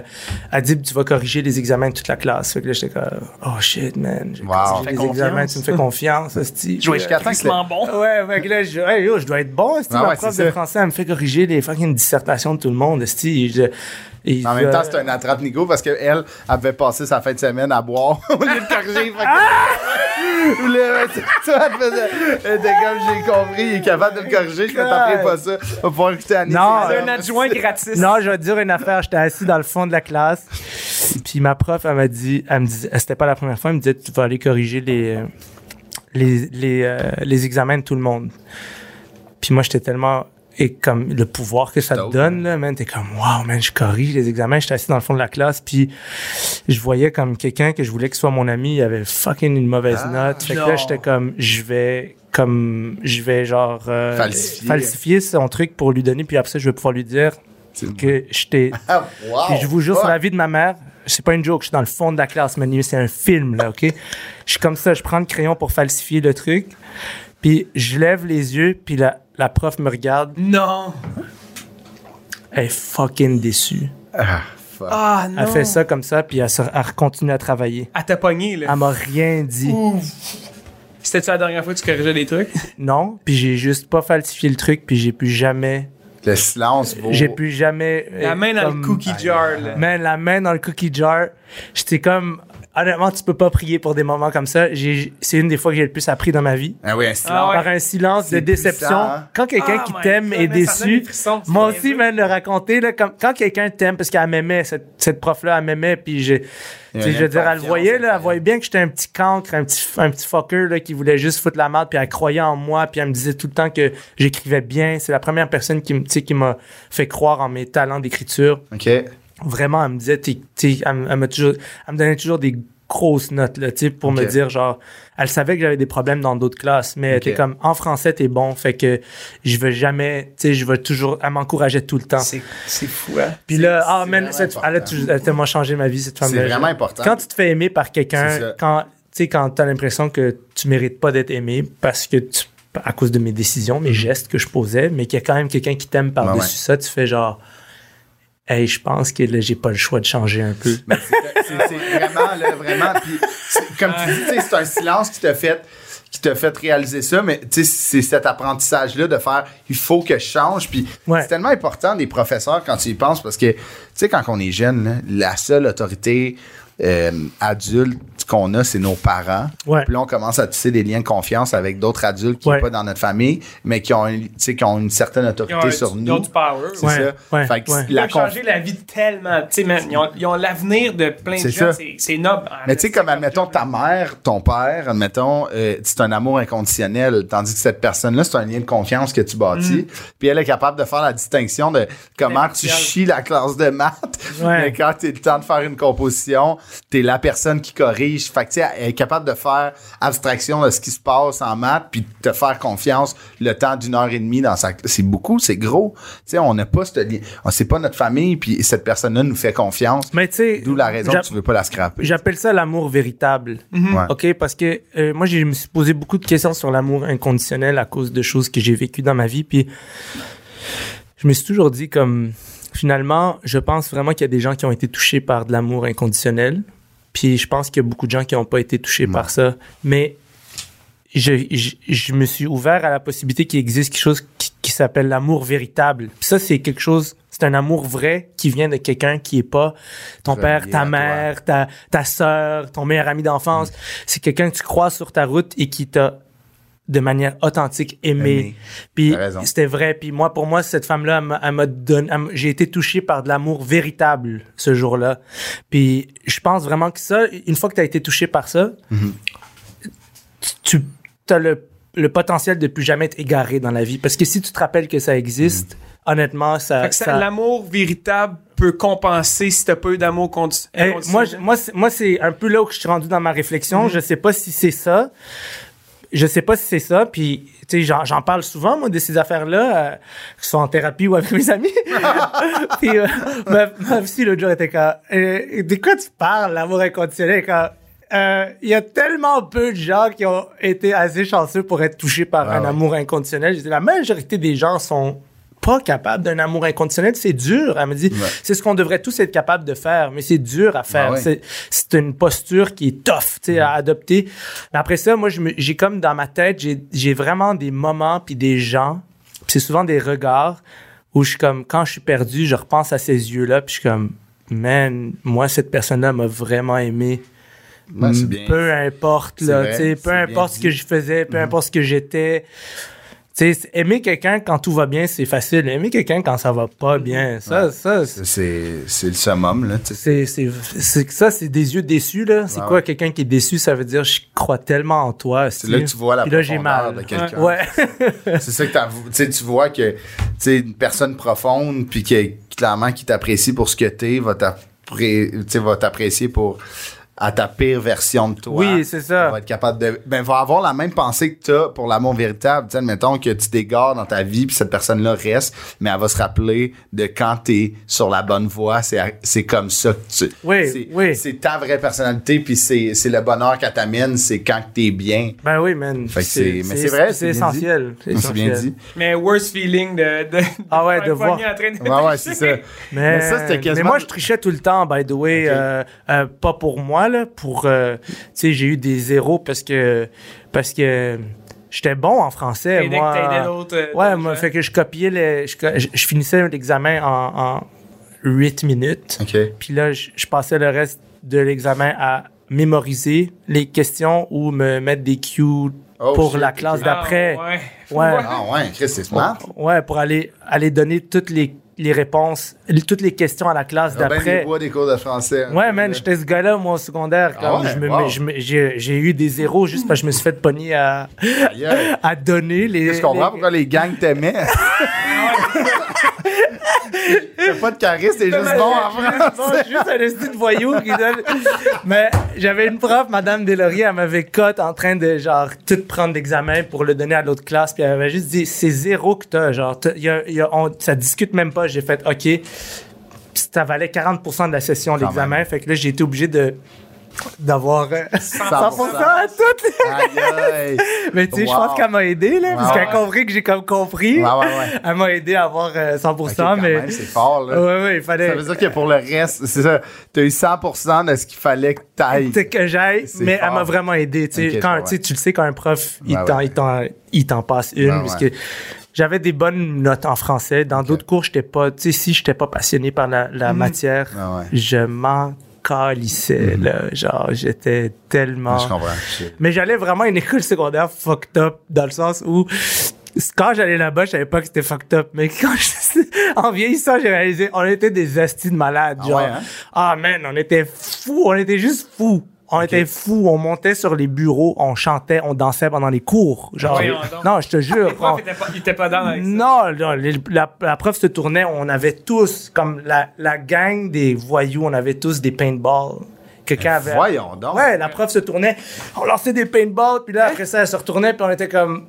Speaker 4: Adib, tu vas corriger les examens de toute la classe. Fait que là, j'étais comme Oh shit, man. J'ai
Speaker 2: Wow.
Speaker 4: corrigé
Speaker 1: Tu
Speaker 4: les
Speaker 1: me fais
Speaker 4: examens,
Speaker 1: confiance.
Speaker 4: tu me fais confiance, hostie.
Speaker 2: Jouer
Speaker 4: Puis,
Speaker 2: jusqu'à
Speaker 4: euh,
Speaker 2: temps que le-
Speaker 1: bon.
Speaker 4: Ouais, fait que là, je, hey, yo, je dois être bon, hostie.
Speaker 2: Ah
Speaker 4: ma
Speaker 2: ouais,
Speaker 4: prof
Speaker 2: c'est
Speaker 4: de
Speaker 2: ça.
Speaker 4: français, elle me fait corriger les fucking dissertations de tout le monde, hostie. Et je- et
Speaker 2: En
Speaker 4: je-
Speaker 2: même temps, c'est un attrape-nigo parce qu'elle, elle avait passé sa fin de semaine à boire au lieu de corriger. Fait que-
Speaker 4: Ah!
Speaker 2: Le- tu vois, elle faisait- elle était comme j'ai compris, il est capable de le corriger, je ne t'apprends pas ça. On va pouvoir écouter Annie.
Speaker 4: Non,
Speaker 2: C'est
Speaker 4: euh,
Speaker 1: un adjoint gratis.
Speaker 4: Non, je vais te dire une affaire. J'étais assis dans le fond de la classe. Puis ma prof, elle m'a dit, elle me disait, c'était pas la première fois, elle me disait, tu vas aller corriger les, euh, les, les, euh, les examens de tout le monde. Puis moi, j'étais tellement. Et comme le pouvoir que ça te
Speaker 2: Dope.
Speaker 4: donne, là, man, t'es comme, wow, man, je corrige les examens. J'étais assis dans le fond de la classe, puis je voyais comme quelqu'un que je voulais que soit mon ami, il avait fucking une mauvaise
Speaker 2: Ah,
Speaker 4: note. Fait que là,
Speaker 1: non.
Speaker 4: j'étais comme, je vais, comme, je vais genre. euh,
Speaker 2: Falsifier.
Speaker 4: falsifier son truc pour lui donner, puis après ça, je vais pouvoir lui dire
Speaker 2: C'est-
Speaker 4: que j'étais.
Speaker 2: Ah, wow.
Speaker 4: Puis je vous jure,
Speaker 2: Ouais.
Speaker 4: sur la vie de ma mère, c'est pas une joke, je suis dans le fond de la classe, mais c'est un film, là, OK? Je suis comme ça, je prends le crayon pour falsifier le truc, puis je lève les yeux, puis la, la prof me regarde,
Speaker 1: Non.
Speaker 4: elle est fucking déçue.
Speaker 1: Ah, non.
Speaker 4: Elle fait ça comme ça, puis elle, se- elle continue à travailler.
Speaker 1: Elle t'a pogné, là.
Speaker 4: Elle m'a rien dit.
Speaker 1: C'était-tu la dernière fois que tu corrigeais des trucs?
Speaker 4: Non, puis j'ai juste pas falsifié le truc, puis j'ai plus jamais.
Speaker 2: Le silence vaut.
Speaker 4: J'ai plus jamais. euh,
Speaker 1: La main dans
Speaker 4: comme-
Speaker 1: le cookie jar, là.
Speaker 4: Man, la main dans le cookie jar, j'étais comme. Honnêtement, tu peux pas prier pour des moments comme ça. J'ai- C'est une des fois que j'ai le plus appris dans ma vie.
Speaker 2: Ah oui, un
Speaker 1: Ah
Speaker 2: silence.
Speaker 1: ouais.
Speaker 4: Par un silence de
Speaker 2: C'est
Speaker 4: déception.
Speaker 2: puissant, hein?
Speaker 4: Quand quelqu'un
Speaker 1: Oh
Speaker 4: qui
Speaker 1: my
Speaker 4: t'aime
Speaker 1: God,
Speaker 4: est
Speaker 1: man, ça donne
Speaker 4: déçu,
Speaker 1: des frissons, c'est
Speaker 4: moi
Speaker 1: bien
Speaker 4: aussi,
Speaker 1: vrai.
Speaker 4: man, le raconter, là, comme, quand quelqu'un t'aime, parce qu'elle m'aimait, cette, cette prof-là, elle m'aimait, puis j'ai.
Speaker 2: Il y a
Speaker 4: tu sais,
Speaker 2: une
Speaker 4: Je veux dire, elle
Speaker 2: confiance,
Speaker 4: voyait, là, elle
Speaker 2: incroyable.
Speaker 4: voyait bien que j'étais un petit cancre, un petit, un petit fucker là, qui voulait juste foutre la merde, puis elle croyait en moi, puis elle me disait tout le temps que j'écrivais bien. C'est la première personne qui me- tu sais, qui m'a fait croire en mes talents d'écriture
Speaker 2: OK.
Speaker 4: vraiment, elle me disait, t'es- t'es- elle, me- elle m'a toujours, elle me donnait toujours des grosses notes, là, tu sais, pour me
Speaker 2: Ok.
Speaker 4: dire, genre, elle savait que j'avais des problèmes dans d'autres classes, mais elle
Speaker 2: Ok.
Speaker 4: était comme, en français, t'es bon, fait que je veux jamais, tu sais, je veux toujours, elle m'encourageait tout le temps.
Speaker 1: C'est fou, hein?
Speaker 4: Puis là,
Speaker 2: c'est
Speaker 4: ah, man,
Speaker 2: vraiment
Speaker 4: cette- elle a,
Speaker 2: important.
Speaker 4: toujours- elle a tellement changé ma vie, cette femme-là.
Speaker 2: C'est vraiment important.
Speaker 4: Quand tu te fais aimer par
Speaker 2: C'est ça.
Speaker 4: quelqu'un, quand, tu sais, quand t'as l'impression que tu mérites pas d'être aimé parce que tu, à cause de mes décisions, mes gestes que je posais, mais qu'il y a quand même quelqu'un qui t'aime par-dessus
Speaker 2: Mhm. ouais.
Speaker 4: ça, tu fais genre, hey, je pense que là, j'ai pas le choix de changer un peu.
Speaker 2: Mais c'est- c'est c'est vraiment, là, vraiment. Puis, c'est- comme tu dis, tu sais, c'est un silence qui t'a fait qui t'a fait réaliser ça, mais tu sais, c'est cet apprentissage-là de faire « il faut que je change ». Puis
Speaker 4: Ouais.
Speaker 2: c'est tellement important des professeurs quand tu y penses, parce que, tu sais, quand on est jeune, là, la seule autorité euh, adulte qu'on a, c'est nos parents.
Speaker 4: Ouais.
Speaker 2: Puis là, on commence à tisser des liens de confiance avec d'autres adultes qui sont
Speaker 4: Ouais.
Speaker 2: pas dans notre famille, mais qui ont, un- tu sais, qui ont une certaine
Speaker 1: Ils
Speaker 2: autorité
Speaker 1: ont, un-
Speaker 2: sur
Speaker 1: ils ont
Speaker 2: nous.
Speaker 1: du power.
Speaker 2: C'est
Speaker 4: Ouais,
Speaker 2: ça.
Speaker 4: ouais,
Speaker 2: fait que
Speaker 4: ouais.
Speaker 1: Ils
Speaker 2: la
Speaker 1: ont changé la vie de tellement. Tu sais, man, ils ont- ils ont l'avenir de plein de
Speaker 2: C'est
Speaker 1: gens.
Speaker 2: ça.
Speaker 1: C'est c'est noble. hein.
Speaker 2: Mais tu sais, comme admettons ta mère, ton père, admettons, euh, c'est un amour inconditionnel, tandis que cette personne-là, c'est un lien de confiance que tu
Speaker 4: Mm.
Speaker 2: bâtis. Puis elle est capable de faire la distinction de comment tu
Speaker 1: Impartial.
Speaker 2: chies la classe de maths,
Speaker 4: Ouais.
Speaker 2: mais quand t'es le temps de faire une composition, t'es la personne qui corrige. Fait que tu sais, elle est capable de faire abstraction de ce qui se passe en maths, puis de te faire confiance le temps d'une heure et demie dans sa. C'est beaucoup, c'est gros. Tu sais, on n'a pas ce lien. on- C'est pas notre famille, puis cette personne-là nous fait confiance.
Speaker 4: Mais tu sais,
Speaker 2: D'où la raison
Speaker 4: j'a-
Speaker 2: que tu veux pas la scraper.
Speaker 4: j'appelle ça l'amour véritable.
Speaker 2: Ouais.
Speaker 4: OK, parce que euh, moi, je me suis posé beaucoup de questions sur l'amour inconditionnel à cause de choses que j'ai vécues dans ma vie. Puis, je me suis toujours dit comme, finalement, je pense vraiment qu'il y a des gens qui ont été touchés par de l'amour inconditionnel. Puis je pense qu'il y a beaucoup de gens qui n'ont pas été touchés par ça. Mais je, je- je me suis ouvert à la possibilité qu'il existe quelque chose qui, qui s'appelle l'amour véritable. Puis ça, c'est quelque chose, c'est un amour vrai qui vient de quelqu'un qui est pas ton
Speaker 2: Relié
Speaker 4: père,
Speaker 2: à
Speaker 4: ta
Speaker 2: toi. Mm.
Speaker 4: mère, ta, ta soeur, ton meilleur ami d'enfance. C'est quelqu'un que tu croises sur ta route et qui t'a de manière authentique aimé.
Speaker 2: Aimé.
Speaker 4: Puis
Speaker 2: T'as raison.
Speaker 4: c'était vrai. Puis moi, pour moi, cette femme-là, elle m'a- elle m'a donné, elle m'a- j'ai été touché par de l'amour véritable ce jour-là. Puis je pense vraiment que ça, une fois que tu as été touché par ça,
Speaker 2: Mm-hmm.
Speaker 4: tu as le, le potentiel de plus jamais être égaré dans la vie. Parce que si tu te rappelles que ça existe,
Speaker 2: Mm-hmm.
Speaker 4: honnêtement,
Speaker 1: Fait
Speaker 4: ça.
Speaker 1: que ça-
Speaker 4: ça-
Speaker 1: L'amour véritable peut compenser si t'as pas eu d'amour condi-
Speaker 4: Eh,
Speaker 1: conditionnel.
Speaker 4: moi, je- moi, c'est- moi, c'est un peu là où je suis rendu dans ma
Speaker 1: Mm-hmm.
Speaker 4: réflexion. Je sais pas si c'est ça. Je sais pas si c'est ça. Puis, tu sais, j'en, j'en parle souvent, moi, de ces affaires-là, euh, que ce soit en thérapie ou avec mes amis. Puis, euh, ma, ma fille, l'autre jour, était comme, euh, de quoi tu parles, l'amour inconditionnel? Quand, euh, il y a tellement peu de gens qui ont été assez chanceux pour être touchés par un
Speaker 2: ouais.
Speaker 4: amour inconditionnel. Je dis, la majorité des gens sont pas capables d'un amour inconditionnel. C'est dur. Elle me dit, c'est ce qu'on devrait tous être capables de faire, mais c'est dur à faire.
Speaker 2: Ah ouais.
Speaker 4: C'est- C'est une posture qui est tough tu sais, à adopter. Mais après ça, moi, je me- j'ai comme dans ma tête, j'ai- j'ai vraiment des moments puis des gens, puis c'est souvent des regards où je suis comme, quand je suis perdu, je repense à ces yeux-là, puis je suis comme, man, moi, cette personne-là m'a vraiment aimé.
Speaker 2: Ouais, Bah, c'est bien.
Speaker 4: Peu importe,
Speaker 2: C'est
Speaker 4: là,
Speaker 2: vrai,
Speaker 4: tu sais, peu
Speaker 2: c'est
Speaker 4: importe
Speaker 2: bien Mm-hmm.
Speaker 4: ce que je faisais, peu importe ce que j'étais. Tu sais, aimer quelqu'un quand tout va bien, c'est facile. Aimer quelqu'un quand ça va pas bien, ça, ça, c'est-
Speaker 2: C'est c'est le summum, là. tu sais.
Speaker 4: c'est, c'est, c'est que ça, c'est des yeux déçus, là. C'est
Speaker 2: Ah Ouais,
Speaker 4: quoi,
Speaker 2: ouais.
Speaker 4: quelqu'un qui est déçu, ça veut dire, je crois tellement en toi.
Speaker 2: C'est là que tu vois la
Speaker 4: Puis là, j'ai
Speaker 2: profondeur
Speaker 4: mal.
Speaker 2: de quelqu'un.
Speaker 4: Ouais.
Speaker 2: C'est ça que t'as- tu sais, tu vois que tu sais, une personne profonde, puis que clairement qui t'apprécie pour ce que t'es, va t'appré- tu sais, va t'apprécier pour à ta pire version de toi.
Speaker 4: Oui, c'est ça.
Speaker 2: Va être capable de. Ben, va avoir la même pensée que t'as pour l'amour véritable. Tu sais, admettons que tu t'égares dans ta vie, puis cette personne-là reste, mais elle va se rappeler de quand t'es sur la bonne voie. C'est, c'est comme ça que tu.
Speaker 4: Oui,
Speaker 2: c'est,
Speaker 4: oui.
Speaker 2: C'est ta vraie personnalité, puis c'est, c'est le bonheur qu'elle t'amène, c'est quand que t'es bien.
Speaker 4: ben oui, man.
Speaker 2: Fait que c'est- mais c'est vrai,
Speaker 4: C'est
Speaker 2: c'est bien dit.
Speaker 4: essentiel. C'est
Speaker 2: C'est bien
Speaker 4: essentiel.
Speaker 2: dit.
Speaker 1: Mais worst feeling de. de-
Speaker 4: Ah ouais,
Speaker 1: faire
Speaker 4: de
Speaker 1: pogner
Speaker 4: voir.
Speaker 1: en train de
Speaker 2: Ouais, ouais, c'est ça.
Speaker 4: Mais,
Speaker 2: Mais ça, c'était
Speaker 4: mais
Speaker 2: quasiment-
Speaker 4: moi, je trichais tout le temps, by the way. euh, euh, pas pour moi, là. Pour. euh, tu sais, j'ai eu des zéros parce que. Parce que. J'étais bon en français,
Speaker 1: T'aidais-
Speaker 4: moi.
Speaker 1: t'aidais d'autres, euh,
Speaker 4: ouais,
Speaker 1: d'autres
Speaker 4: moi,
Speaker 1: gens.
Speaker 4: fait que je copiais les. Je, co- je- je finissais l'examen en, en 8 minutes.
Speaker 2: OK.
Speaker 4: Puis là, je, je passais le reste de l'examen à mémoriser les questions ou me mettre des cues pour
Speaker 2: Oh, shit,
Speaker 4: la
Speaker 2: ok.
Speaker 4: classe
Speaker 1: Ah,
Speaker 4: d'après.
Speaker 1: ouais.
Speaker 4: Ouais.
Speaker 2: Ah ouais, Chris, c'est smart.
Speaker 4: Ouais, pour aller, aller donner toutes les, les réponses, les- toutes les questions à la classe
Speaker 2: Robin
Speaker 4: d'après.
Speaker 2: Desbois des cours de français. hein.
Speaker 4: Ouais, man, j'étais ce gars-là, moi, au secondaire.
Speaker 2: Ah
Speaker 4: comme
Speaker 2: ouais,
Speaker 4: je me-
Speaker 2: wow.
Speaker 4: je me- j'ai, j'ai eu des zéros juste parce que je me suis fait pogner à,
Speaker 2: Aïe.
Speaker 4: à donner les.
Speaker 2: Je comprends
Speaker 4: les-
Speaker 2: pourquoi les gangs t'aimaient. T'as pas de charisme, t'es juste bon en France.
Speaker 4: Non, juste un esti de voyou qui donne. Mais j'avais une prof, Madame Deslauriers, elle m'avait cote en train de, genre, tout prendre d'examen pour le donner à l'autre classe. Puis elle m'avait juste dit, c'est zéro que t'as. Genre, t'as- y a- y a- on- ça discute même pas. J'ai fait, OK. Puis ça valait 40 de la session, l'examen. Fait que là, j'ai été obligé de d'avoir euh, 100%, à toutes les-
Speaker 2: Aïe, aïe.
Speaker 4: mais tu sais je
Speaker 2: Wow.
Speaker 4: pense qu'elle m'a aidé là parce
Speaker 2: Ouais,
Speaker 4: qu'elle a
Speaker 2: ouais.
Speaker 4: compris que j'ai comme compris
Speaker 2: Ouais, ouais, ouais.
Speaker 4: elle m'a aidé à avoir euh, 100%
Speaker 2: Ok, quand
Speaker 4: mais
Speaker 2: même, c'est fort, là.
Speaker 4: ouais ouais il fallait
Speaker 2: Ça veut dire que pour le reste, c'est ça, t'as eu 100% de ce qu'il fallait que t'ailles.
Speaker 4: C'est que j'aille,
Speaker 2: C'est
Speaker 4: mais
Speaker 2: fort.
Speaker 4: elle m'a vraiment aidé. Tu sais,
Speaker 2: Ok,
Speaker 4: quand,
Speaker 2: ouais.
Speaker 4: tu sais, tu le sais, quand un prof, il
Speaker 2: Ouais,
Speaker 4: t'en-
Speaker 2: ouais.
Speaker 4: il t'en- il t'en passe une,
Speaker 2: Ouais,
Speaker 4: parce
Speaker 2: ouais.
Speaker 4: que j'avais des bonnes notes en français. Dans d'autres cours, j'étais pas, tu sais, si j'étais pas passionné par la, la matière,
Speaker 2: Hmm. Ouais, ouais.
Speaker 4: je m'en calissais, là. Genre, j'étais tellement.
Speaker 2: Je comprends. Shit.
Speaker 4: Mais j'allais vraiment à une école secondaire fucked up, dans le sens où quand j'allais là-bas, je savais pas que c'était fucked up, mais quand je- en vieillissant, j'ai réalisé, on était des astis de malades,
Speaker 2: Ah
Speaker 4: genre,
Speaker 2: ouais, hein?
Speaker 4: ah man, on était fous, on était juste fous. On était fous, on montait sur les bureaux, on chantait, on dansait pendant les cours. Genre,
Speaker 1: Voyons donc.
Speaker 4: non, je te jure.
Speaker 1: Les profs
Speaker 4: on-
Speaker 1: étaient pas- ils étaient pas dans avec ça.
Speaker 4: non, non, les- la, la prof se tournait, on avait tous, comme la, la gang des voyous, on avait tous des paintballs. Quelqu'un avait.
Speaker 2: Eh, Voyons donc.
Speaker 4: Ouais, la prof se tournait, on lançait des paintballs, puis
Speaker 1: Hein?
Speaker 4: là, après ça, elle se retournait, puis on était comme.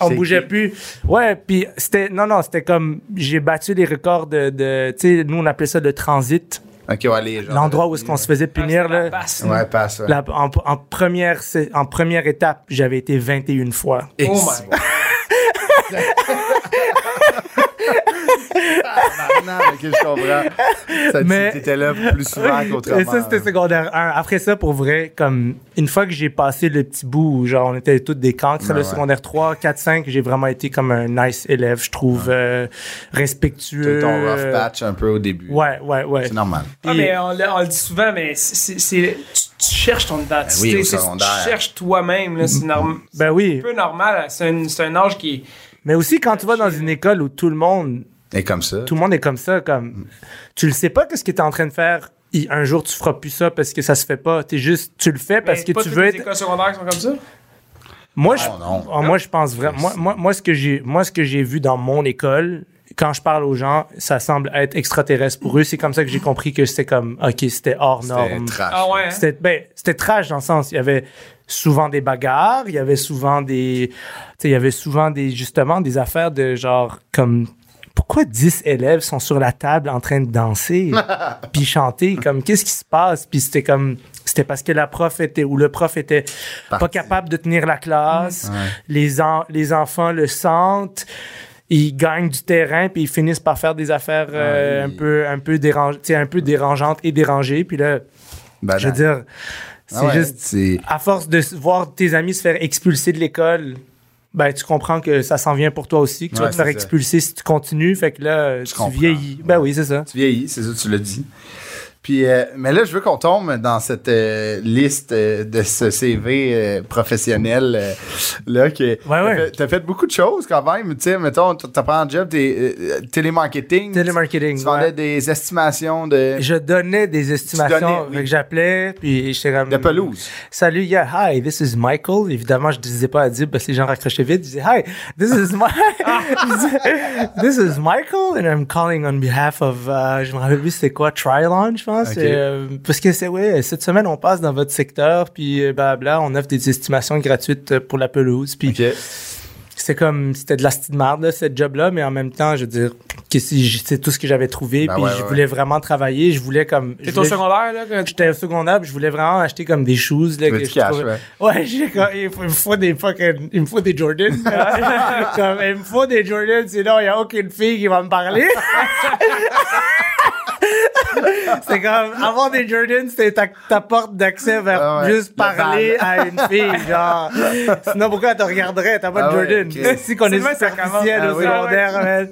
Speaker 4: On
Speaker 2: C'est
Speaker 4: bougeait
Speaker 2: qui?
Speaker 4: plus. Ouais, puis c'était. Non, non, c'était comme. J'ai battu les records de. de- tu sais, nous, on appelait ça le transit.
Speaker 2: Ok, ouais, les gens.
Speaker 4: L'endroit où est-ce qu'on se faisait punir,
Speaker 1: Ah, la
Speaker 4: là.
Speaker 1: basse.
Speaker 2: Ouais, passe. ouais.
Speaker 4: La- en, en première, sé- en première étape, j'avais été 21 fois.
Speaker 2: Et
Speaker 1: Oh
Speaker 2: c'est-
Speaker 1: my god.
Speaker 2: maintenant, ok, je comprends. Ça,
Speaker 4: Mais-
Speaker 2: tu étais là plus souvent qu'autrement.
Speaker 4: Et ça, c'était secondaire 1. Après ça, pour vrai, comme une fois que j'ai passé le petit bout où genre, on était tous des cancres,
Speaker 2: Ben Ouais,
Speaker 4: le
Speaker 2: ouais.
Speaker 4: secondaire 3, 4, 5, j'ai vraiment été comme un nice élève, je trouve, euh,
Speaker 2: T'as eu
Speaker 4: respectueux.
Speaker 2: ton rough patch un peu au début.
Speaker 4: Ouais, ouais, ouais.
Speaker 2: C'est normal.
Speaker 1: Ah,
Speaker 4: Et-
Speaker 1: mais on, le- on le dit souvent, mais c'est- c'est, c'est- tu, tu cherches ton identité.
Speaker 2: Ben oui, au
Speaker 1: c'est-
Speaker 2: secondaire.
Speaker 1: Tu cherches toi-même. là, C'est, norm-
Speaker 4: Ben
Speaker 1: c'est
Speaker 4: oui.
Speaker 1: un peu normal. C'est un, c'est un âge qui est.
Speaker 4: Mais aussi, quand tu vas dans une école où tout le monde,
Speaker 2: Et comme ça.
Speaker 4: tout le monde est comme ça,
Speaker 2: Mm.
Speaker 4: comme, tu le sais pas qu'est-ce que t'es en train de faire. et un jour, tu feras plus ça parce que ça se fait pas. T'es juste, tu le fais parce
Speaker 1: mais
Speaker 4: que
Speaker 1: pas
Speaker 4: tu
Speaker 1: toutes
Speaker 4: veux
Speaker 1: les
Speaker 4: être.
Speaker 1: écoles secondaires qui sont comme ça.
Speaker 4: Moi, je,
Speaker 2: Non, non.
Speaker 4: Ah, moi, je pense vraiment. Moi, moi, moi, ce que j'ai, moi, ce que j'ai vu dans mon école, quand je parle aux gens, ça semble être extraterrestre pour eux. C'est comme ça que j'ai compris que c'était comme, ok, c'était hors
Speaker 2: C'était
Speaker 4: norme.
Speaker 2: trash.
Speaker 1: Ah ouais. hein?
Speaker 4: C'était, ben, c'était trash dans le sens, il y avait souvent des bagarres, il y avait souvent des, tu sais, il y avait souvent des, justement, des affaires de genre, comme, pourquoi 10 élèves sont sur la table en train de danser puis chanter comme qu'est-ce qui se passe puis c'était comme c'était parce que la prof était ou le prof était pas
Speaker 2: Parti.
Speaker 4: capable de tenir la classe les en- les enfants le sentent ils gagnent du terrain puis ils finissent par faire des affaires euh,
Speaker 2: Ouais.
Speaker 4: un peu un peu dérange- tu sais, un peu dérangeantes et dérangées puis là
Speaker 2: Ben
Speaker 4: je veux
Speaker 2: non.
Speaker 4: dire c'est
Speaker 2: Ah ouais,
Speaker 4: juste
Speaker 2: c'est-
Speaker 4: à force de s- voir tes amis se faire expulser de l'école, ben tu comprends que ça s'en vient pour toi aussi, que tu
Speaker 2: Ouais,
Speaker 4: vas te faire
Speaker 2: c'est ça.
Speaker 4: expulser si tu continues, fait que là, tu
Speaker 2: comprends.
Speaker 4: vieillis. Ben oui, c'est ça.
Speaker 2: Tu vieillis, c'est ça, tu l'as dit. Puis, euh, mais là, je veux qu'on tombe dans cette euh, liste euh, de ce CV euh, professionnel euh, là que t'as,
Speaker 4: ouais.
Speaker 2: Fait, t'as fait beaucoup de choses quand même. Tu sais, mettons, t- t'apprends un job, t'es euh, télémarketing.
Speaker 4: Télémarketing.
Speaker 2: Tu vendais
Speaker 4: ouais.
Speaker 2: des estimations de,
Speaker 4: Je donnais des estimations
Speaker 2: donnais, oui.
Speaker 4: fait que j'appelais, puis j'étais comme.
Speaker 2: de pelouse.
Speaker 4: Salut, yeah, hi, this is Michael. Évidemment, je ne disais pas à dire parce que les gens raccrochaient vite. Je disais, hi, this is, my... this is Michael and I'm calling on behalf of, euh, je me rappelle plus c'était quoi, Trilon, je pense.
Speaker 2: Ok.
Speaker 4: Euh, parce que c'est, ouais, cette semaine, on passe dans votre secteur, puis euh, blabla, on offre des estimations gratuites euh, pour la pelouse. Puis
Speaker 2: OK.
Speaker 4: c'est comme, c'était de la petite merde, là, cette job-là, mais en même temps, je veux dire, que si j- c'est tout ce que j'avais trouvé,
Speaker 2: Ben
Speaker 4: puis
Speaker 2: ouais,
Speaker 4: je
Speaker 2: ouais,
Speaker 4: voulais vraiment travailler, je voulais comme. je
Speaker 1: T'es au
Speaker 4: voulais-
Speaker 1: secondaire, là. que-
Speaker 4: J'étais au secondaire, puis je voulais vraiment acheter comme des shoes.
Speaker 2: veux
Speaker 4: Là, que
Speaker 2: du
Speaker 4: je
Speaker 2: cash,
Speaker 4: trouvais-
Speaker 2: ouais.
Speaker 4: Ouais, j'ai comme, il, me faut, il me faut des fucking, il me faut des Jordan. comme, il me faut des Jordan, sinon il n'y a aucune fille qui va me parler. C'est comme, avoir des Jordan, c'était ta, ta porte d'accès vers
Speaker 2: Ah ouais,
Speaker 4: juste
Speaker 2: le
Speaker 4: parler à une fille, genre. Sinon, pourquoi elle te regarderait? T'as pas de
Speaker 2: Ah ouais,
Speaker 4: Jordan.
Speaker 2: ok.
Speaker 4: Si qu'on
Speaker 1: C'est
Speaker 4: est
Speaker 1: vrai, ça
Speaker 4: superficiel
Speaker 1: commence. Ah
Speaker 4: au
Speaker 1: oui.
Speaker 4: secondaire, man.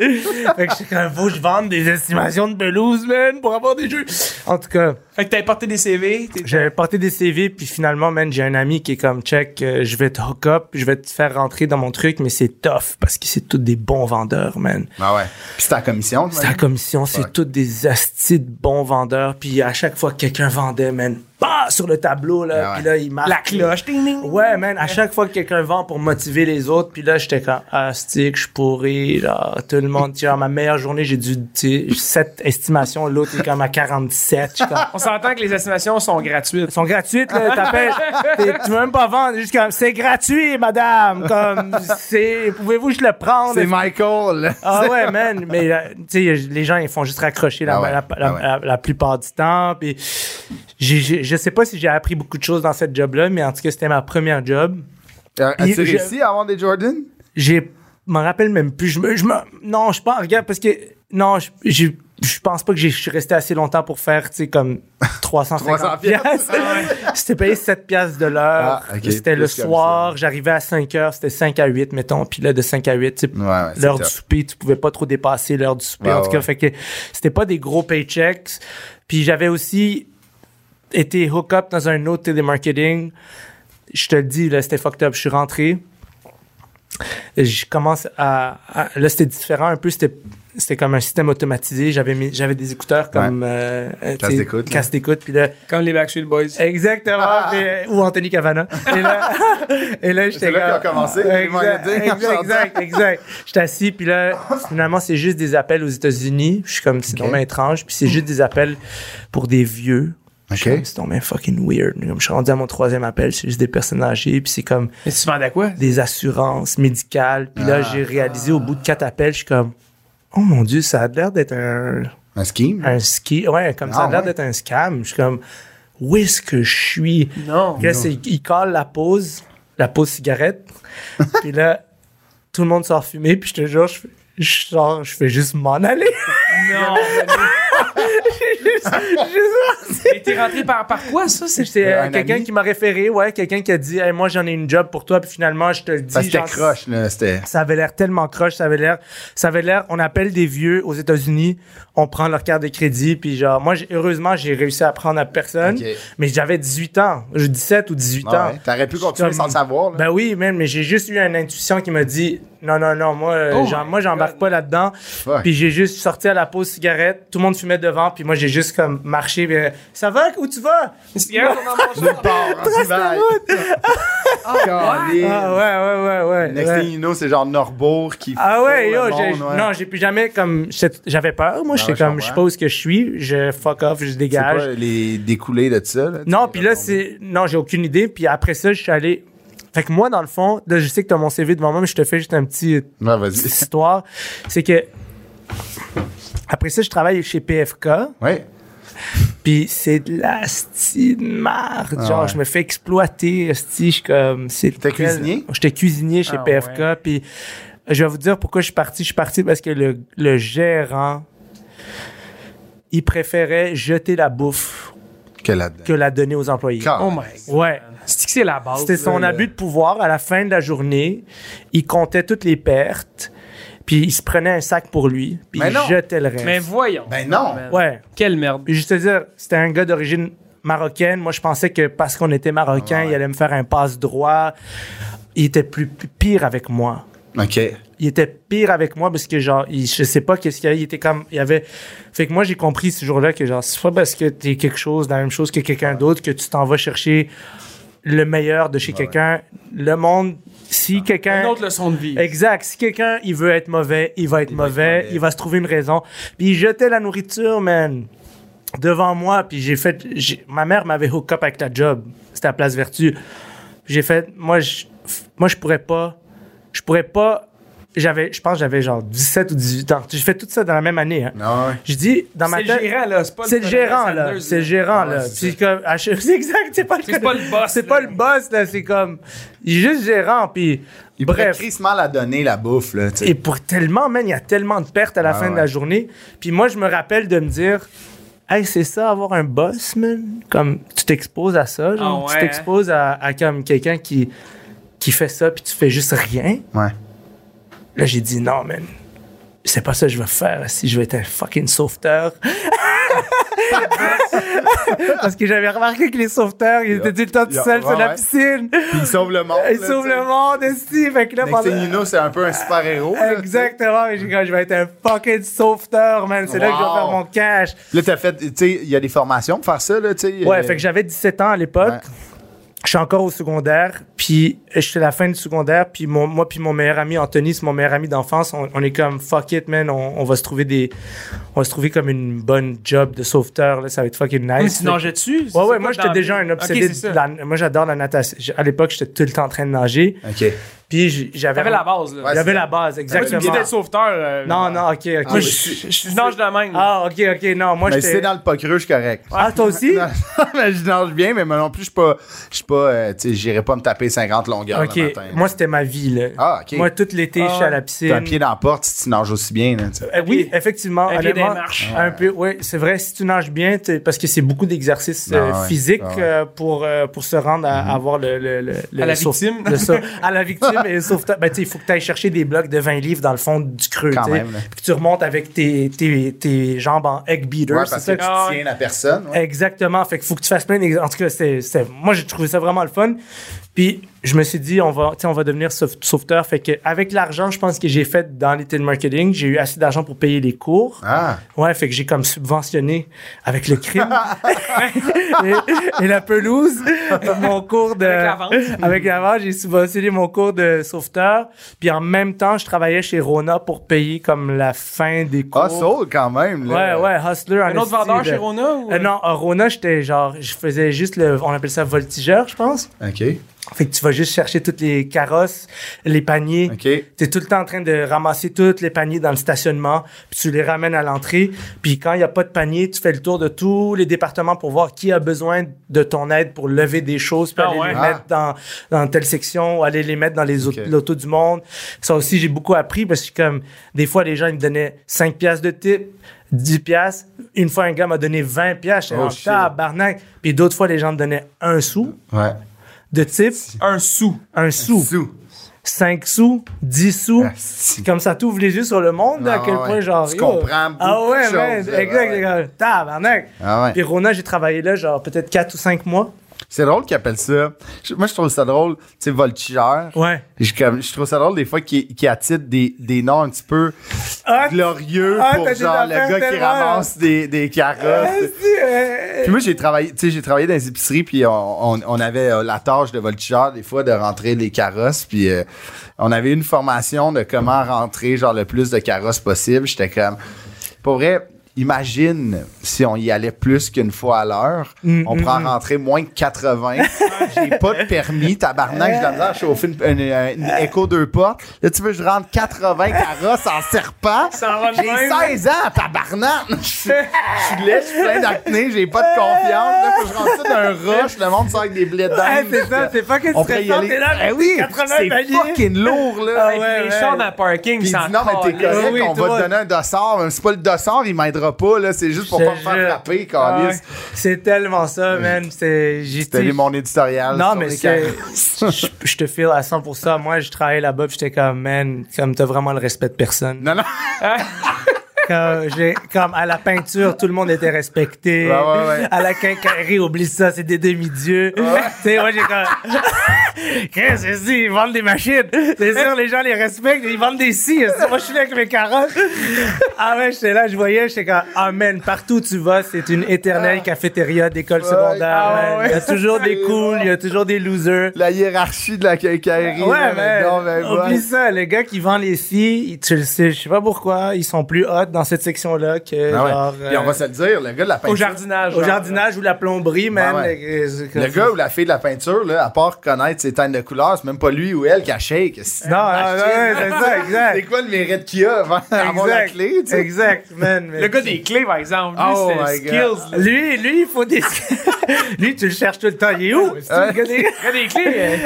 Speaker 4: Fait que j'étais comme, faut que je vende des estimations de pelouse, man, pour avoir des jeux. En tout cas.
Speaker 1: Fait que t'as porté des CV. t'es-
Speaker 4: J'avais porté des CV, puis finalement, man, j'ai un ami qui est comme check, euh, je vais te hook up, je vais te faire rentrer dans mon truc, mais c'est tough parce que c'est tous des bons vendeurs, man.
Speaker 2: Ah ouais. Puis c'était en commission.
Speaker 4: C'est la commission, c'est
Speaker 2: Fuck.
Speaker 4: tous des astis de bons vendeurs, puis à chaque fois que quelqu'un vendait, man, bah, sur le tableau, là,
Speaker 2: Ah ouais.
Speaker 4: puis là, il marque.
Speaker 1: La cloche. Ding, ding, ding.
Speaker 4: Ouais, man, à chaque fois que quelqu'un vend pour motiver les autres, puis là, j'étais comme, ah, stick, je pourrais, là, tout le monde, genre, ma meilleure journée, j'ai dû, tu sais, cette estimation, l'autre est comme à 47, je suis comme,
Speaker 1: On s'entend que les estimations sont gratuites.
Speaker 4: Ils sont gratuites, là. T'appelles. t'es- Tu veux même pas vendre. Juste comme, c'est gratuit, madame. Comme, c'est. Pouvez-vous que je le prendre?
Speaker 2: C'est Michael. là.
Speaker 4: Ah ouais, man. Mais, là, tu sais, les gens, ils font juste raccrocher la,
Speaker 2: Ah ouais,
Speaker 4: la, la-
Speaker 2: ah ouais.
Speaker 4: la- la plupart du temps. Puis, j'ai- j'ai- je sais pas si j'ai appris beaucoup de choses dans cette job-là, mais en tout cas, c'était ma première job.
Speaker 2: Euh, As-tu
Speaker 4: Puis je-
Speaker 2: réussi à avoir des Jordan?
Speaker 4: J'ai. Je m'en rappelle même plus. Je me. Je me non, je pense. Regarde, parce que. Non, je. je je pense pas que j'ai- je suis resté assez longtemps pour faire, tu sais, comme 350
Speaker 2: 300
Speaker 4: piastres. J'étais payé 7 piastres de l'heure.
Speaker 2: Ah, ok,
Speaker 4: C'était le
Speaker 2: plus comme
Speaker 4: soir. J'arrivais à 5 heures. C'était 5 à 8, mettons. Puis là, de 5 à 8, tu sais,
Speaker 2: Ouais, ouais, c'est
Speaker 4: l'heure
Speaker 2: top.
Speaker 4: du souper, tu pouvais pas trop dépasser l'heure du souper.
Speaker 2: Ouais,
Speaker 4: en tout cas,
Speaker 2: ouais.
Speaker 4: fait que c'était pas des gros paychecks. Puis j'avais aussi été hook-up dans un autre télémarketing. Je te le dis, là, c'était fucked up. Je suis rentré je commence à, à- là c'était différent un peu c'était c'était comme un système automatisé j'avais mis j'avais des écouteurs comme euh, euh,
Speaker 2: Casse
Speaker 4: tu sais,
Speaker 2: d'écoute, là.
Speaker 4: casse d'écoute puis là
Speaker 1: Comme les Backstreet Boys.
Speaker 4: exactement puis, euh, ou Anthony Cavana et là et là j'étais
Speaker 2: Ah. C'est là
Speaker 4: comme-
Speaker 2: qu'on a commencé, les
Speaker 4: exact
Speaker 2: marketing, on
Speaker 4: exact
Speaker 2: s'entend.
Speaker 4: exact, exact. j'étais assis puis là finalement c'est juste des appels aux États-Unis je suis comme c'est
Speaker 2: Ok.
Speaker 4: dommage étrange puis c'est juste des appels pour des vieux Je suis
Speaker 2: Ok.
Speaker 4: comme, C'est dommage fucking weird. Comme je suis rendu à mon troisième appel, c'est juste des personnes âgées, puis c'est comme
Speaker 1: Mais tu vendais quoi?
Speaker 4: des assurances médicales. Puis
Speaker 2: Ah.
Speaker 4: là, j'ai réalisé au bout de quatre appels, je suis comme, oh mon Dieu, ça a l'air d'être un,
Speaker 2: Un scheme?
Speaker 4: un ski. Ouais, comme ça
Speaker 2: Ah,
Speaker 4: a l'air
Speaker 2: ouais.
Speaker 4: d'être un scam. Je suis comme, où est-ce que je suis?
Speaker 1: Non.
Speaker 4: Puis Là, c'est, il colle la pause, la pause cigarette. puis là, tout le monde sort fumer. Puis je te jure, je, fais- je sors, je fais juste m'en aller.
Speaker 1: Non, mais t'es rentré par, par quoi, ça?
Speaker 4: C'était
Speaker 2: Un
Speaker 4: euh, quelqu'un
Speaker 2: ami?
Speaker 4: qui m'a référé, ouais, quelqu'un qui a dit Hey, moi j'en ai une job pour toi, puis finalement je te le dis.
Speaker 2: Parce que
Speaker 4: genre,
Speaker 2: c'était croche, là. C'était.
Speaker 4: Ça avait l'air tellement croche, ça avait l'air, ça avait l'air. On appelle des vieux aux États-Unis, on prend leur carte de crédit, puis genre, moi j'ai- heureusement j'ai réussi à prendre à personne,
Speaker 2: Ok.
Speaker 4: mais j'avais 18 ans, je 17 ou 18
Speaker 2: Ah
Speaker 4: ans.
Speaker 2: ouais, T'aurais pu continuer
Speaker 4: comme-
Speaker 2: sans le savoir, là.
Speaker 4: Ben oui, man, mais j'ai juste eu une intuition qui me dit non, non, non, moi, euh,
Speaker 1: Oh
Speaker 4: j'en-
Speaker 1: my
Speaker 4: moi, j'embarque
Speaker 1: God.
Speaker 4: pas là-dedans.
Speaker 2: Fuck.
Speaker 4: Puis j'ai juste sorti à la pause cigarette, tout le monde fumait devant, puis moi j'ai juste comme marché, puis, euh, ça va, où tu vas?
Speaker 1: C'était
Speaker 2: Part, hein, bye. Caliste.
Speaker 4: Ah ouais, ouais, ouais, ouais.
Speaker 2: Next
Speaker 4: ouais.
Speaker 2: thing you know, c'est genre Norbourg qui.
Speaker 4: Ah
Speaker 2: fout
Speaker 4: ouais,
Speaker 2: le
Speaker 4: yo,
Speaker 2: monde,
Speaker 4: j'ai-
Speaker 2: ouais.
Speaker 4: non, j'ai plus jamais comme j'étais- j'avais peur. Moi,
Speaker 2: Ah
Speaker 4: j'étais
Speaker 2: ouais, je
Speaker 4: comme je
Speaker 2: comprends.
Speaker 4: pose que je suis, je fuck off, je
Speaker 2: C'est
Speaker 4: dégage.
Speaker 2: pas les découlés de ça, là.
Speaker 4: Non, puis là c'est non, j'ai aucune idée. Puis après ça, je suis allé. Fait que moi, dans le fond, là, je sais que t'as mon CV devant moi, mais je te fais juste un petit
Speaker 2: Ouais, vas-y.
Speaker 4: petite histoire. C'est que après ça, je travaille chez PFK.
Speaker 2: Ouais.
Speaker 4: Puis c'est de la style de marde.
Speaker 2: Ah
Speaker 4: genre,
Speaker 2: ouais.
Speaker 4: je me fais exploiter, esti, je suis comme. T'es
Speaker 2: cuisinier?
Speaker 4: J'étais cuisinier chez
Speaker 1: Ah
Speaker 4: PFK.
Speaker 1: ouais.
Speaker 4: Puis je vais vous dire pourquoi je suis parti. Je suis parti parce que le, le gérant, il préférait jeter la bouffe
Speaker 2: Que là-dedans.
Speaker 4: que la donner aux employés.
Speaker 2: Car- euh,
Speaker 1: Oh my god.
Speaker 4: Ouais.
Speaker 1: C'est que c'est la base.
Speaker 4: C'était son
Speaker 1: là,
Speaker 4: abus
Speaker 1: le-
Speaker 4: de pouvoir. À la fin de la journée, il comptait toutes les pertes. Puis il se prenait un sac pour lui. Puis
Speaker 2: Mais
Speaker 4: il
Speaker 2: non.
Speaker 4: jetait le reste.
Speaker 1: Mais voyons.
Speaker 2: Ben non.
Speaker 1: Man.
Speaker 4: ouais.
Speaker 1: Quelle merde.
Speaker 4: Puis juste te dire, c'était un gars d'origine marocaine. Moi, je pensais que parce qu'on était marocain, il allait me faire un passe droit. Il était plus pire avec moi.
Speaker 2: OK.
Speaker 4: Il était pire avec moi parce que genre, il- je sais pas qu'est-ce qu'il y avait. Il était comme, il y avait. Fait que moi, j'ai compris ce jour-là que genre, c'est pas parce que t'es quelque chose, la même chose que quelqu'un d'autre, que tu t'en vas chercher le meilleur de chez quelqu'un. Le monde, si quelqu'un.
Speaker 1: Une autre leçon de vie.
Speaker 4: Exact. Si quelqu'un, il veut être mauvais, il va être mauvais, il va se trouver une raison. Puis il jetait la nourriture, man, devant moi. Puis j'ai fait... j'ai- ma mère m'avait hook up avec la job. C'était à Place Vertu. Puis j'ai fait... Moi, je, moi, je pourrais pas... Je pourrais pas... J'avais, je pense que j'avais genre 17 ou 18 ans. J'ai fait tout ça dans la même année. Hein.
Speaker 2: Non, ouais.
Speaker 4: Je dis, dans ma
Speaker 1: C'est le
Speaker 4: tête...
Speaker 1: gérant, là. C'est pas
Speaker 4: C'est le gérant, là. C'est le gérant,
Speaker 2: Ah ouais,
Speaker 4: là.
Speaker 2: c'est
Speaker 4: Puis comme, ah, je- c'est exact, c'est pas le
Speaker 1: C'est pas le boss,
Speaker 4: C'est
Speaker 1: là.
Speaker 4: pas le boss, là. C'est comme, il est juste gérant, puis
Speaker 2: Il pourrait
Speaker 4: bref.
Speaker 2: crissement la donner, la bouffe, là, tu sais.
Speaker 4: Et pour tellement, man, il y a tellement de pertes à la
Speaker 2: Ah
Speaker 4: fin de
Speaker 2: ouais.
Speaker 4: la journée. Puis moi, je me rappelle de me dire, hey, c'est ça, avoir un boss, man. Comme, tu t'exposes à ça, genre,
Speaker 1: Ah
Speaker 4: tu
Speaker 1: ouais,
Speaker 4: t'exposes à, à comme quelqu'un qui, qui fait ça, puis tu fais juste rien.
Speaker 2: Ouais.
Speaker 4: Là, j'ai dit, non, man. C'est pas ça que je veux faire si je veux être un fucking sauveteur. Parce que j'avais remarqué que les sauveteurs, ils
Speaker 2: Yeah.
Speaker 4: étaient tout le temps tout
Speaker 2: Yeah.
Speaker 4: seuls sur
Speaker 2: Ouais,
Speaker 4: la
Speaker 2: ouais.
Speaker 4: piscine.
Speaker 2: Il sauve le monde.
Speaker 4: Ils sauvent le monde aussi. Fait que là,
Speaker 2: Next
Speaker 4: pendant-
Speaker 2: thing you know, c'est un peu un super-héros. là, tu sais.
Speaker 4: Exactement, mais j'ai quand je vais être un fucking sauveteur, man. C'est là que je vais
Speaker 2: Wow.
Speaker 4: faire mon cash.
Speaker 2: Là, t'as fait, tu sais, il y a des formations pour faire ça, là, tu sais.
Speaker 4: Ouais,
Speaker 2: Euh,
Speaker 4: fait que j'avais 17 ans à l'époque.
Speaker 2: Ouais.
Speaker 4: Je suis encore au secondaire, puis je suis à la fin du secondaire, puis mon, moi puis mon meilleur ami Anthony, c'est mon meilleur ami d'enfance, on, on est comme fuck it man, on, on va se trouver des, on va se trouver comme une bonne job de sauveteur là, ça va être fucking
Speaker 1: Mais
Speaker 4: nice.
Speaker 1: tu nageais dessus?
Speaker 4: ouais ouais, moi j'étais déjà un obsédé. de
Speaker 1: Tu
Speaker 4: la- moi j'adore la natation. J'- À l'époque j'étais tout le temps en train de nager,
Speaker 2: OK.
Speaker 4: puis j- j'avais
Speaker 1: T'avais la base, là.
Speaker 2: Ouais,
Speaker 4: j'avais la base
Speaker 1: Tu me disais
Speaker 4: exactement.
Speaker 1: d'être sauveteur. euh,
Speaker 4: Non non ok ok.
Speaker 1: Moi,
Speaker 2: Ah oui.
Speaker 1: je je- je nage de la même. là.
Speaker 4: Ah, ok, ok, non, moi
Speaker 2: Mais Ben, si
Speaker 4: j'étais.
Speaker 2: c'est dans le pas creux, je suis correct.
Speaker 4: Ah, toi aussi?
Speaker 2: Non, mais je nage bien, mais moi non plus, je suis pas, je suis pas, euh, tu sais, j'irai pas me taper 50 longueurs
Speaker 4: ok,
Speaker 2: le matin.
Speaker 4: moi c'était ma vie, là.
Speaker 2: Ah, ok.
Speaker 4: Moi, tout l'été,
Speaker 1: Ah,
Speaker 4: je suis à
Speaker 2: T'as
Speaker 4: la
Speaker 2: un
Speaker 4: piscine.
Speaker 2: pied dans la porte si tu nages aussi bien, là, tu sais.
Speaker 4: Euh, oui,
Speaker 1: pied-
Speaker 4: effectivement.
Speaker 1: un pied dans les
Speaker 4: honnêtement,
Speaker 1: marches.
Speaker 4: Un peu, oui, c'est vrai, si tu nages bien, t'es- parce que c'est beaucoup d'exercices euh,
Speaker 2: Ah ouais,
Speaker 4: physiques
Speaker 2: ah ouais. Mhm.
Speaker 4: euh, pour, euh, pour se rendre à avoir le, le, le- le-
Speaker 1: À la
Speaker 4: sauf-
Speaker 1: victime.
Speaker 4: le sau- à la victime et sauf ben, tu sais, il faut que tu ailles chercher des blocs de 20 livres dans le fond du creux.
Speaker 2: Quand
Speaker 4: tu sais,
Speaker 2: même, là.
Speaker 4: Puis que tu remontes avec tes, tes, tes jambes en egg beater.
Speaker 2: Ouais,
Speaker 4: c'est
Speaker 2: parce que
Speaker 4: ça
Speaker 2: tu
Speaker 4: que-
Speaker 1: Ah, ouais.
Speaker 2: tiens la personne. ouais.
Speaker 4: Exactement. Fait qu'il faut que tu fasses plein d'ex- En tout cas, c'est, c'est- moi, j'ai trouvé ça vraiment le fun. Puis, je me suis dit, on va, tu sais, on va devenir sau- sauveteur. Fait que, avec l'argent, je pense que j'ai fait dans l'été de marketing, j'ai eu assez d'argent pour payer les cours.
Speaker 2: Ah.
Speaker 4: Ouais, fait que j'ai comme subventionné avec le crime et, et la pelouse mon cours de
Speaker 1: Avec la vente.
Speaker 4: avec la vente, j'ai subventionné mon cours de sauveteur. Puis en même temps, je travaillais chez Rona pour payer comme la fin des cours.
Speaker 2: Ah, soul quand même,
Speaker 4: Ouais,
Speaker 2: là.
Speaker 4: ouais, hustler. en
Speaker 1: Un autre
Speaker 4: esti,
Speaker 1: vendeur
Speaker 4: de-
Speaker 1: chez Rona? ou-
Speaker 4: euh, non, à Rona, j'étais genre, je faisais juste le, on appelle ça voltigeur, je pense.
Speaker 2: OK.
Speaker 4: Fait que tu vas juste chercher toutes les carrosses, les paniers.
Speaker 2: OK.
Speaker 4: T'es tout le temps en train de ramasser tous les paniers dans le stationnement, puis tu les ramènes à l'entrée. Puis quand il n'y a pas de panier, tu fais le tour de tous les départements pour voir qui a besoin de ton aide pour lever des choses, puis
Speaker 1: Ah
Speaker 4: aller
Speaker 1: ouais?
Speaker 4: les
Speaker 2: Ah.
Speaker 4: mettre dans, dans telle section, ou aller les mettre dans les
Speaker 2: Ok.
Speaker 4: autos- l'auto du monde. Ça aussi, j'ai beaucoup appris parce que comme des fois, les gens, ils me donnaient 5 piastres de type. 10 piastres. Une fois, un gars m'a donné 20 piastres. J'étais
Speaker 2: Oh,
Speaker 4: en
Speaker 2: shit.
Speaker 4: tabarnak. Puis d'autres fois, les gens me donnaient un sou
Speaker 2: Ouais.
Speaker 4: de type,
Speaker 1: euh, Un sou.
Speaker 4: un sou,
Speaker 2: Sous.
Speaker 4: 5 sous, 10 sous.
Speaker 2: Ah, si.
Speaker 4: Comme ça t'ouvre les yeux sur le monde, à
Speaker 2: Ah,
Speaker 4: quel
Speaker 2: ouais.
Speaker 4: point genre.
Speaker 2: Tu
Speaker 4: yo,
Speaker 2: comprends beaucoup
Speaker 4: Ah ouais,
Speaker 2: de
Speaker 4: man,
Speaker 2: choses, là,
Speaker 4: exact,
Speaker 2: ouais.
Speaker 4: les gars, tabarnak.
Speaker 2: Ah ouais.
Speaker 4: Puis Rona, j'ai travaillé là, genre peut-être 4 ou 5 mois.
Speaker 2: C'est drôle qu'ils appellent ça. Je- Moi, je trouve ça drôle. Tu sais, voltigeur.
Speaker 4: Ouais.
Speaker 2: Je, comme- je trouve ça drôle des fois qu'ils qu'ils attitrent des, des noms un petit peu
Speaker 4: Ah,
Speaker 2: glorieux
Speaker 4: ah,
Speaker 2: pour
Speaker 4: t'as des
Speaker 2: genre le
Speaker 4: affaires
Speaker 2: gars qui
Speaker 4: tellement- euh.
Speaker 2: ramasse des, des carottes. Puis moi, j'ai travaillé, tu sais, j'ai travaillé dans les épiceries, puis on, on- on avait euh, la tâche de voltigeur, des fois, de rentrer les carrosses. Puis euh, on avait une formation de comment rentrer, genre, le plus de carrosses possible. J'étais comme, pour vrai, imagine si on y allait plus qu'une fois à l'heure.
Speaker 4: Mm,
Speaker 2: on prend en rentrer moins que 80. j'ai pas de permis, tabarnak, j'ai de la misère à chauffer une, une,
Speaker 4: Euh.
Speaker 2: une écho deux portes. Là, tu veux que je rentre 80 carrosses en serpent?
Speaker 1: Ça en va de
Speaker 2: J'ai
Speaker 1: même.
Speaker 2: 16 ans, tabarnak! Je suis je suis laid, je suis plein d'acné, j'ai pas de confiance. Là, faut que je rentre ça d'un rush, le monde sort avec des blés
Speaker 4: Hey,
Speaker 2: d'âme.
Speaker 4: ah, c'est ça, c'est pas que tu
Speaker 2: On pourrait y
Speaker 4: stressant,
Speaker 2: aller.
Speaker 4: t'es là,
Speaker 2: Eh oui,
Speaker 4: 80
Speaker 2: c'est
Speaker 4: paliers.
Speaker 2: fucking lourd, là.
Speaker 4: Ah
Speaker 1: Hey,
Speaker 4: ouais,
Speaker 1: les
Speaker 4: ouais.
Speaker 1: chars dans le parking,
Speaker 2: Puis il
Speaker 1: ça
Speaker 2: dit, non, mais t'es correct,
Speaker 4: Oui,
Speaker 2: on va
Speaker 4: toi.
Speaker 2: te donner un dossard. C'est pas le dossard, il m'aidera pas, là. C'est juste pour
Speaker 4: Je
Speaker 2: pas me faire
Speaker 4: jure.
Speaker 2: frapper,
Speaker 4: Ah ouais.
Speaker 2: Calis.
Speaker 4: C'est tellement ça, man. C'est j'ai-
Speaker 2: T'as lu mon éditorial.
Speaker 4: Non,
Speaker 2: sur
Speaker 4: mais
Speaker 2: les
Speaker 4: c'est.
Speaker 2: carrosses.
Speaker 4: Je je te file à 100 Moi, je travaillais là-bas, puis j'étais comme, man, comme t'as vraiment le respect de personne.
Speaker 2: Non, non.
Speaker 4: Comme, j'ai- comme à la peinture, tout le monde était respecté.
Speaker 2: Ouais, ouais, ouais.
Speaker 4: À la quincaillerie, oublie ça, c'est des demi-dieux. Tu sais, moi, j'ai comme. Qu'est-ce que c'est? Ils vendent des machines. C'est sûr, les gens les respectent, ils vendent des scies. C'est- Moi, je suis là avec mes carottes. Ah ouais, j'étais là, je voyais, j'étais comme, ah man, partout où tu vas, c'est une éternelle cafétéria d'école secondaire.
Speaker 2: Ah
Speaker 4: man.
Speaker 2: ouais.
Speaker 4: Il y a toujours des
Speaker 2: C'est
Speaker 4: cools,
Speaker 2: bon.
Speaker 4: il y a toujours des losers.
Speaker 2: La hiérarchie de la quincaillerie. là,
Speaker 4: Ouais, mais
Speaker 2: maintenant, ben,
Speaker 4: oublie
Speaker 2: ouais.
Speaker 4: ça, les gars qui vendent les scies, ils- tu le sais, je sais pas pourquoi, ils sont plus hot dans cette section-là que
Speaker 2: Ah ouais.
Speaker 4: genre...
Speaker 2: Puis on
Speaker 4: euh,
Speaker 2: va se le dire, le gars de la peinture.
Speaker 1: Au jardinage.
Speaker 4: au
Speaker 1: genre.
Speaker 4: jardinage ou la plomberie, man.
Speaker 2: Bah ouais.
Speaker 4: les- c'est comme-
Speaker 2: Le gars ou la fille de la peinture, là, à part connaître ses teintes de couleur, c'est même pas lui ou elle qui a shake. C'est-
Speaker 4: Non, non, non, ouais, c'est ça,
Speaker 2: C'est
Speaker 4: exact.
Speaker 2: quoi le mérite qu'il a avant d'avoir la
Speaker 4: Exact,
Speaker 2: clé, tu sais?
Speaker 4: exact, man. mais-
Speaker 1: Le gars des clés, par exemple. Lui,
Speaker 2: Oh
Speaker 1: c'est
Speaker 2: my
Speaker 1: skills. là.
Speaker 4: Lui, lui, il faut des... lui, tu le cherches tout le temps, il est où? C'est-tu le gars des-
Speaker 1: Le gars des clés, euh,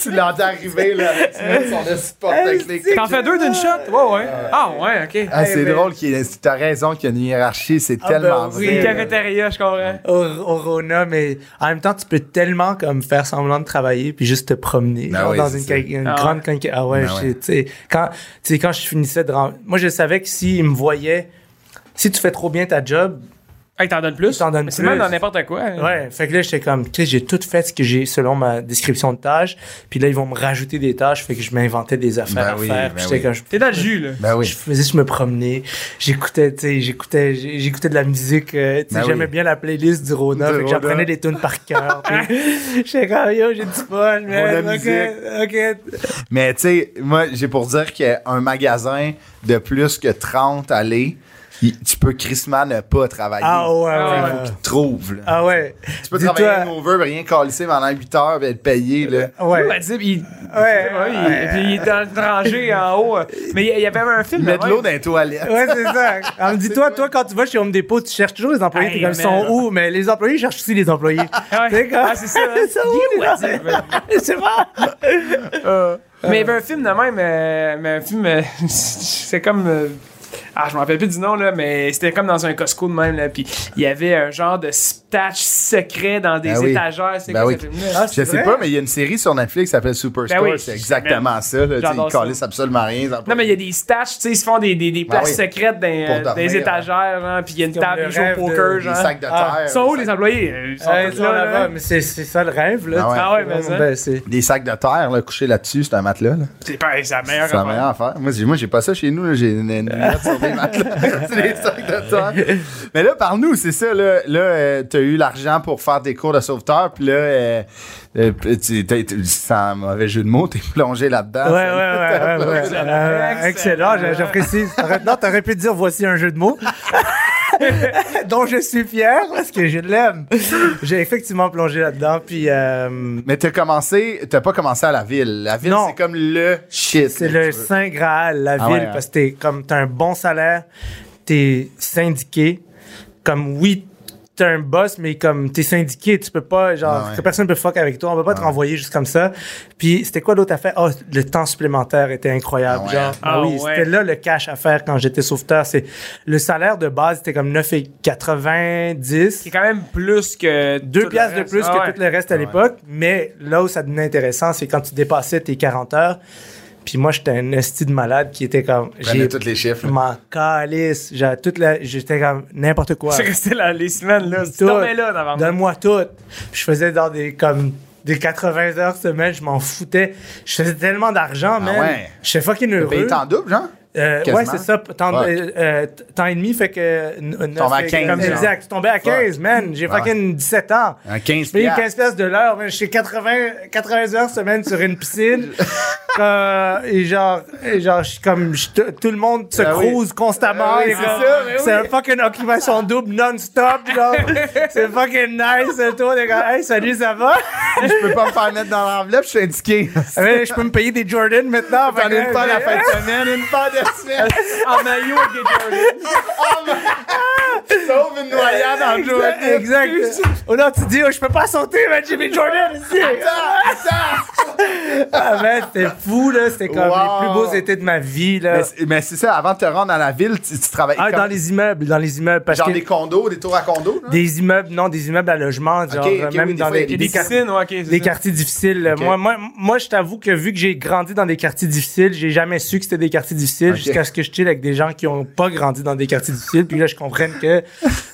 Speaker 2: Tu l'entends arriver, là, avec son support de clé.
Speaker 1: euh, t'en fais deux d'une shot? Ouais, ouais. Ah, ouais, OK.
Speaker 2: Ah, c'est
Speaker 4: Hey, mais-
Speaker 2: drôle, qu'il y ait- t'as raison qu'il y a une hiérarchie, c'est
Speaker 4: Ah,
Speaker 2: tellement
Speaker 4: ben oui.
Speaker 1: Les
Speaker 2: vrai. là.
Speaker 1: cafétéria, je comprends.
Speaker 4: au, au Rona, mais en même temps, tu peux tellement comme faire semblant de travailler puis juste te promener
Speaker 2: Ben
Speaker 4: genre,
Speaker 2: oui,
Speaker 4: dans
Speaker 2: c'est
Speaker 4: une,
Speaker 2: ça.
Speaker 4: quai- une
Speaker 1: Ah
Speaker 4: grande quinqui- Ah ouais,
Speaker 2: Ben
Speaker 4: je-
Speaker 2: ouais.
Speaker 4: tu sais, quand, tu sais, quand je finissais de ram- Moi, je savais que s'ils me voyaient, si tu fais trop bien ta job,
Speaker 1: Hey, t'en donnes plus?
Speaker 4: Ils t'en donnent
Speaker 1: Mais C'est
Speaker 4: plus.
Speaker 1: même dans n'importe quoi. hein.
Speaker 4: ouais, fait que là, j'étais comme, tu sais, j'ai tout fait ce que j'ai selon ma description de tâche, puis là, ils vont me rajouter des tâches, fait que je m'inventais des affaires
Speaker 2: Ben
Speaker 4: à
Speaker 2: oui,
Speaker 4: faire,
Speaker 2: ben
Speaker 4: puis j'étais
Speaker 2: oui.
Speaker 4: comme, je-
Speaker 1: T'es dans le jus, là.
Speaker 2: Ben oui.
Speaker 4: Je faisais, je me promenais, j'écoutais, tu sais, j'écoutais, j'ai- j'écoutais de la musique, euh, tu sais,
Speaker 2: Ben oui.
Speaker 4: j'aimais bien la playlist du Rona,
Speaker 2: Du
Speaker 4: fait que
Speaker 2: Rona.
Speaker 4: j'apprenais des tunes par cœur. puis J'étais comme, yo, j'ai du fun, man.
Speaker 2: la
Speaker 4: ok, ok.
Speaker 2: Mais tu sais, moi, j'ai pour dire qu'un magasin de plus que 30 allées, il- tu peux crissement ne pas travailler.
Speaker 4: Ah ouais,
Speaker 1: Ah
Speaker 4: ouais.
Speaker 1: ouais.
Speaker 4: ouais.
Speaker 2: Trouve, là.
Speaker 4: Ah ouais.
Speaker 2: Tu peux
Speaker 4: Dis-toi-
Speaker 2: travailler un over, rien calisser pendant 8 heures et être payé, là.
Speaker 4: Ah, Ouais.
Speaker 1: Lui, m'a dit, il-
Speaker 4: Ouais.
Speaker 1: Ouais, il- et puis il est dans le rangé en haut. Mais il y- il y avait un film.
Speaker 2: Mettre
Speaker 1: ouais.
Speaker 2: l'eau dans les toilettes.
Speaker 4: Ouais, c'est ça. Alors, me dis-toi, toi, quand tu vas chez Home Depot, tu cherches toujours les employés,
Speaker 1: Hey,
Speaker 4: t'es comme, ils sont
Speaker 1: man.
Speaker 4: où? Mais les employés cherchent aussi les employés.
Speaker 1: Ouais.
Speaker 4: T'es
Speaker 2: hein?
Speaker 4: comme-
Speaker 1: Ah, c'est ça.
Speaker 4: Ils sont où, les employés? C'est pas.
Speaker 1: Mais il y avait un film de même, euh, mais un film, euh, c'est comme. euh, ah, je me rappelle plus du nom, là, mais c'était comme dans un Costco de même, là. Puis il y avait un genre de stash secret dans des
Speaker 2: Ben oui.
Speaker 1: étagères. C'est
Speaker 2: Ben
Speaker 1: quoi
Speaker 2: oui.
Speaker 1: ce film-là?
Speaker 2: Je sais
Speaker 4: vrai?
Speaker 2: pas, mais il y a une série sur Netflix qui s'appelle Superstore.
Speaker 1: Ben oui,
Speaker 2: c'est
Speaker 1: je-
Speaker 2: exactement ça. Là, Tu sais,
Speaker 1: j'adore
Speaker 2: ils
Speaker 1: ça.
Speaker 2: calissent absolument rien.
Speaker 1: Non, mais il y a des stash, tu sais, ils se font des, des, des
Speaker 2: Ben
Speaker 1: places
Speaker 2: oui.
Speaker 1: secrètes dans,
Speaker 2: Pour
Speaker 1: euh, dans
Speaker 2: dormir, hein.
Speaker 1: les étagères, genre, puis il y a une
Speaker 4: C'est comme
Speaker 1: table,
Speaker 4: le
Speaker 1: ils jouent au
Speaker 4: rêve de-
Speaker 1: poker,
Speaker 4: des
Speaker 2: des
Speaker 1: genre.
Speaker 2: sacs de
Speaker 4: Ah,
Speaker 2: terre.
Speaker 1: Ils sont où,
Speaker 2: des,
Speaker 1: les
Speaker 2: sacs,
Speaker 1: employés? Ils sont
Speaker 4: Ouais,
Speaker 1: tous
Speaker 4: ils sont là-bas,
Speaker 1: là, là.
Speaker 4: mais c'est c'est ça le rêve, là.
Speaker 2: Ah ouais.
Speaker 1: Ah ouais, mais ça.
Speaker 4: Ben, c'est.
Speaker 2: des sacs de terre là, couchés là-dessus, c'est un matelas. là.
Speaker 1: C'est pas c'est la meilleure
Speaker 2: C'est la
Speaker 1: affaire.
Speaker 2: meilleure affaire. Moi, j'ai, moi, j'ai pas ça chez nous. là. J'ai une, une lunette sur des matelas. c'est des sacs de terre. Mais là, par nous, c'est ça. Là, là euh, t'as eu l'argent pour faire tes cours de sauveteur. Puis là, euh, euh, tu- t'as- t'as- sans mauvais jeu de mots, t'es plongé là-dedans.
Speaker 4: Ouais, ouais, ouais, ouais, ouais. Euh,
Speaker 1: Excellent.
Speaker 4: excellent, j'a- j'apprécie. T'aurais- Non, t'aurais pu dire voici un jeu de mots. dont je suis fier parce que je l'aime. J'ai effectivement plongé là-dedans, puis euh,
Speaker 2: Mais t'as commencé, t'as pas commencé à la ville. La ville,
Speaker 4: Non.
Speaker 2: c'est comme le shit.
Speaker 4: c'est
Speaker 2: là,
Speaker 4: le
Speaker 2: tu veux.
Speaker 4: saint graal la
Speaker 2: Ah
Speaker 4: ville
Speaker 2: ouais, hein.
Speaker 4: parce que t'es comme t'as un bon salaire, t'es syndiqué, comme oui t'es un boss, mais comme t'es syndiqué, tu peux pas, genre,
Speaker 2: Ah ouais. Ah
Speaker 4: que personne peut fuck avec toi, on va pas te
Speaker 2: ouais.
Speaker 4: renvoyer juste comme ça. Puis c'était quoi l'autre affaire? Oh, le temps supplémentaire était incroyable.
Speaker 2: Ah ouais.
Speaker 4: Genre,
Speaker 1: Ah
Speaker 4: ah oui,
Speaker 1: ouais.
Speaker 4: c'était là le cash à faire quand j'étais sauveteur. C'est, le salaire de base était comme 9,90.
Speaker 1: C'est quand même plus que.
Speaker 4: Deux
Speaker 1: tout
Speaker 4: piastres
Speaker 1: le
Speaker 4: de
Speaker 1: reste.
Speaker 4: plus
Speaker 1: Ah
Speaker 4: que
Speaker 1: ouais.
Speaker 4: tout le reste à l'époque, mais là où ça devenait intéressant, c'est quand tu dépassais tes 40 heures. Puis moi, j'étais un esti de malade qui était comme.
Speaker 2: Prenez tous les chiffres.
Speaker 4: Je m'en calisse. J'ai toute la- J'étais comme n'importe quoi.
Speaker 1: C'est resté là, les semaines, là. Tu
Speaker 4: Tout.
Speaker 1: dormais là, d'avant.
Speaker 4: Donne-moi tout. Puis je faisais dans des comme des 80 heures semaine, je m'en foutais. Je faisais tellement d'argent, man.
Speaker 2: Ah ouais.
Speaker 4: J'étais fucking heureux.
Speaker 2: Payé en double, genre?
Speaker 4: Euh,
Speaker 2: Quasiment.
Speaker 4: ouais, c'est ça. Temps,
Speaker 2: Fuck.
Speaker 4: euh, euh, temps et demi fait que.
Speaker 2: tombes à 15, genre.
Speaker 4: Exact. Tu tombais à 15, man. J'ai
Speaker 2: Ouais.
Speaker 4: fucking 17 ans.
Speaker 2: Un 15
Speaker 4: Je payais
Speaker 2: piastres.
Speaker 4: 15 piastres de l'heure, man. J'étais 80, 80 heures semaine sur une piscine. Euh, et genre, et genre, je suis comme, je- tout- tout le monde se
Speaker 2: Ah oui.
Speaker 4: crouse constamment.
Speaker 2: Ah oui,
Speaker 4: et
Speaker 2: c'est
Speaker 4: comme,
Speaker 2: ça, mais oui.
Speaker 4: c'est un fucking occupation double non-stop, genre. c'est fucking nice, le tour. Des gars, hey, salut, ça va?
Speaker 2: Je peux pas me faire mettre dans l'enveloppe, je suis indiqué.
Speaker 4: Ouais, je peux me payer des Jordan maintenant.
Speaker 2: J'en ai une
Speaker 4: pas
Speaker 2: paire la fin de semaine, une paire de semaine.
Speaker 1: En maillot avec Ah, des Jordans.
Speaker 4: Ah!
Speaker 2: Sauve une noyade en
Speaker 4: Exact.
Speaker 2: Jordan.
Speaker 4: exact. Oh non, tu dis, oh, je peux pas sauter, mais j'ai mes Jordan ici. Ah, man, c'était fou, là. C'était comme
Speaker 2: Wow.
Speaker 4: les plus beaux étés de ma vie, là.
Speaker 2: Mais c'est- Mais c'est ça, avant de te rendre dans la ville, tu, tu travailles
Speaker 4: Ah,
Speaker 2: comme-
Speaker 4: dans les immeubles, dans les immeubles. Parce
Speaker 2: genre
Speaker 4: que
Speaker 2: des condos, des tours à condos. là?
Speaker 4: Des immeubles, non, des immeubles à logement, genre,
Speaker 2: Hein? ok,
Speaker 4: même
Speaker 2: oui, des
Speaker 4: dans
Speaker 2: fois, il y a
Speaker 4: les,
Speaker 2: des
Speaker 4: des,
Speaker 2: piscines.
Speaker 4: quart-
Speaker 1: Piscine, ouais, ok. c'est
Speaker 4: des
Speaker 1: ça.
Speaker 4: quartiers difficiles.
Speaker 2: Ok.
Speaker 4: Moi, moi, moi, je t'avoue que vu que j'ai grandi dans des quartiers difficiles, j'ai jamais su que c'était des quartiers difficiles
Speaker 2: Ok.
Speaker 4: jusqu'à ce que je chill avec des gens qui ont pas grandi dans des quartiers difficiles. Puis là, je comprenne que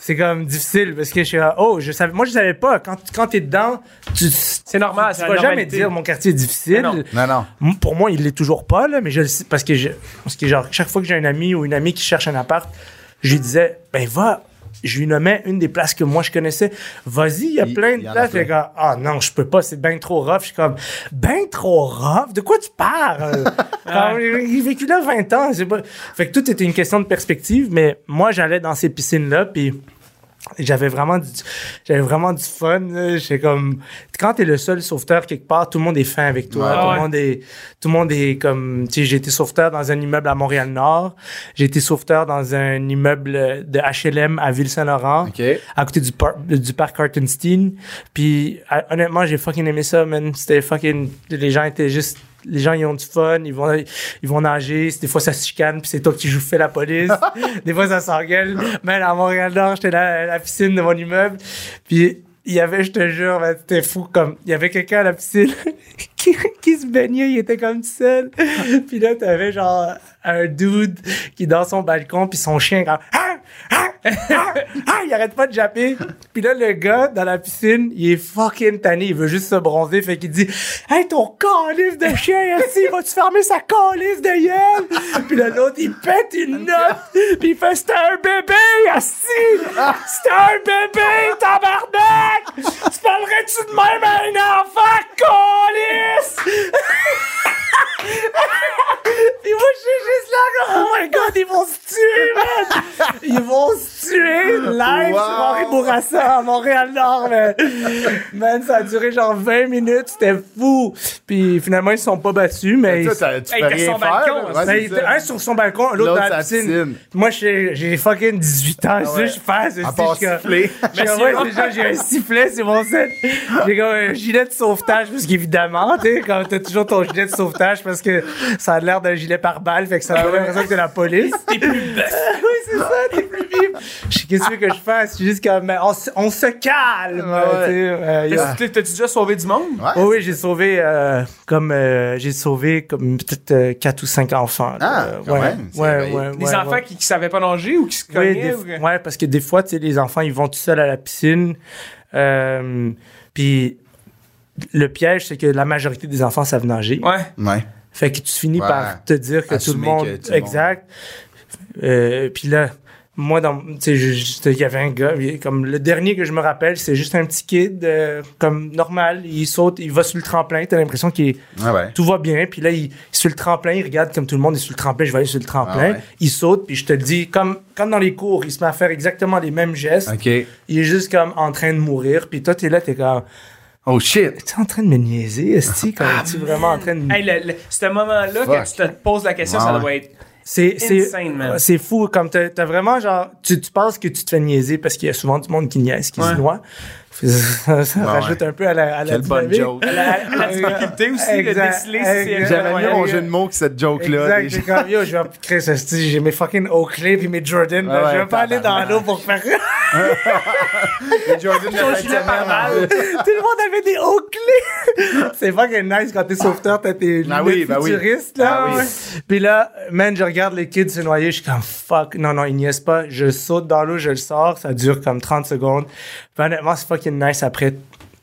Speaker 4: c'est comme difficile parce que je suis là, oh, je savais, moi, je savais pas. Quand, quand t'es dedans, tu,
Speaker 1: C'est normal,
Speaker 4: tu
Speaker 1: c'est la
Speaker 4: vas jamais
Speaker 1: normalité.
Speaker 4: dire mon quartier est difficile.
Speaker 1: Non, non.
Speaker 2: Non, non.
Speaker 4: M- Pour moi, il l'est toujours pas, là, mais je le sais parce que, je- parce que genre, chaque fois que j'ai un ami ou une amie qui cherche un appart, je lui disais, ben va, je lui nommais une des places que moi je connaissais. Vas-y, il y a
Speaker 2: Il-
Speaker 4: plein
Speaker 2: il y
Speaker 4: de
Speaker 2: en a
Speaker 4: places.
Speaker 2: plein.
Speaker 4: Les gars, ah non, je peux pas, c'est ben trop rough. Je suis comme, ben trop rough? De quoi tu parles? Comme, il a vécu là 20 ans. c'est Pas... Fait que tout était une question de perspective, mais moi, j'allais dans ces piscines-là, puis j'avais vraiment du j'avais vraiment du fun là. j'étais comme quand t'es le seul sauveteur quelque part tout le monde est fin avec toi
Speaker 2: Ouais.
Speaker 4: tout
Speaker 1: Ah ouais.
Speaker 4: le monde est tout le monde est comme tu sais j'ai été sauveteur dans un immeuble à Montréal Nord j'ai été sauveteur dans un immeuble de HLM à Ville Saint Laurent
Speaker 2: OK.
Speaker 4: à côté du, par- du parc Hartenstein puis à- honnêtement j'ai fucking aimé ça man c'était fucking les gens étaient juste les gens ils ont du fun ils vont ils vont nager des fois ça se chicane puis c'est toi qui joues fais la police des fois ça s'engueule man à Montréal Nord j'étais là à la piscine de mon immeuble puis il y avait, je te jure, man, c'était fou, comme, il y avait quelqu'un à la piscine qui, qui se baignait, il était comme tout seul. Puis là, t'avais genre un dude qui est dans son balcon, puis son chien, comme, ah, ah, ah, ah, il arrête pas de japper. Puis là, le gars, dans la piscine, il est fucking tanné, il veut juste se bronzer, fait qu'il dit, hey, ton calife de chien, ici, vas-tu fermer sa calife de gueule? Puis là, l'autre, il pète une note, puis il fait, c'était un bébé, assis! C'était un bébé, tabarnak! Tu parlerais-tu de même à un enfant, calice? Et moi, je suis juste là, comme, oh my god, ils vont se tuer, man! Ils vont se tuer live sur
Speaker 2: Wow.
Speaker 4: Henri Bourassa à Montréal-Nord, man. Man, ça a duré genre 20 minutes, c'était fou. Puis finalement, ils se sont pas battus, mais.
Speaker 2: Toi, t'as- tu
Speaker 1: Hey,
Speaker 2: peux
Speaker 1: t'as
Speaker 2: rien
Speaker 1: son
Speaker 2: faire.
Speaker 1: balcon,
Speaker 2: là. Ouais,
Speaker 4: hein. Mais
Speaker 2: c'est
Speaker 4: il
Speaker 2: ça.
Speaker 4: était un sur son balcon, l'autre
Speaker 2: L'autre
Speaker 4: dans la
Speaker 2: sur la
Speaker 4: piscine.
Speaker 2: piscine.
Speaker 4: Moi, j'ai j'ai fucking 18 ans.
Speaker 2: ouais.
Speaker 4: Je suis fan, c'est
Speaker 2: À part siffler.
Speaker 4: Mais ouais, déjà, j'ai un sifflet, c'est mon set. J'ai comme un gilet de sauvetage, parce qu'évidemment, tu sais, quand t'as toujours ton gilet de sauvetage, parce que ça a l'air d'un gilet par balle, fait que
Speaker 2: Ah
Speaker 4: ça a l'impression que t'es la police. T'es plus oui, c'est ça, t'es plus vif. Je sais, qu'est-ce que tu veux que je fasse? Je suis juste comme, on, se- on se calme,
Speaker 2: Ah ouais.
Speaker 4: tu sais. euh, y a-
Speaker 1: T'as- T'as-tu déjà sauvé du monde?
Speaker 2: Ouais.
Speaker 4: Oh oui, j'ai sauvé euh, comme euh, j'ai sauvé comme peut-être 4 ou 5 enfants. là.
Speaker 2: Ah,
Speaker 4: Euh,
Speaker 2: quand
Speaker 4: ouais,
Speaker 2: même, c'est
Speaker 4: ouais,
Speaker 2: vrai.
Speaker 4: ouais,
Speaker 1: Des
Speaker 4: ouais,
Speaker 1: enfants
Speaker 4: ouais.
Speaker 1: Qui, qui savaient pas nager ou qui se
Speaker 4: Oui,
Speaker 1: cognaient?
Speaker 4: des-
Speaker 1: ou que-
Speaker 4: ouais, parce que des fois, tu sais, les enfants, ils vont tout seuls à la piscine. Euh, puis le piège, c'est que la majorité des enfants savent nager.
Speaker 1: Ouais.
Speaker 2: Ouais.
Speaker 4: Fait que tu finis
Speaker 2: Ouais.
Speaker 4: par te dire que tout le
Speaker 2: Assumer
Speaker 4: monde.
Speaker 2: que tout le monde-
Speaker 4: exact. Euh, puis là, moi, dans, tu sais, je- je- il y avait un gars, il- comme le dernier que je me rappelle, c'est juste un petit kid, euh, comme normal. Il saute, il va sur le tremplin. T'as l'impression qu'il est
Speaker 2: Ah ouais.
Speaker 4: tout va bien. Puis là, il, il est sur le tremplin, il regarde comme tout le monde est sur le tremplin, je vais aller sur le tremplin.
Speaker 2: Ah ouais.
Speaker 4: Il saute, puis je te le dis, comme, comme dans les cours, il se met à faire exactement les mêmes gestes.
Speaker 2: OK.
Speaker 4: Il est juste comme en train de mourir. Puis toi, t'es là, t'es comme,
Speaker 2: Oh shit.
Speaker 4: t'es en train de me niaiser, Esti, comme tu vraiment en train de.
Speaker 1: Hey, le- le- ce moment-là,
Speaker 2: Fuck.
Speaker 1: que tu te poses la question, ça
Speaker 2: Ouais.
Speaker 1: doit être
Speaker 4: C'est, c'est,
Speaker 1: Insane, man.
Speaker 4: c'est fou. Comme t'as, t'as vraiment genre, tu, tu penses que tu te fais niaiser parce qu'il y a souvent du monde qui niaise, qui
Speaker 1: Ouais.
Speaker 4: se noie. Ça, ça
Speaker 2: Ouais,
Speaker 4: rajoute un peu à la, à la
Speaker 2: Quelle bonne
Speaker 4: dynamique.
Speaker 2: joke.
Speaker 1: La, la difficulté aussi
Speaker 4: Exact.
Speaker 1: de déceler si c'est
Speaker 4: Exact.
Speaker 2: J'aimais mieux
Speaker 4: Ouais,
Speaker 2: mon
Speaker 4: ouais.
Speaker 2: jeu de mots que cette joke-là.
Speaker 4: Exact, j'ai comme yo, je vais créer ce style, j'ai mes fucking Oakley puis mes Jordan,
Speaker 2: Ouais,
Speaker 4: ben, je vais
Speaker 2: ouais,
Speaker 4: pas aller dans
Speaker 2: tabarnak.
Speaker 4: l'eau pour faire ça.
Speaker 2: Les Jordan de
Speaker 1: Ton
Speaker 2: fin de
Speaker 1: gilet pare-balles.
Speaker 2: semaine.
Speaker 4: Tout le monde avait des Oakley. c'est fucking nice quand t'es sauveteur, t'as tes
Speaker 2: Ben
Speaker 4: lunettes
Speaker 2: oui, ben oui.
Speaker 4: futuristes, là.
Speaker 2: Ben oui.
Speaker 4: ouais. Puis là, man, je regarde les kids se noyer, je suis comme fuck, non, non, ils niaisent pas. Je saute dans l'eau, je le sors, ça dure comme 30 secondes. Puis honnêtement, c'est fucking nice après.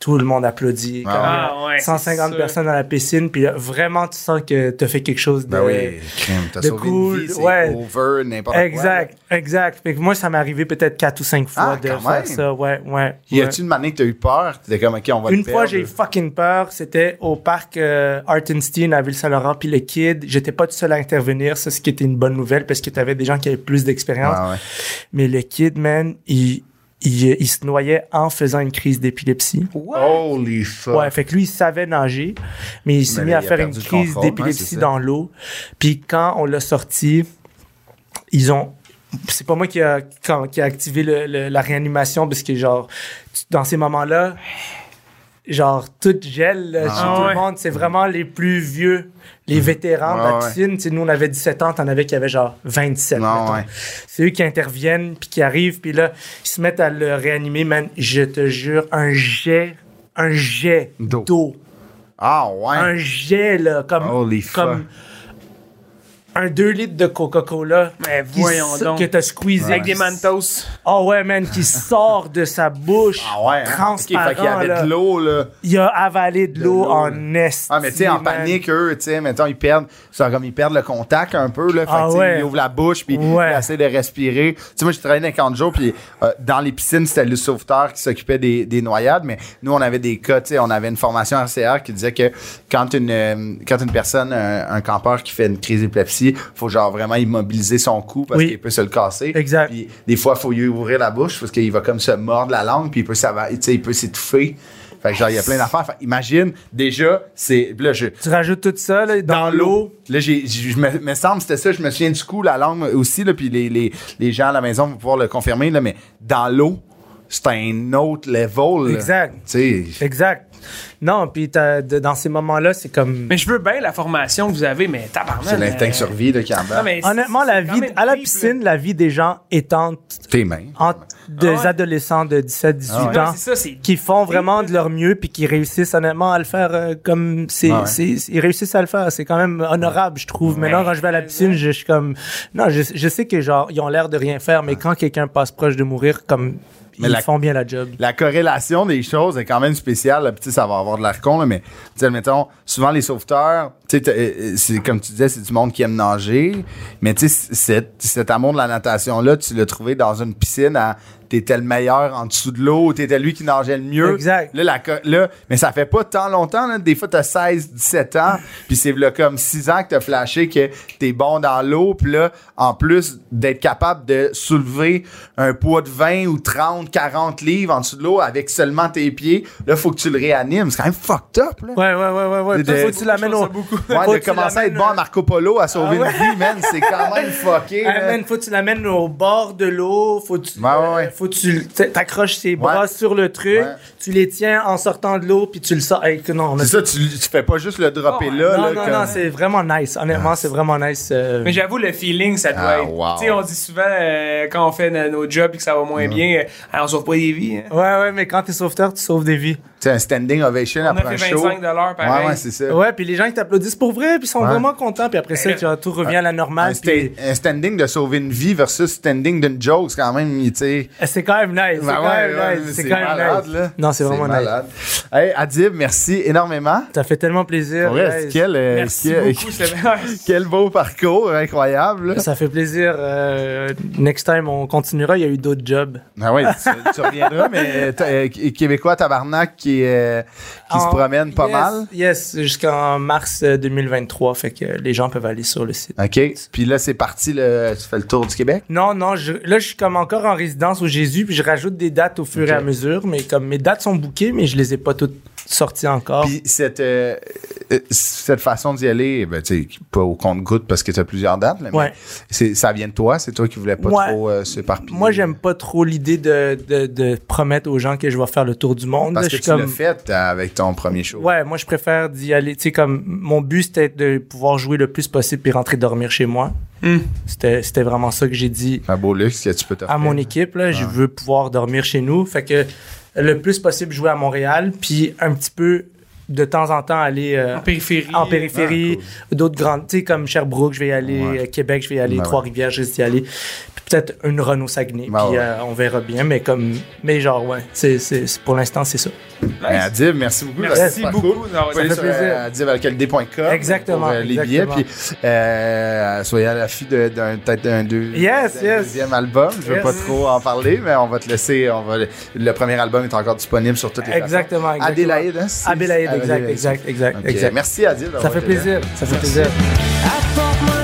Speaker 4: Tout le monde applaudit.
Speaker 2: Ah
Speaker 4: comme,
Speaker 1: ouais.
Speaker 4: euh,
Speaker 1: Ah ouais, c'est
Speaker 4: 150
Speaker 1: sûr.
Speaker 4: personnes dans la piscine. Puis là, vraiment, tu sens que t'as fait quelque chose de,
Speaker 2: Ben oui, crime, t'as
Speaker 4: de
Speaker 2: sauvé
Speaker 4: cool,
Speaker 2: une vie, c'est
Speaker 4: ouais.
Speaker 2: over, n'importe quoi.
Speaker 4: Exact, exact. Fait que moi, ça m'est arrivé peut-être quatre ou cinq fois
Speaker 2: Ah,
Speaker 4: de
Speaker 2: quand
Speaker 4: faire
Speaker 2: même.
Speaker 4: ça. Ouais, ouais.
Speaker 2: Y
Speaker 4: ouais.
Speaker 2: a-tu une année que t'as eu peur? T'étais comme, OK, on va
Speaker 4: Une
Speaker 2: le
Speaker 4: fois,
Speaker 2: perdre.
Speaker 4: j'ai eu fucking peur. C'était au parc euh, Artenstein à Ville-Saint-Laurent, puis le kid. J'étais pas tout seul à intervenir, ça, ce qui était une bonne nouvelle, parce que t'avais des gens qui avaient plus d'expérience.
Speaker 2: Ah ouais.
Speaker 4: Mais le kid, man, il, il, il se noyait en faisant une crise d'épilepsie.
Speaker 2: Oh, Holy fuck.
Speaker 4: Ouais, fait que lui, il savait nager, mais il s'est
Speaker 2: Mais
Speaker 4: mis
Speaker 2: là,
Speaker 4: à
Speaker 2: il a
Speaker 4: faire une
Speaker 2: perdu le
Speaker 4: crise
Speaker 2: contrôle, hein,
Speaker 4: d'épilepsie
Speaker 2: c'est ça.
Speaker 4: dans l'eau. Puis quand on l'a sorti, ils ont. C'est pas moi qui a, quand- qui a activé le- le- la réanimation, parce que, genre, tu- dans ces moments-là, genre, tout gèle là,
Speaker 2: Ah
Speaker 4: chez tout
Speaker 1: ouais.
Speaker 4: le monde. C'est vraiment les plus vieux, les vétérans de
Speaker 2: Ah
Speaker 4: la
Speaker 2: ouais.
Speaker 4: piscine. Tu sais, nous, on avait 17 ans, t'en avais qui avaient genre 27.
Speaker 2: Ah
Speaker 4: mettons.
Speaker 2: ouais.
Speaker 4: C'est eux qui interviennent, puis qui arrivent, puis là, ils se mettent à le réanimer, man. Je te jure, un jet, un jet
Speaker 2: D'eau.
Speaker 4: d'eau.
Speaker 2: Ah ouais.
Speaker 4: Un jet, là, comme.
Speaker 2: Holy fuck.
Speaker 4: comme un 2 litres de Coca-Cola.
Speaker 1: Mais
Speaker 4: qui
Speaker 1: voyons
Speaker 4: s-
Speaker 1: donc.
Speaker 4: Que t'as squeezé.
Speaker 1: Avec des Mantos.
Speaker 4: Oh ouais, man, qui sort de sa bouche.
Speaker 2: Ah ouais. hein? Ok,
Speaker 4: Transparent,
Speaker 2: fait qu'il y avait
Speaker 4: là.
Speaker 2: de l'eau, là.
Speaker 4: Il a avalé de l'eau
Speaker 2: l'eau,
Speaker 4: en est.
Speaker 2: Ah, mais tu sais, en panique, eux, tu sais, mettons, ils perdent, c'est comme ils perdent le contact un peu, là. Fait que,
Speaker 4: Ah
Speaker 2: tu sais,
Speaker 4: ouais.
Speaker 2: ils ouvrent la bouche, puis
Speaker 4: Ouais.
Speaker 2: ils essaient de respirer. Tu sais, moi, j'ai travaillé dans les camps de jour, puis euh, dans les piscines, c'était le sauveteur qui s'occupait des, des noyades, mais nous, on avait des cas, tu sais, on avait une formation RCR qui disait que quand une, euh, quand une personne, un, un campeur qui fait une crise d'épilepsie, faut genre vraiment immobiliser son cou parce
Speaker 4: Oui.
Speaker 2: qu'il peut se le casser.
Speaker 4: Exact.
Speaker 2: Puis des fois, faut lui ouvrir la bouche parce qu'il va comme se mordre la langue, puis il peut s'ava- tu sais, il peut s'étouffer. Fait que genre, il y a plein d'affaires. Fait que imagine, déjà, c'est. Là, je,
Speaker 4: Tu rajoutes tout ça, là, dans, l'eau.
Speaker 2: Là, j'ai, j'ai- je me, me semble, c'était ça, je me souviens du coup, la langue aussi, là, puis les, les, les gens à la maison vont pouvoir le confirmer, là, mais dans l'eau, c'est un autre level. là.
Speaker 4: Exact.
Speaker 2: Tu sais,
Speaker 4: Exact. Non, puis t'as- de- dans ces moments-là, c'est comme.
Speaker 1: Mais je veux bien la formation que vous avez, mais tabarnak.
Speaker 2: c'est l'instinct de
Speaker 1: euh,
Speaker 2: survie là, qui embarque.
Speaker 1: non, mais c'est-
Speaker 4: Honnêtement,
Speaker 1: c'est
Speaker 4: la
Speaker 1: quand
Speaker 4: vie,
Speaker 1: même
Speaker 4: à la
Speaker 1: deep,
Speaker 4: piscine, la vie des gens étant
Speaker 2: Tes mains.
Speaker 4: entre des
Speaker 1: Ah ouais.
Speaker 4: adolescents de 17, 18
Speaker 2: Ah ouais.
Speaker 1: là.
Speaker 4: ans
Speaker 1: Non, c'est ça, c'est
Speaker 4: qui font vraiment de leur mieux puis qui réussissent honnêtement à le faire euh, comme c'est,
Speaker 2: Ah ouais.
Speaker 4: c'est- ils réussissent à le faire c'est quand même honorable je trouve maintenant quand je vais à la piscine je, je suis comme non je, je sais que genre ils ont l'air de rien faire mais quand quelqu'un passe proche de mourir comme
Speaker 2: Mais
Speaker 4: ils
Speaker 2: la-
Speaker 4: font bien la job
Speaker 2: la corrélation des choses est quand même spéciale. là. Puis, tu sais, ça va avoir de l'air con, là, mais tu sais, mettons, souvent les sauveteurs, tu sais, t'as- euh, euh, c'est comme tu disais, c'est du monde qui aime nager, mais tu sais, c- cet, cet amour de la natation-là, tu l'as trouvé dans une piscine à t'étais le meilleur en dessous de l'eau, t'étais lui qui nageait le mieux.
Speaker 4: Exact.
Speaker 2: Là, la co- là, mais ça fait pas tant longtemps, là. des fois t'as 16, 17 ans, puis c'est là, comme 6 ans que t'as flashé que t'es bon dans l'eau, puis là, en plus d'être capable de soulever un poids de 20 ou 30, 40 livres en dessous de l'eau avec seulement tes pieds, là, faut que tu le réanimes. C'est quand même fucked up, là.
Speaker 4: ouais ouais ouais ouais ouais
Speaker 2: De-
Speaker 4: Puis
Speaker 2: de-
Speaker 4: faut que tu l'amènes au
Speaker 2: Ouais,
Speaker 4: faut
Speaker 2: de
Speaker 4: que tu
Speaker 2: commencer à être
Speaker 4: l'amènes,
Speaker 2: bon
Speaker 4: euh,
Speaker 2: à Marco Polo, à sauver
Speaker 4: Ah ouais.
Speaker 2: une vie, man, c'est quand même fucké.
Speaker 4: Ah,
Speaker 2: là.
Speaker 4: man, faut que tu l'amènes au bord de l'eau, faut que tu,
Speaker 2: Eh, Ouais, ouais, ouais.
Speaker 4: euh, faut que tu t'accroches ses bras
Speaker 2: Ouais.
Speaker 4: sur le truc,
Speaker 2: Ouais.
Speaker 4: tu les tiens en sortant de l'eau, puis tu le sors. Hey, que non, on a-
Speaker 2: C'est ça, tu, tu fais pas juste le dropper
Speaker 1: Oh,
Speaker 2: là.
Speaker 4: non,
Speaker 2: là,
Speaker 4: non,
Speaker 2: comme-
Speaker 4: non, c'est vraiment nice. Honnêtement, c'est vraiment nice. euh,
Speaker 1: Mais j'avoue, le feeling, ça doit
Speaker 2: Ah,
Speaker 1: être.
Speaker 2: wow.
Speaker 1: Tu sais, on dit souvent euh, quand on fait no- nos jobs et que ça va moins bien, euh, Ah, on sauve pas des vies. hein.
Speaker 4: Ouais, ouais, mais quand t'es sauveteur, tu sauves des vies.
Speaker 2: Tu sais, un standing ovation
Speaker 1: On a
Speaker 2: après
Speaker 1: fait
Speaker 2: un show.
Speaker 1: 25 pareil.
Speaker 2: Ouais, ouais, c'est ça.
Speaker 4: Ouais, puis les gens qui t'applaudissent pour vrai, puis ils sont
Speaker 2: Ouais.
Speaker 4: vraiment contents, puis après ça,
Speaker 1: Mais-
Speaker 4: tu vois, tout revient à la normale.
Speaker 2: un, sta-
Speaker 4: puis-
Speaker 2: un standing de sauver une vie versus standing d'une joke, c'est quand même, tu sais.
Speaker 4: eh, C'est quand même nice. c'est
Speaker 2: Ben
Speaker 4: quand
Speaker 2: ouais,
Speaker 4: même
Speaker 2: ouais,
Speaker 4: nice.
Speaker 2: mais
Speaker 4: C'est quand même
Speaker 2: malade,
Speaker 4: nice.
Speaker 2: là.
Speaker 4: Non, c'est vraiment nice.
Speaker 2: malade. Hey, Adib, merci énormément.
Speaker 4: Ça fait tellement plaisir.
Speaker 2: Pour vrai,
Speaker 4: guys.
Speaker 2: quel, euh,
Speaker 1: Merci
Speaker 2: quel,
Speaker 1: beaucoup, Sébastien.
Speaker 2: quel beau parcours, incroyable. là.
Speaker 4: Ça fait plaisir. euh, next time, on continuera. Il y a eu d'autres jobs.
Speaker 2: Ah ouais, tu, tu reviendras, mais t'as- euh, Qu- Québécois tabarnak qui, euh, qui se
Speaker 4: En-
Speaker 2: promène pas
Speaker 4: Ah, Yes,
Speaker 2: mal.
Speaker 4: Yes, jusqu'en mars euh, 2023. Fait que les gens peuvent aller sur le site.
Speaker 2: OK. Puis là, c'est parti, le, tu fais le tour du Québec.
Speaker 4: Non, non, je- là, je suis comme encore en résidence au Jésus, puis je rajoute des dates au fur
Speaker 2: Ok.
Speaker 4: et Ah. à mesure, mais comme mes dates sont bouquées, mais je les ai pas toutes sorties encore.
Speaker 2: Puis cette, euh, euh, cette façon d'y aller, ben, tu sais, pas au compte-goutte parce que tu as plusieurs dates, là, mais
Speaker 4: Ouais.
Speaker 2: c'est- ça vient de toi, c'est toi qui voulais pas
Speaker 4: Ouais.
Speaker 2: trop euh, s'éparpiller.
Speaker 4: Moi, j'aime pas trop l'idée de, de- de promettre aux gens que je vais faire le tour du monde.
Speaker 2: Parce
Speaker 4: là.
Speaker 2: que
Speaker 4: je
Speaker 2: tu
Speaker 4: suis comme-
Speaker 2: l'as fait euh, avec ton premier show.
Speaker 4: Ouais, moi, je préfère d'y aller. Tu sais, comme mon but, c'était de pouvoir jouer le plus possible puis rentrer dormir chez moi.
Speaker 1: Hmm.
Speaker 4: C'était c'était vraiment ça que j'ai dit
Speaker 2: Un beau luxe que tu peux t'offrir. Ben,
Speaker 4: à mon équipe. Là, Je veux pouvoir dormir chez nous. Fait que le plus possible jouer à Montréal, puis un petit peu de temps en temps aller euh,
Speaker 1: En périphérie.
Speaker 4: en périphérie, d'autres grandes, tu sais, comme Sherbrooke, je vais y aller,
Speaker 2: Ah, Ouais.
Speaker 4: euh, Québec, je vais y aller,
Speaker 2: Ben ouais.
Speaker 4: Trois-Rivières, je vais y aller, puis peut-être une run au Saguenay,
Speaker 2: Ben
Speaker 4: puis
Speaker 2: ouais.
Speaker 4: euh, on verra bien, mais comme, mais genre, ouais, c'est, c'est, c'est- pour l'instant, c'est ça.
Speaker 1: Nice.
Speaker 2: Ben, Adib, merci beaucoup.
Speaker 1: Merci
Speaker 2: là, c'est super
Speaker 1: beaucoup
Speaker 2: cool.
Speaker 1: d'avoir
Speaker 2: Vous allez
Speaker 4: fait
Speaker 2: sur,
Speaker 4: plaisir.
Speaker 2: euh, adibalcaldé.com
Speaker 4: Exactement,
Speaker 2: pour, euh, les billets.
Speaker 4: exactement.
Speaker 2: Puis, euh, soyez à l'affût de- d'un peut-être d'un deux-
Speaker 4: Yes,
Speaker 2: d'un
Speaker 4: yes.
Speaker 2: deuxième album. Je veux
Speaker 4: Yes.
Speaker 2: pas trop en parler, mais on va te laisser. On va, le- le premier album est encore disponible sur toutes les plateformes.
Speaker 4: Exactement, exactement.
Speaker 2: Adélaïde, hein? c'est-
Speaker 4: Adélaïde, exact,
Speaker 2: Adélaïde.
Speaker 4: exact, exact,
Speaker 2: Ok,
Speaker 4: exact.
Speaker 2: Merci Adil.
Speaker 4: Ça fait plaisir, ça fait plaisir.
Speaker 3: I thought my